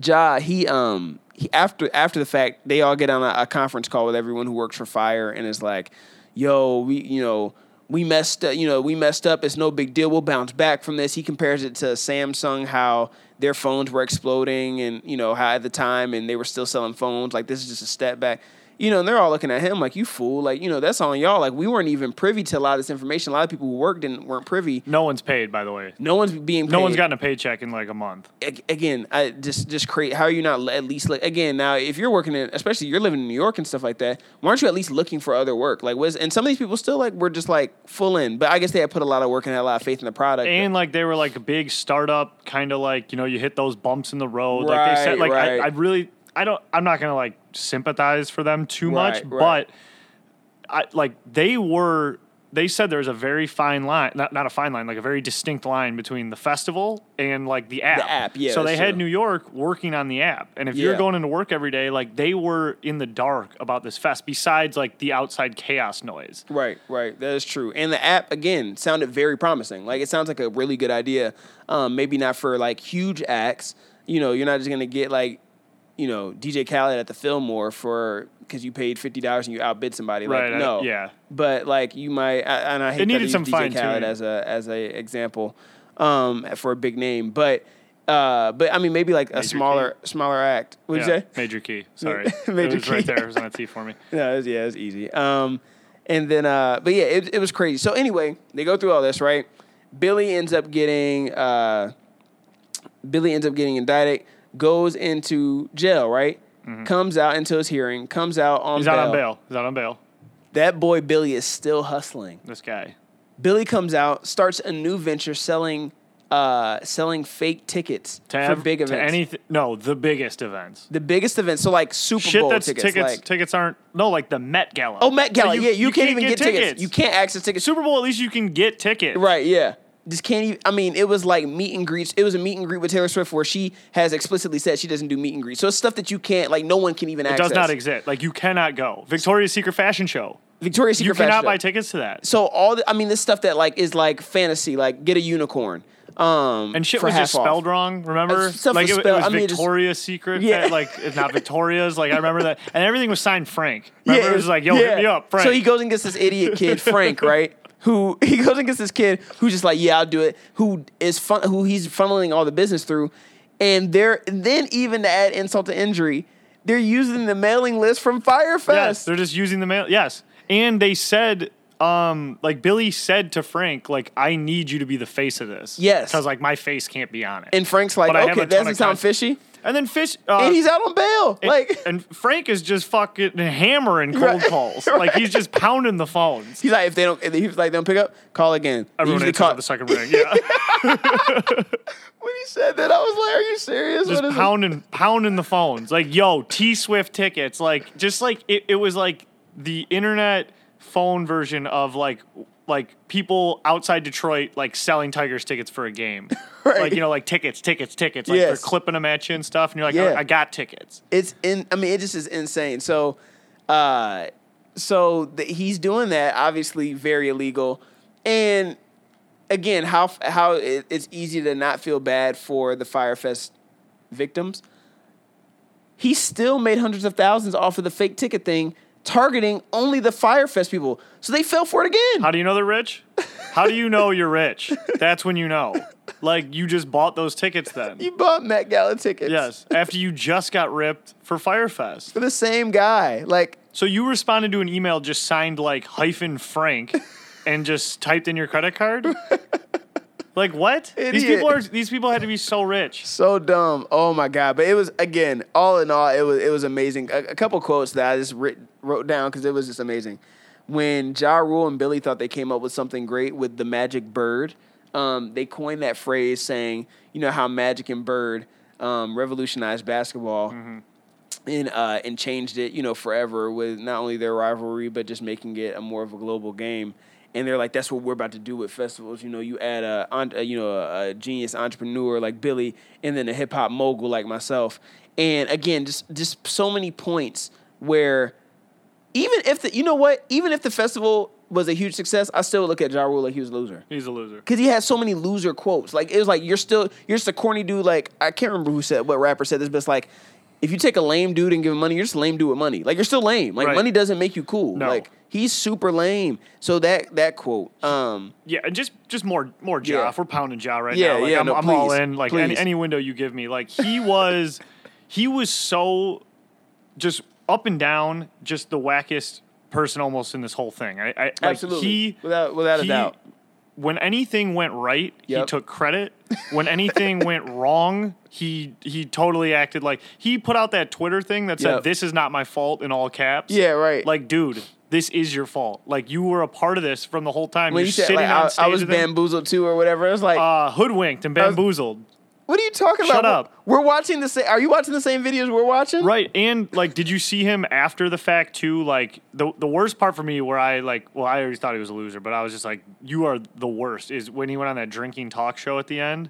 [SPEAKER 4] Ja he um he after after the fact they all get on a, a conference call with everyone who works for fire and it's like, yo we you know we messed up you know we messed up it's no big deal we'll bounce back from this he compares it to Samsung how their phones were exploding and you know how at the time and they were still selling phones like this is just a step back. You know, and they're all looking at him like you fool, like you know that's on y'all. Like we weren't even privy to a lot of this information. A lot of people who worked and weren't privy.
[SPEAKER 1] No one's paid, by the way.
[SPEAKER 4] No one's being.
[SPEAKER 1] No one's
[SPEAKER 4] paid
[SPEAKER 1] gotten a paycheck in like a month.
[SPEAKER 4] ag- again, I just just create. How are you not le- at least like again now? If you're working in, especially you're living in New York and stuff like that, why aren't you at least looking for other work? Like, was and some of these people still like were just like full in, but I guess they had put a lot of work and had a lot of faith in the product.
[SPEAKER 1] And like they were like a big startup, kind of like, you know, you hit those bumps in the road. like they
[SPEAKER 4] Right,
[SPEAKER 1] said, like
[SPEAKER 4] right.
[SPEAKER 1] I, I really, I don't, I'm not going to like sympathize for them too
[SPEAKER 4] Right,
[SPEAKER 1] much,
[SPEAKER 4] right.
[SPEAKER 1] but I like they were, they said there was a very fine line, not, not a fine line, like a very distinct line between the festival and like the app.
[SPEAKER 4] app, yeah,
[SPEAKER 1] So they
[SPEAKER 4] that's
[SPEAKER 1] had
[SPEAKER 4] true.
[SPEAKER 1] New York working on the app. And if
[SPEAKER 4] Yeah.
[SPEAKER 1] you're going into work every day, like they were in the dark about this fest besides like the outside chaos noise.
[SPEAKER 4] Right, right. That is true. And the app again sounded very promising. Like it sounds like a really good idea. Um, maybe not for like huge acts. You know, you're not just gonna get like, you know, DJ Khaled at the Fillmore for because you paid fifty dollars and you outbid somebody. Like,
[SPEAKER 1] Right, I-
[SPEAKER 4] No.
[SPEAKER 1] yeah.
[SPEAKER 4] But like you might, I, and I hate
[SPEAKER 1] It
[SPEAKER 4] that I
[SPEAKER 1] needed
[SPEAKER 4] use
[SPEAKER 1] some
[SPEAKER 4] DJ Khaled
[SPEAKER 1] fine-tuning.
[SPEAKER 4] as a as a example, um, for a big name, but. Uh, but I mean, maybe like a
[SPEAKER 1] Major
[SPEAKER 4] smaller, smaller act. Would
[SPEAKER 1] Yeah,
[SPEAKER 4] you say?
[SPEAKER 1] Major key. Sorry.
[SPEAKER 4] Major
[SPEAKER 1] it was right
[SPEAKER 4] key.
[SPEAKER 1] there. It was on a T for me.
[SPEAKER 4] No, it was, yeah, it was easy. Um, and then, uh, but yeah, it, it was crazy. So anyway, they go through all this, right? Billy ends up getting, uh, Billy ends up getting indicted, goes into jail, right? Comes out into his hearing, comes Mm-hmm. out on
[SPEAKER 1] He's
[SPEAKER 4] bail.
[SPEAKER 1] out on bail. He's out on bail.
[SPEAKER 4] That boy Billy is still hustling.
[SPEAKER 1] This guy.
[SPEAKER 4] Billy comes out, starts a new venture selling uh, selling fake tickets
[SPEAKER 1] To
[SPEAKER 4] for
[SPEAKER 1] have-
[SPEAKER 4] big
[SPEAKER 1] to
[SPEAKER 4] events.
[SPEAKER 1] anyth- no, the biggest events.
[SPEAKER 4] the biggest events, so like Super
[SPEAKER 1] Shit,
[SPEAKER 4] Bowl
[SPEAKER 1] that's
[SPEAKER 4] tickets,
[SPEAKER 1] tickets.
[SPEAKER 4] like
[SPEAKER 1] tickets aren't no like the Met Gala.
[SPEAKER 4] oh Met Gala,
[SPEAKER 1] So
[SPEAKER 4] yeah, you, can't, even get, tickets. You can't access tickets.
[SPEAKER 1] Super Bowl, at least you can get tickets.
[SPEAKER 4] Right, yeah. Just can't even. I mean, it was like meet and greets. It was a meet and greet with Taylor Swift where she has explicitly said she doesn't do meet and greets. So it's stuff that you can't, like, no one can even
[SPEAKER 1] It
[SPEAKER 4] access.
[SPEAKER 1] does not exist. Like you cannot go. Victoria's Secret fashion show.
[SPEAKER 4] Victoria's Secret
[SPEAKER 1] you cannot
[SPEAKER 4] fashion
[SPEAKER 1] buy
[SPEAKER 4] show.
[SPEAKER 1] tickets to that.
[SPEAKER 4] So all the, I mean, this stuff that like is like fantasy, like get a unicorn. Um,
[SPEAKER 1] And shit
[SPEAKER 4] for
[SPEAKER 1] was just
[SPEAKER 4] half off.
[SPEAKER 1] spelled wrong. Remember,
[SPEAKER 4] Uh, stuff
[SPEAKER 1] like
[SPEAKER 4] was
[SPEAKER 1] it,
[SPEAKER 4] spelled-
[SPEAKER 1] it was
[SPEAKER 4] I mean, it just-
[SPEAKER 1] Victoria's Secret.
[SPEAKER 4] Yeah.
[SPEAKER 1] Yeah. like it's not Victoria's. Like I remember that, and everything was signed Frank. Remember, it was like, yo,
[SPEAKER 4] yeah.
[SPEAKER 1] hit me up, Frank.
[SPEAKER 4] So he goes and gets this idiot kid, Frank, right? Who he goes and gets this kid who's just like, yeah, I'll do it. Who is fun? Who he's funneling all the business through, and they're then even to add insult to injury, they're using the mailing list from Firefest.
[SPEAKER 1] Yes, they're just using the mail. Yes, and they said, um, like Billy said to Frank, like I need you to be the face of this.
[SPEAKER 4] Yes.
[SPEAKER 1] because like my face can't be on it.
[SPEAKER 4] and Frank's like,
[SPEAKER 1] But I have a
[SPEAKER 4] okay,
[SPEAKER 1] ton
[SPEAKER 4] that doesn't
[SPEAKER 1] of
[SPEAKER 4] sound
[SPEAKER 1] con-
[SPEAKER 4] fishy.
[SPEAKER 1] and then Fish, uh,
[SPEAKER 4] And he's out on bail.
[SPEAKER 1] and-
[SPEAKER 4] like
[SPEAKER 1] and Frank is just fucking hammering cold
[SPEAKER 4] Right.
[SPEAKER 1] calls. Like he's just pounding the phones.
[SPEAKER 4] he's like, if they don't, if he was like, they don't pick up, call again. They
[SPEAKER 1] Everyone
[SPEAKER 4] usually
[SPEAKER 1] answers on the second ring. Yeah,
[SPEAKER 4] When he said that, I was like, "Are you serious?
[SPEAKER 1] just
[SPEAKER 4] What is
[SPEAKER 1] pounding, pounding the phones. Like, yo, T Swift tickets. Like, just like it, it was like the internet phone version of like like people outside Detroit like selling Tigers tickets for a game.
[SPEAKER 4] Right.
[SPEAKER 1] Like you know, like tickets, tickets, tickets. Like they're
[SPEAKER 4] Yes.
[SPEAKER 1] clipping them at you and stuff. And you're like, "Oh,
[SPEAKER 4] Yeah.
[SPEAKER 1] I, I got tickets.
[SPEAKER 4] it?" It's in. I mean, it just is insane. So, uh, so th- he's doing that. Obviously, very illegal. And again, how f- how it, it's easy to not feel bad for the Firefest victims. He still made hundreds of thousands off of the fake ticket thing, targeting only the Firefest people. So they fell for it again.
[SPEAKER 1] How do you know they're rich? How do you know you're rich? That's when you know. Like you just bought those tickets then.
[SPEAKER 4] you bought Met Gala tickets.
[SPEAKER 1] yes. After you just got ripped for Firefest.
[SPEAKER 4] For the same guy. Like,
[SPEAKER 1] So you responded to an email just signed like hyphen Frank and just typed in your credit card? like what? These people are
[SPEAKER 4] Idiot.
[SPEAKER 1] these people had to be so rich.
[SPEAKER 4] So dumb. Oh my god! But it was again, all in all, it was it was amazing. A, a couple quotes that I just writ, wrote down because it was just amazing. When Ja Rule and Billy thought they came up with something great with the magic bird, um, they coined that phrase saying, you know how magic and bird um, revolutionized basketball and uh, and changed it, you know, forever with not only their rivalry but just making it a more of a global game. And they're like, that's what we're about to do with festivals. You know, you add a, en- a you know a, a genius entrepreneur like Billy, and then a hip hop mogul like myself. And again, just just so many points where even if the you know what even if the festival was a huge success, I still would look at Ja Rule like he was a loser
[SPEAKER 1] He's a loser.
[SPEAKER 4] because he had so many loser quotes. Like it was like you're still you're just a corny dude. Like I can't remember who said what rapper said this, but it's like if you take a lame dude and give him money, you're just a lame dude with money. Like you're still lame. Like
[SPEAKER 1] Right.
[SPEAKER 4] money doesn't make you cool.
[SPEAKER 1] No.
[SPEAKER 4] Like he's super lame. So that that quote. Um,
[SPEAKER 1] Yeah, and just just more more jaw.
[SPEAKER 4] Yeah.
[SPEAKER 1] If we're pounding jaw right
[SPEAKER 4] Yeah,
[SPEAKER 1] now, like
[SPEAKER 4] yeah,
[SPEAKER 1] I'm,
[SPEAKER 4] no,
[SPEAKER 1] I'm all
[SPEAKER 4] please,
[SPEAKER 1] in. Like any,
[SPEAKER 4] please.
[SPEAKER 1] any window you give me, like he was, he was so just up and down, just the wackest person almost in this whole thing. I, I like
[SPEAKER 4] absolutely.
[SPEAKER 1] he
[SPEAKER 4] without without a
[SPEAKER 1] he-
[SPEAKER 4] doubt.
[SPEAKER 1] When anything went right, he
[SPEAKER 4] Yep.
[SPEAKER 1] took credit. When anything went wrong, he he totally acted like he put out that Twitter thing that said
[SPEAKER 4] Yep.
[SPEAKER 1] this is not my fault in all caps.
[SPEAKER 4] Yeah, right.
[SPEAKER 1] Like, dude, this is your fault. Like you were a part of this from the whole time.
[SPEAKER 4] when
[SPEAKER 1] You're
[SPEAKER 4] you said
[SPEAKER 1] sitting
[SPEAKER 4] like,
[SPEAKER 1] on
[SPEAKER 4] I,
[SPEAKER 1] stage
[SPEAKER 4] I was
[SPEAKER 1] with him,
[SPEAKER 4] bamboozled too or whatever. It's like
[SPEAKER 1] uh, hoodwinked and
[SPEAKER 4] was-
[SPEAKER 1] bamboozled.
[SPEAKER 4] what are you talking about?
[SPEAKER 1] shut up.
[SPEAKER 4] We're watching the same. Are you watching the same videos we're watching?
[SPEAKER 1] Right, and like, did you see him after the fact too? Like, the the worst part for me, where I like, well, I already thought he was a loser, but I was just like, you are the worst. Is when he went on that drinking talk show at the end.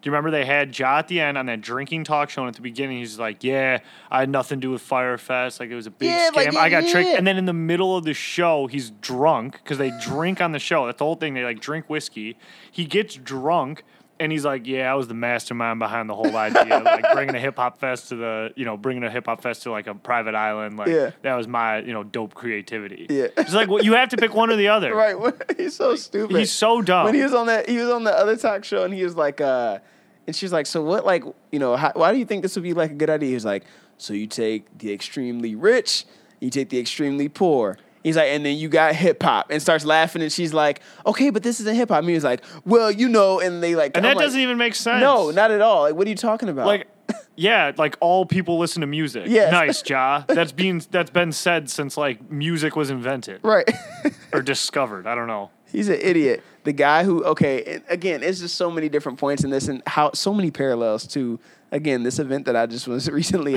[SPEAKER 1] Do you remember they had Ja at the end on that drinking talk show, and at the beginning he's like, "Yeah, I had nothing to do with Firefest. Like it was a big
[SPEAKER 4] Yeah,
[SPEAKER 1] scam.
[SPEAKER 4] like,
[SPEAKER 1] I got
[SPEAKER 4] yeah,
[SPEAKER 1] tricked."
[SPEAKER 4] yeah.
[SPEAKER 1] And then in the middle of the show, he's drunk because they drink on the show. That's the whole thing. They like drink whiskey. He gets drunk and he's like, "Yeah, I was the mastermind behind the whole idea, like bringing a hip hop fest to the, you know, bringing a hip hop fest to like a private island. Like
[SPEAKER 4] Yeah.
[SPEAKER 1] that was my, you know, dope creativity.
[SPEAKER 4] Yeah.
[SPEAKER 1] it's like well, you have to pick one or the other.
[SPEAKER 4] Right. He's so stupid.
[SPEAKER 1] He's so dumb.
[SPEAKER 4] when he was on that he was on the other talk show and he was like uh and she's like so what like you know how, why do you think this would be like a good idea he was like so you take the extremely rich you take the extremely poor he's like and then you got hip hop and starts laughing and she's like okay but this isn't hip hop and he was like well you know and they like
[SPEAKER 1] and
[SPEAKER 4] I'm
[SPEAKER 1] that
[SPEAKER 4] like,
[SPEAKER 1] doesn't even make sense.
[SPEAKER 4] no not at all like what are you talking about
[SPEAKER 1] like yeah like all people listen to music
[SPEAKER 4] Oh. Yes.
[SPEAKER 1] nice ja that's being that's been said since like music was invented
[SPEAKER 4] right
[SPEAKER 1] or discovered i don't know
[SPEAKER 4] He's an idiot. The guy who okay, and again, it's just so many different points in this and how so many parallels to again this event that I just was recently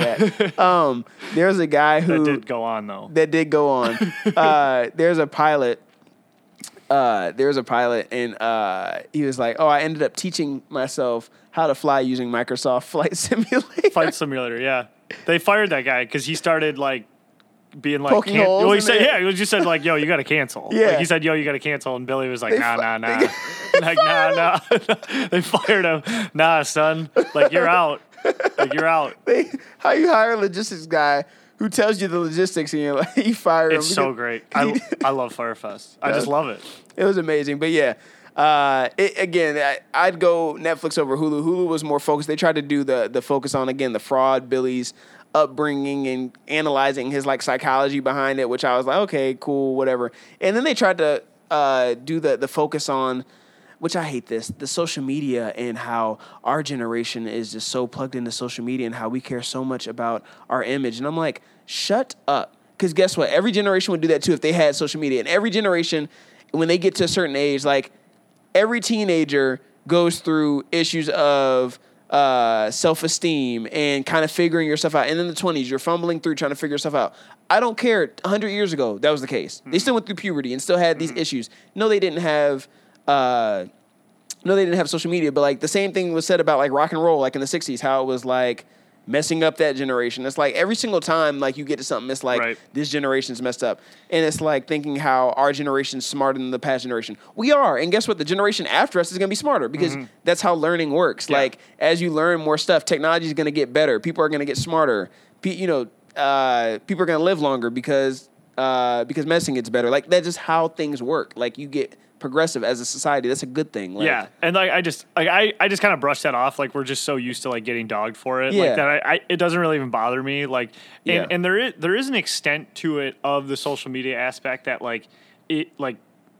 [SPEAKER 4] at. um, there's a guy who
[SPEAKER 1] That did go on though.
[SPEAKER 4] that did go on. uh, there's a pilot. Uh, there's a pilot, and uh, he was like, "Oh, I ended up teaching myself how to fly using Microsoft Flight Simulator."
[SPEAKER 1] Flight Simulator. Yeah, they fired that guy because he started like being like,
[SPEAKER 4] Poking
[SPEAKER 1] can-
[SPEAKER 4] holes
[SPEAKER 1] well, he
[SPEAKER 4] in
[SPEAKER 1] said,
[SPEAKER 4] it.
[SPEAKER 1] yeah, he was just said like, yo, you got to cancel. Like,
[SPEAKER 4] Yeah.
[SPEAKER 1] he said, yo, you got to cancel, and Billy was like,
[SPEAKER 4] They
[SPEAKER 1] nah,
[SPEAKER 4] fi-
[SPEAKER 1] nah, nah, like nah, nah. they fired him. Nah, son, like you're out. Like you're out.
[SPEAKER 4] They, how you hire a logistics guy who tells you the logistics, and you're like, you fire him.
[SPEAKER 1] It's so
[SPEAKER 4] because-
[SPEAKER 1] great. I I love Firefest. I just love it.
[SPEAKER 4] It was amazing, but yeah. Uh, it, again, I, I'd go Netflix over Hulu. Hulu was more focused. They tried to do the the focus on again the fraud, Billy's upbringing, and analyzing his like psychology behind it, which I was like, okay, cool, whatever. And then they tried to uh, do the the focus on, which I hate this, the social media and how our generation is just so plugged into social media and how we care so much about our image. And I'm like, shut up, because guess what? Every generation would do that too if they had social media, and every generation when they get to a certain age, like every teenager goes through issues of uh, self esteem and kind of figuring yourself out. And in the 20s, you're fumbling through trying to figure yourself out. I don't care. 100 years ago, that was the case. They still went through puberty and still had these issues. No, they didn't have. Uh, no, they didn't have social media, but like the same thing was said about like rock and roll, like in the '60s, how it was like messing up that generation. It's like every single time like you get to something, it's like
[SPEAKER 1] Right.
[SPEAKER 4] this generation's messed up, and it's like thinking how our generation's smarter than the past generation. We are, and guess what? The generation after us is gonna be smarter because that's how learning works. Like as you learn more stuff, technology is gonna get better. People are gonna get smarter. Pe- you know, uh, people are gonna live longer because uh, because medicine gets better. Like that's just how things work. Like you get progressive as a society. That's a good thing. Like,
[SPEAKER 1] yeah, and like I just like I, I just kind of brush that off. Like we're just so used to like getting dogged for it,
[SPEAKER 4] Yeah.
[SPEAKER 1] like that. I, I it doesn't really even bother me. Like and,
[SPEAKER 4] Yeah.
[SPEAKER 1] and there is there is an extent to it of the social media aspect that like it like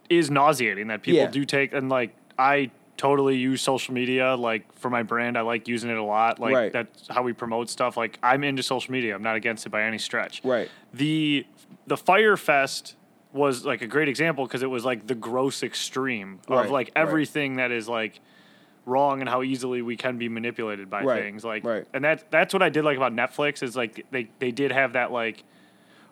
[SPEAKER 1] is nauseating that people
[SPEAKER 4] Yeah.
[SPEAKER 1] do take and like I totally use social media like for my brand. I like using it a lot. Like
[SPEAKER 4] Right.
[SPEAKER 1] that's how we promote stuff. Like I'm into social media. I'm not against it by any stretch.
[SPEAKER 4] Right.
[SPEAKER 1] The the Fire Fest was like a great example because it was like the gross extreme of
[SPEAKER 4] Right,
[SPEAKER 1] like
[SPEAKER 4] right.
[SPEAKER 1] everything that is like wrong and how easily we can be manipulated by
[SPEAKER 4] Right,
[SPEAKER 1] things like
[SPEAKER 4] right.
[SPEAKER 1] and that that's what I did like about Netflix is like they they did have that like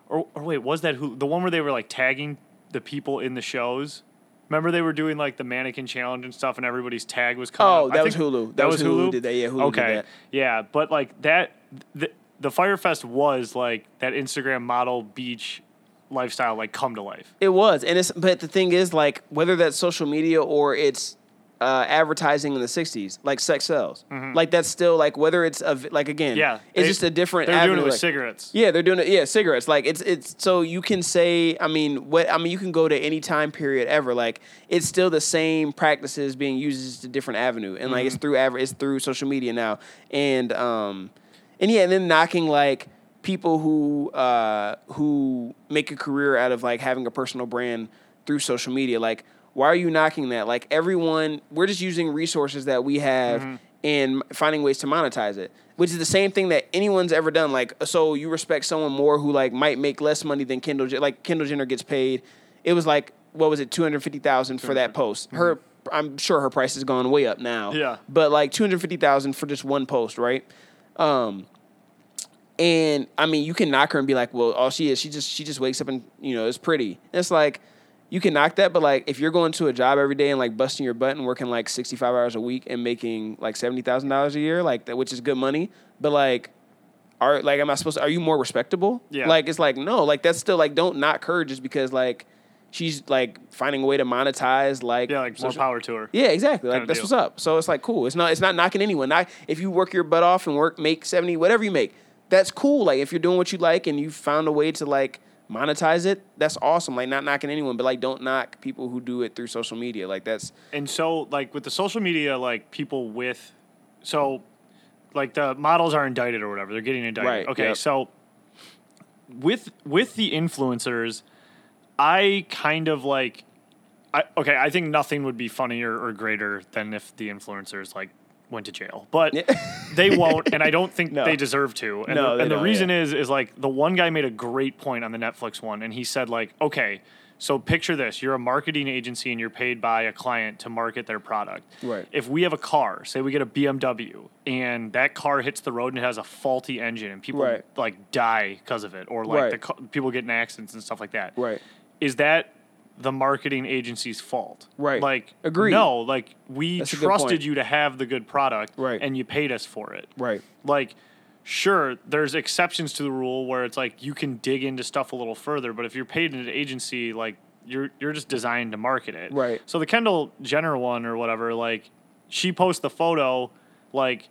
[SPEAKER 1] or, or wait was that who the one where they were like tagging the people in the shows remember they were doing like the mannequin challenge and stuff and everybody's tag was coming
[SPEAKER 4] Oh,
[SPEAKER 1] up? I
[SPEAKER 4] that was
[SPEAKER 1] think-
[SPEAKER 4] Hulu. That was Hulu who did that. Yeah, Hulu did
[SPEAKER 1] okay
[SPEAKER 4] that.
[SPEAKER 1] yeah but like that the, the Firefest was like that Instagram model beach lifestyle like come to life
[SPEAKER 4] It was, and it's but the thing is, like whether that's social media or it's uh, advertising in the '60s, like sex sells. Like that's still like whether it's a, like again,
[SPEAKER 1] Mm-hmm. yeah
[SPEAKER 4] it's
[SPEAKER 1] they-
[SPEAKER 4] just a different.
[SPEAKER 1] they're
[SPEAKER 4] avenue,
[SPEAKER 1] doing it with
[SPEAKER 4] like-
[SPEAKER 1] cigarettes
[SPEAKER 4] Yeah, they're doing it. Yeah, cigarettes. Like it's it's so you can say. I mean, what I mean, you can go to any time period ever. Like it's still the same practices being used it's just a different avenue, and like it's through aver- it's through social media now, and um, and yeah, and then knocking like people who uh who make a career out of like having a personal brand through social media. Like why are you knocking that? Like everyone, we're just using resources that we have and finding ways to monetize it, which is the same thing that anyone's ever done. Like, so you respect someone more who like might make less money than Kendall, Jen- like Kendall Jenner gets paid. It was like what was it, two hundred fifty thousand for that post. Her, I'm sure her price has gone way up now.
[SPEAKER 1] Yeah.
[SPEAKER 4] but like two hundred fifty thousand for just one post, right? Um, and I mean, you can knock her and be like, well, all she is, she just she just wakes up and you know is pretty. And it's like you can knock that, but like if you're going to a job every day and like busting your butt and working like 65 hours a week and making like seventy thousand dollars a year, like that, which is good money, but like. Are like am I supposed to? Are you more respectable?
[SPEAKER 1] Yeah.
[SPEAKER 4] Like it's like no, like that's still like don't knock her just because like she's like finding a way to monetize like
[SPEAKER 1] yeah like more
[SPEAKER 4] social-
[SPEAKER 1] power to her
[SPEAKER 4] yeah, exactly. Like
[SPEAKER 1] Kinda
[SPEAKER 4] that's
[SPEAKER 1] deal.
[SPEAKER 4] what's up. So it's like cool. It's not it's not knocking anyone. Not if you work your butt off and work make seventy whatever you make. That's cool. Like if you're doing what you like and you found a way to like monetize it, that's awesome. Like not knocking anyone, but like don't knock people who do it through social media. Like that's
[SPEAKER 1] and so like with the social media like people with so like the models are indicted or whatever they're getting indicted
[SPEAKER 4] Right,
[SPEAKER 1] okay
[SPEAKER 4] yep.
[SPEAKER 1] so with with the influencers i kind of like I, okay i think nothing would be funnier or greater than if the influencers like went to jail but they won't and i don't think
[SPEAKER 4] No.
[SPEAKER 1] they deserve to and,
[SPEAKER 4] No,
[SPEAKER 1] the,
[SPEAKER 4] they
[SPEAKER 1] and the
[SPEAKER 4] don't,
[SPEAKER 1] reason is is like the one guy made a great point on the netflix one and he said like okay So picture this: you're a marketing agency and you're paid by a client to market their product.
[SPEAKER 4] Right.
[SPEAKER 1] If we have a car, say we get a BMW, and that car hits the road and it has a faulty engine, and people
[SPEAKER 4] Right.
[SPEAKER 1] like die because of it, or like
[SPEAKER 4] Right.
[SPEAKER 1] the ca- people get in accidents and stuff like that.
[SPEAKER 4] Right.
[SPEAKER 1] Is that the marketing agency's fault?
[SPEAKER 4] Right.
[SPEAKER 1] Like,
[SPEAKER 4] Agreed.
[SPEAKER 1] No, like we
[SPEAKER 4] That's a good point.
[SPEAKER 1] trusted you to have the good product,
[SPEAKER 4] Right.
[SPEAKER 1] And you paid us for it,
[SPEAKER 4] Right.
[SPEAKER 1] like sure there's exceptions to the rule where it's like you can dig into stuff a little further but if you're paid in an agency like you're you're just designed to market it
[SPEAKER 4] Right.
[SPEAKER 1] so the kendall jenner one or whatever like she posts the photo like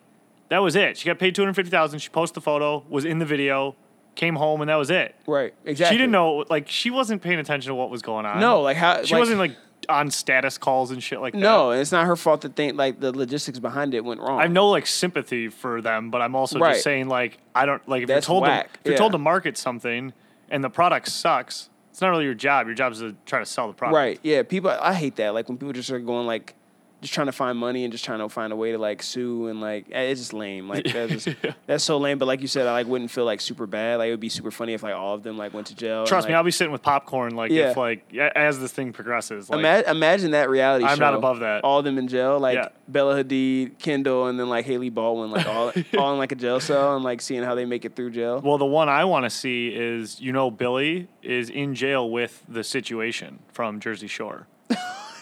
[SPEAKER 1] that was it she got paid 250000 she posted the photo was in the video came home and that was it
[SPEAKER 4] Right. Exactly.
[SPEAKER 1] she didn't know like she wasn't paying attention to what was going on
[SPEAKER 4] No, like how
[SPEAKER 1] she wasn't like on status calls and shit like that
[SPEAKER 4] No, and it's not her fault that they like the logistics behind it went wrong.
[SPEAKER 1] I have no like sympathy for them, but I'm also
[SPEAKER 4] Right.
[SPEAKER 1] just saying like I don't like if
[SPEAKER 4] That's
[SPEAKER 1] you're told to,
[SPEAKER 4] whack,
[SPEAKER 1] if you're
[SPEAKER 4] yeah.
[SPEAKER 1] told to market something and the product sucks, it's not really your job. Your job is to try to sell the product.
[SPEAKER 4] Right. Yeah. People, I hate that. Like when people just are going like, just trying to find money and just trying to find a way to like sue and like eh, it's just lame. Like that's just, that's so lame. But like you said, I like wouldn't feel like super bad. Like it would be super funny if like all of them like went to jail. and,
[SPEAKER 1] Trust me,
[SPEAKER 4] like,
[SPEAKER 1] I'll be sitting with popcorn like
[SPEAKER 4] Yeah.
[SPEAKER 1] if like a- as this thing progresses. Like,
[SPEAKER 4] Ima- imagine that reality
[SPEAKER 1] I'm not
[SPEAKER 4] show.
[SPEAKER 1] above that.
[SPEAKER 4] All of them in jail, like
[SPEAKER 1] Yeah.
[SPEAKER 4] Bella Hadid, Kendall, and then like Haley Baldwin, like all all in like a jail cell and like seeing how they make it through jail.
[SPEAKER 1] well, the one I want to see is you know Billy is in jail with the situation from Jersey Shore.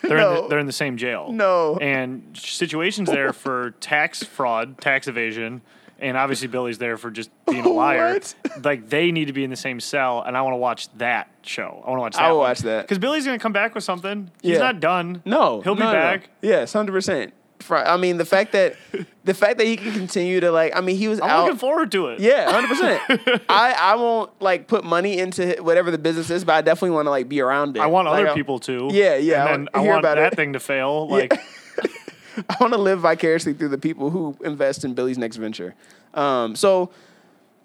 [SPEAKER 1] They're in
[SPEAKER 4] No.
[SPEAKER 1] the, they're in the same jail.
[SPEAKER 4] No.
[SPEAKER 1] And situations there for tax fraud, tax evasion, and obviously Billy's there for just being a liar.
[SPEAKER 4] What?
[SPEAKER 1] Like they need to be in the same cell, and I want to watch that show. I want to watch. that
[SPEAKER 4] I will watch that.
[SPEAKER 1] because Billy's gonna come back with something. He's
[SPEAKER 4] Yeah.
[SPEAKER 1] not done.
[SPEAKER 4] No,
[SPEAKER 1] he'll be
[SPEAKER 4] no, no, no.
[SPEAKER 1] back.
[SPEAKER 4] Yes, hundred percent. I mean, the fact that the fact that he can continue to like, I mean, he was
[SPEAKER 1] I'm
[SPEAKER 4] out.
[SPEAKER 1] looking forward to it.
[SPEAKER 4] Yeah, hundred percent. I I won't like put money into whatever the business is, but I definitely want to like be around it.
[SPEAKER 1] I want
[SPEAKER 4] Like,
[SPEAKER 1] other
[SPEAKER 4] I-
[SPEAKER 1] people to.
[SPEAKER 4] Yeah, yeah, I
[SPEAKER 1] And then
[SPEAKER 4] wanna
[SPEAKER 1] I
[SPEAKER 4] hear
[SPEAKER 1] want
[SPEAKER 4] about
[SPEAKER 1] that
[SPEAKER 4] it.
[SPEAKER 1] thing to fail. Like
[SPEAKER 4] I want to live vicariously through the people who invest in Billy's next venture. Um, so,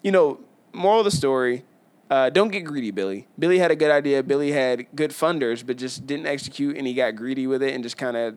[SPEAKER 4] you know, moral of the story: uh, don't get greedy, Billy. Billy had a good idea. Billy had good funders, but just didn't execute, and he got greedy with it and just kind of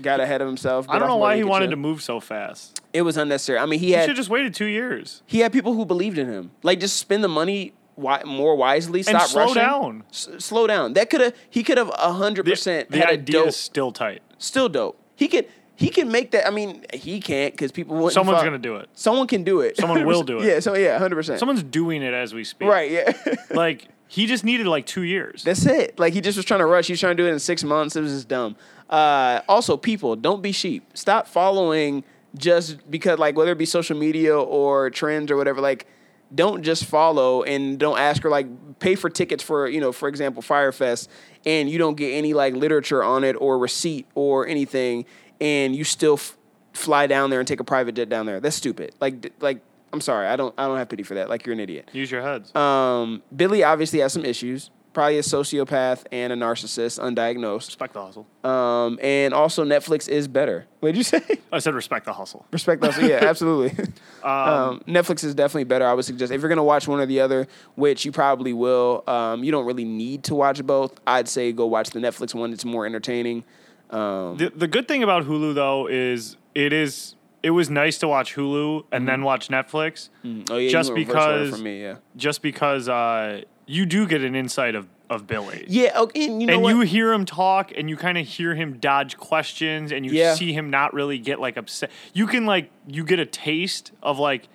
[SPEAKER 4] got ahead of himself.
[SPEAKER 1] I don't know why he wanted to
[SPEAKER 4] move.
[SPEAKER 1] move so fast.
[SPEAKER 4] It was unnecessary. I mean, he
[SPEAKER 1] He
[SPEAKER 4] had
[SPEAKER 1] should have just waited two years.
[SPEAKER 4] he had people who believed in him. Like just spend the money wi- more wisely. Stop
[SPEAKER 1] slow
[SPEAKER 4] rushing.
[SPEAKER 1] down.
[SPEAKER 4] S- slow down. That could have he could have hundred
[SPEAKER 1] The,
[SPEAKER 4] percent
[SPEAKER 1] the
[SPEAKER 4] had a
[SPEAKER 1] idea
[SPEAKER 4] dope.
[SPEAKER 1] is still tight.
[SPEAKER 4] Still dope. He could he can make that. I mean, he can't because people wouldn't.
[SPEAKER 1] Someone's
[SPEAKER 4] fuck-
[SPEAKER 1] gonna do it.
[SPEAKER 4] Someone can do it.
[SPEAKER 1] Someone will do it.
[SPEAKER 4] Yeah. So yeah, hundred percent.
[SPEAKER 1] Someone's doing it as we speak.
[SPEAKER 4] Right. Yeah.
[SPEAKER 1] Like he just needed like two years.
[SPEAKER 4] That's it. Like he just was trying to rush. He was trying to do it in six months. It was just dumb. Uh, also, people, don't be sheep. Stop following just because, like, whether it be social media or trends or whatever. Like, don't just follow and don't ask or like pay for tickets for you know, for example, Firefest, and you don't get any like literature on it or receipt or anything, and you still f- fly down there and take a private jet down there. That's stupid. Like, d- like. I'm sorry, I don't I don't have pity for that. Like you're an idiot.
[SPEAKER 1] Use your heads.
[SPEAKER 4] Um, Billy obviously has some issues, probably a sociopath and a narcissist, undiagnosed.
[SPEAKER 1] respect the hustle.
[SPEAKER 4] Um, and also Netflix is better. What'd you say?
[SPEAKER 1] I said respect the hustle.
[SPEAKER 4] Respect those. Yeah, absolutely. Um, Netflix is definitely better. I would suggest if you're gonna watch one or the other, which you probably will. Um, you don't really need to watch both. I'd say go watch the Netflix one. It's more entertaining. Um,
[SPEAKER 1] The, the good thing about Hulu though is it is it was nice to watch Hulu
[SPEAKER 4] Mm-hmm.
[SPEAKER 1] and then watch Netflix
[SPEAKER 4] oh yeah, you
[SPEAKER 1] just
[SPEAKER 4] went reverse order
[SPEAKER 1] because-
[SPEAKER 4] for me, yeah,
[SPEAKER 1] just because uh, you do get an insight of, of Billy.
[SPEAKER 4] yeah. Okay, and you know
[SPEAKER 1] and
[SPEAKER 4] what?
[SPEAKER 1] you hear him talk and you kind of hear him dodge questions and you
[SPEAKER 4] Yeah.
[SPEAKER 1] see him not really get like upset you can like you get a taste of like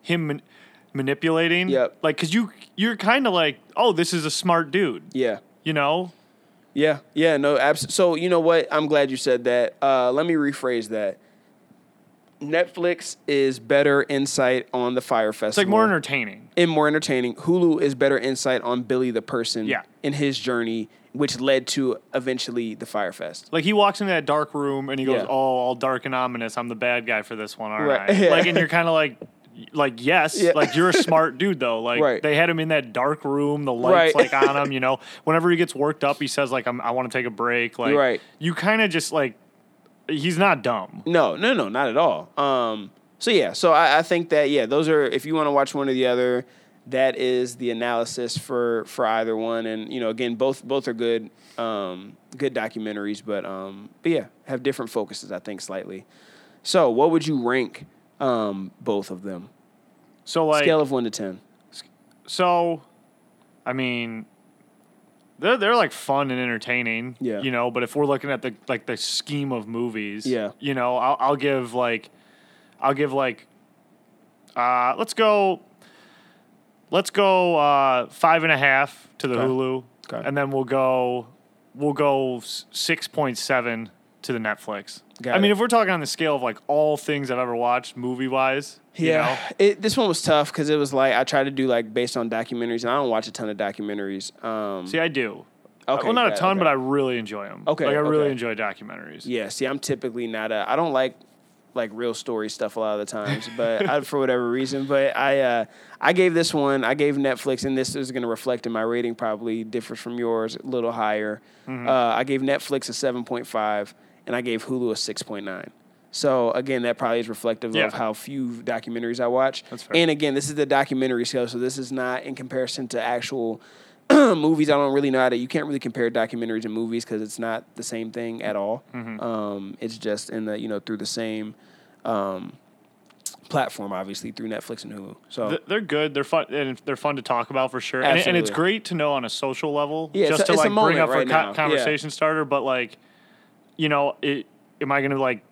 [SPEAKER 1] him man- manipulating
[SPEAKER 4] Yep.
[SPEAKER 1] like because you you're kind of like oh this is a smart dude
[SPEAKER 4] yeah.
[SPEAKER 1] you know
[SPEAKER 4] Yeah, yeah, no, abs- so you know what? I'm glad you said that. Uh, let me rephrase that. Netflix is better insight on the Fire Festival.
[SPEAKER 1] it's like more entertaining
[SPEAKER 4] and more entertaining. Hulu is better insight on Billy the person
[SPEAKER 1] Yeah.
[SPEAKER 4] in his journey, which led to eventually the Fire Fest.
[SPEAKER 1] like he walks into that dark room and he goes
[SPEAKER 4] Yeah.
[SPEAKER 1] oh all dark and ominous i'm the bad guy for this one aren't
[SPEAKER 4] Right.
[SPEAKER 1] i
[SPEAKER 4] Yeah.
[SPEAKER 1] like and you're kind of like like yes
[SPEAKER 4] Yeah.
[SPEAKER 1] like you're a smart dude though like
[SPEAKER 4] Right.
[SPEAKER 1] they had him in that dark room the lights
[SPEAKER 4] Right.
[SPEAKER 1] like on him you know whenever he gets worked up he says like I'm, i want to take a break like
[SPEAKER 4] Right.
[SPEAKER 1] you kind of just like he's not dumb
[SPEAKER 4] No, no, no, not at all. Um, so yeah, so I, I think that yeah, those are if you want to watch one or the other, that is the analysis for for either one. And you know, again, both both are good um, good documentaries, but um, but yeah, have different focuses I think slightly. So what would you rank um, both of them?
[SPEAKER 1] so like
[SPEAKER 4] Scale of one to ten.
[SPEAKER 1] so i mean They're they're like fun and entertaining.
[SPEAKER 4] Yeah.
[SPEAKER 1] You know, but if we're looking at the like the scheme of movies,
[SPEAKER 4] Yeah.
[SPEAKER 1] You know, I'll I'll give like, I'll give like, uh, let's go. Let's go uh, five and a half to the
[SPEAKER 4] Okay.
[SPEAKER 1] Hulu,
[SPEAKER 4] Okay.
[SPEAKER 1] and then we'll go we'll go six point seven to the Netflix.
[SPEAKER 4] Got
[SPEAKER 1] I mean,
[SPEAKER 4] it.
[SPEAKER 1] if we're talking on the scale of like all things I've ever watched movie wise,
[SPEAKER 4] Yeah, it, this one was tough because it was like I tried to do like based on documentaries, and I don't watch a ton of documentaries. Um,
[SPEAKER 1] See, I do.
[SPEAKER 4] Okay,
[SPEAKER 1] well, not
[SPEAKER 4] got
[SPEAKER 1] a
[SPEAKER 4] it,
[SPEAKER 1] ton,
[SPEAKER 4] okay.
[SPEAKER 1] but I really enjoy them.
[SPEAKER 4] Okay,
[SPEAKER 1] Like I really
[SPEAKER 4] okay.
[SPEAKER 1] enjoy documentaries.
[SPEAKER 4] yeah, see, I'm typically not a. I don't like like real story stuff a lot of the times, but I, for whatever reason, but I uh, I gave this one. I gave Netflix, and this is going to reflect in my rating. Probably differs from yours, a little higher.
[SPEAKER 1] Mm-hmm.
[SPEAKER 4] Uh, I gave Netflix a seven point five, and I gave Hulu a six point nine. So again, that probably is reflective
[SPEAKER 1] Yeah.
[SPEAKER 4] of how few documentaries I watch.
[SPEAKER 1] That's fair.
[SPEAKER 4] And again, this is the documentary scale, so this is not in comparison to actual movies. I don't really know how to. You can't really compare documentaries and movies because it's not the same thing at all.
[SPEAKER 1] Mm-hmm.
[SPEAKER 4] Um, it's just in the you know through the same um, platform, obviously through Netflix and Hulu. So
[SPEAKER 1] Th- They're good. They're fun. And they're fun to talk about for sure. And, it- and it's
[SPEAKER 4] Absolutely.
[SPEAKER 1] great to know on a social level,
[SPEAKER 4] Yeah, it's
[SPEAKER 1] just
[SPEAKER 4] a-
[SPEAKER 1] to
[SPEAKER 4] it's a
[SPEAKER 1] like bring
[SPEAKER 4] moment
[SPEAKER 1] up
[SPEAKER 4] right
[SPEAKER 1] a
[SPEAKER 4] now.
[SPEAKER 1] co-
[SPEAKER 4] Yeah.
[SPEAKER 1] conversation starter. But like, you know, it, am I going to like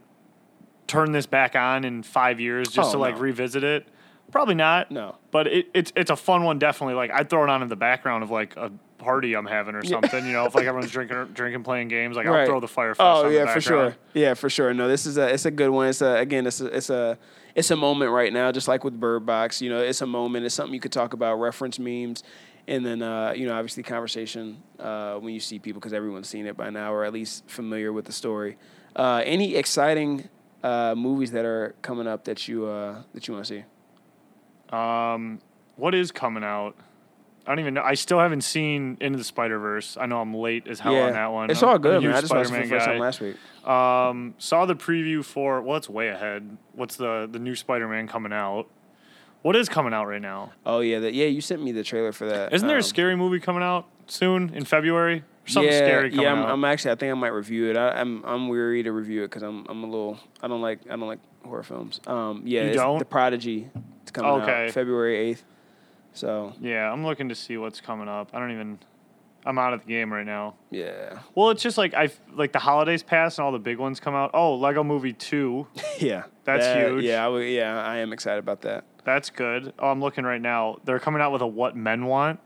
[SPEAKER 1] turn this back on in five years just
[SPEAKER 4] Oh,
[SPEAKER 1] to like
[SPEAKER 4] no.
[SPEAKER 1] revisit it? Probably not.
[SPEAKER 4] No.
[SPEAKER 1] But it, it's it's a fun one. Definitely. Like I'd throw it on in the background of like a party I'm having or something. You know, if like everyone's drinking, or, drinking, playing games, like I'll
[SPEAKER 4] Right.
[SPEAKER 1] throw the fire. Fest
[SPEAKER 4] Oh
[SPEAKER 1] on
[SPEAKER 4] yeah,
[SPEAKER 1] the
[SPEAKER 4] for
[SPEAKER 1] background.
[SPEAKER 4] sure. Yeah, for sure. No, this is a it's a good one. It's a again, it's a, it's a it's a moment right now, just like with Bird Box. You know, it's a moment. It's something you could talk about, reference memes, and then uh, you know, obviously conversation uh, when you see people because everyone's seen it by now or at least familiar with the story. Uh, any exciting uh, movies that are coming up that you uh, that you want to see?
[SPEAKER 1] what is coming out? I don't even know. I still haven't seen Into the Spider Verse. I know I'm late as hell on that one.
[SPEAKER 4] it's
[SPEAKER 1] I'm-
[SPEAKER 4] all
[SPEAKER 1] I'm a
[SPEAKER 4] good. Man.
[SPEAKER 1] huge
[SPEAKER 4] I just watched it for the
[SPEAKER 1] Spider-Man
[SPEAKER 4] first
[SPEAKER 1] guy.
[SPEAKER 4] time last week.
[SPEAKER 1] Um, saw the preview for. Well, it's way ahead. What's the the new Spider Man coming out? What is coming out right now?
[SPEAKER 4] Oh yeah, that yeah. You sent me the trailer for that.
[SPEAKER 1] Isn't there
[SPEAKER 4] Um,
[SPEAKER 1] a scary movie coming out soon in February? Something
[SPEAKER 4] yeah,
[SPEAKER 1] scary coming
[SPEAKER 4] yeah, I'm,
[SPEAKER 1] out.
[SPEAKER 4] I'm actually. I think I might review it. I, I'm I'm weary to review it because I'm I'm a little. I don't like I don't like horror films. Um, yeah,
[SPEAKER 1] You
[SPEAKER 4] it's
[SPEAKER 1] don't?
[SPEAKER 4] the Prodigy. It's coming
[SPEAKER 1] Okay.
[SPEAKER 4] out February eighth. So
[SPEAKER 1] yeah, I'm looking to see what's coming up. I don't even. I'm out of the game right now.
[SPEAKER 4] yeah,
[SPEAKER 1] Well, it's just like I like the holidays pass and all the big ones come out. Oh, Lego Movie Two.
[SPEAKER 4] yeah,
[SPEAKER 1] That's
[SPEAKER 4] That-
[SPEAKER 1] huge.
[SPEAKER 4] Yeah, I would, yeah, I am excited about that.
[SPEAKER 1] That's good. Oh, I'm looking right now. They're coming out with a What Men Want.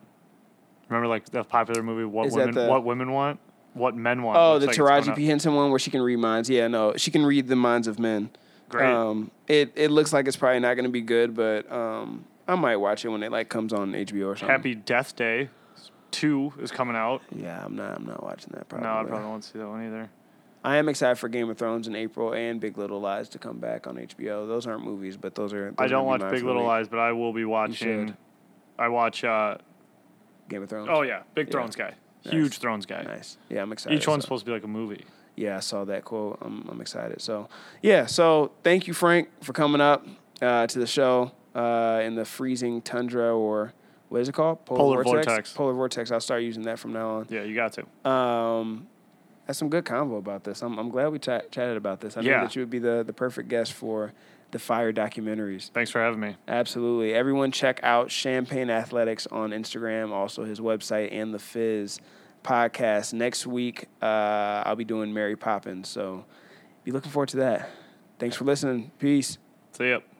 [SPEAKER 1] Remember, like the popular movie What
[SPEAKER 4] Is that
[SPEAKER 1] Women
[SPEAKER 4] the-
[SPEAKER 1] What Women Want, What Men Want.
[SPEAKER 4] Oh,
[SPEAKER 1] looks
[SPEAKER 4] the
[SPEAKER 1] like it's coming
[SPEAKER 4] Taraji
[SPEAKER 1] out.
[SPEAKER 4] P Henson one where she can read minds. Yeah, no, she can read the minds of men.
[SPEAKER 1] Great.
[SPEAKER 4] Um, it it looks like it's probably not going to be good, but um, I might watch it when it like comes on HBO or something.
[SPEAKER 1] Happy Death Day, two is coming out.
[SPEAKER 4] Yeah, I'm not. I'm not watching that. Probably.
[SPEAKER 1] No, I probably won't see that one either.
[SPEAKER 4] I am excited for Game of Thrones in April and Big Little Lies to come back on HBO. Those aren't movies, but those are.
[SPEAKER 1] I
[SPEAKER 4] those
[SPEAKER 1] don't
[SPEAKER 4] would
[SPEAKER 1] watch
[SPEAKER 4] be mine
[SPEAKER 1] Big
[SPEAKER 4] for the
[SPEAKER 1] Little
[SPEAKER 4] week.
[SPEAKER 1] Lies, but I will be watching.
[SPEAKER 4] should.
[SPEAKER 1] I watch. uh
[SPEAKER 4] Game of Thrones.
[SPEAKER 1] Oh yeah, Big Thrones guy, huge
[SPEAKER 4] Nice.
[SPEAKER 1] Thrones guy.
[SPEAKER 4] nice. Yeah, I'm excited.
[SPEAKER 1] Each one's
[SPEAKER 4] So-
[SPEAKER 1] supposed to be like a movie.
[SPEAKER 4] yeah, I saw that quote. I'm, I'm excited. So, yeah. So, thank you, Frank, for coming up uh, to the show uh, in the freezing tundra or what is it called?
[SPEAKER 1] Polar vortex.
[SPEAKER 4] Polar vortex. I'll start using that from now on.
[SPEAKER 1] Yeah, you got to.
[SPEAKER 4] Um, that's some good convo about this. I'm, I'm glad we chat chatted about this. I
[SPEAKER 1] Yeah.
[SPEAKER 4] knew that you would be the, the perfect guest for the fire documentaries.
[SPEAKER 1] Thanks for having me.
[SPEAKER 4] Absolutely. Everyone check out Champagne Athletics on Instagram, also his website and the Fizz podcast. Next week, uh, I'll be doing Mary Poppins. So be looking forward to that. Thanks for listening. Peace.
[SPEAKER 1] See ya.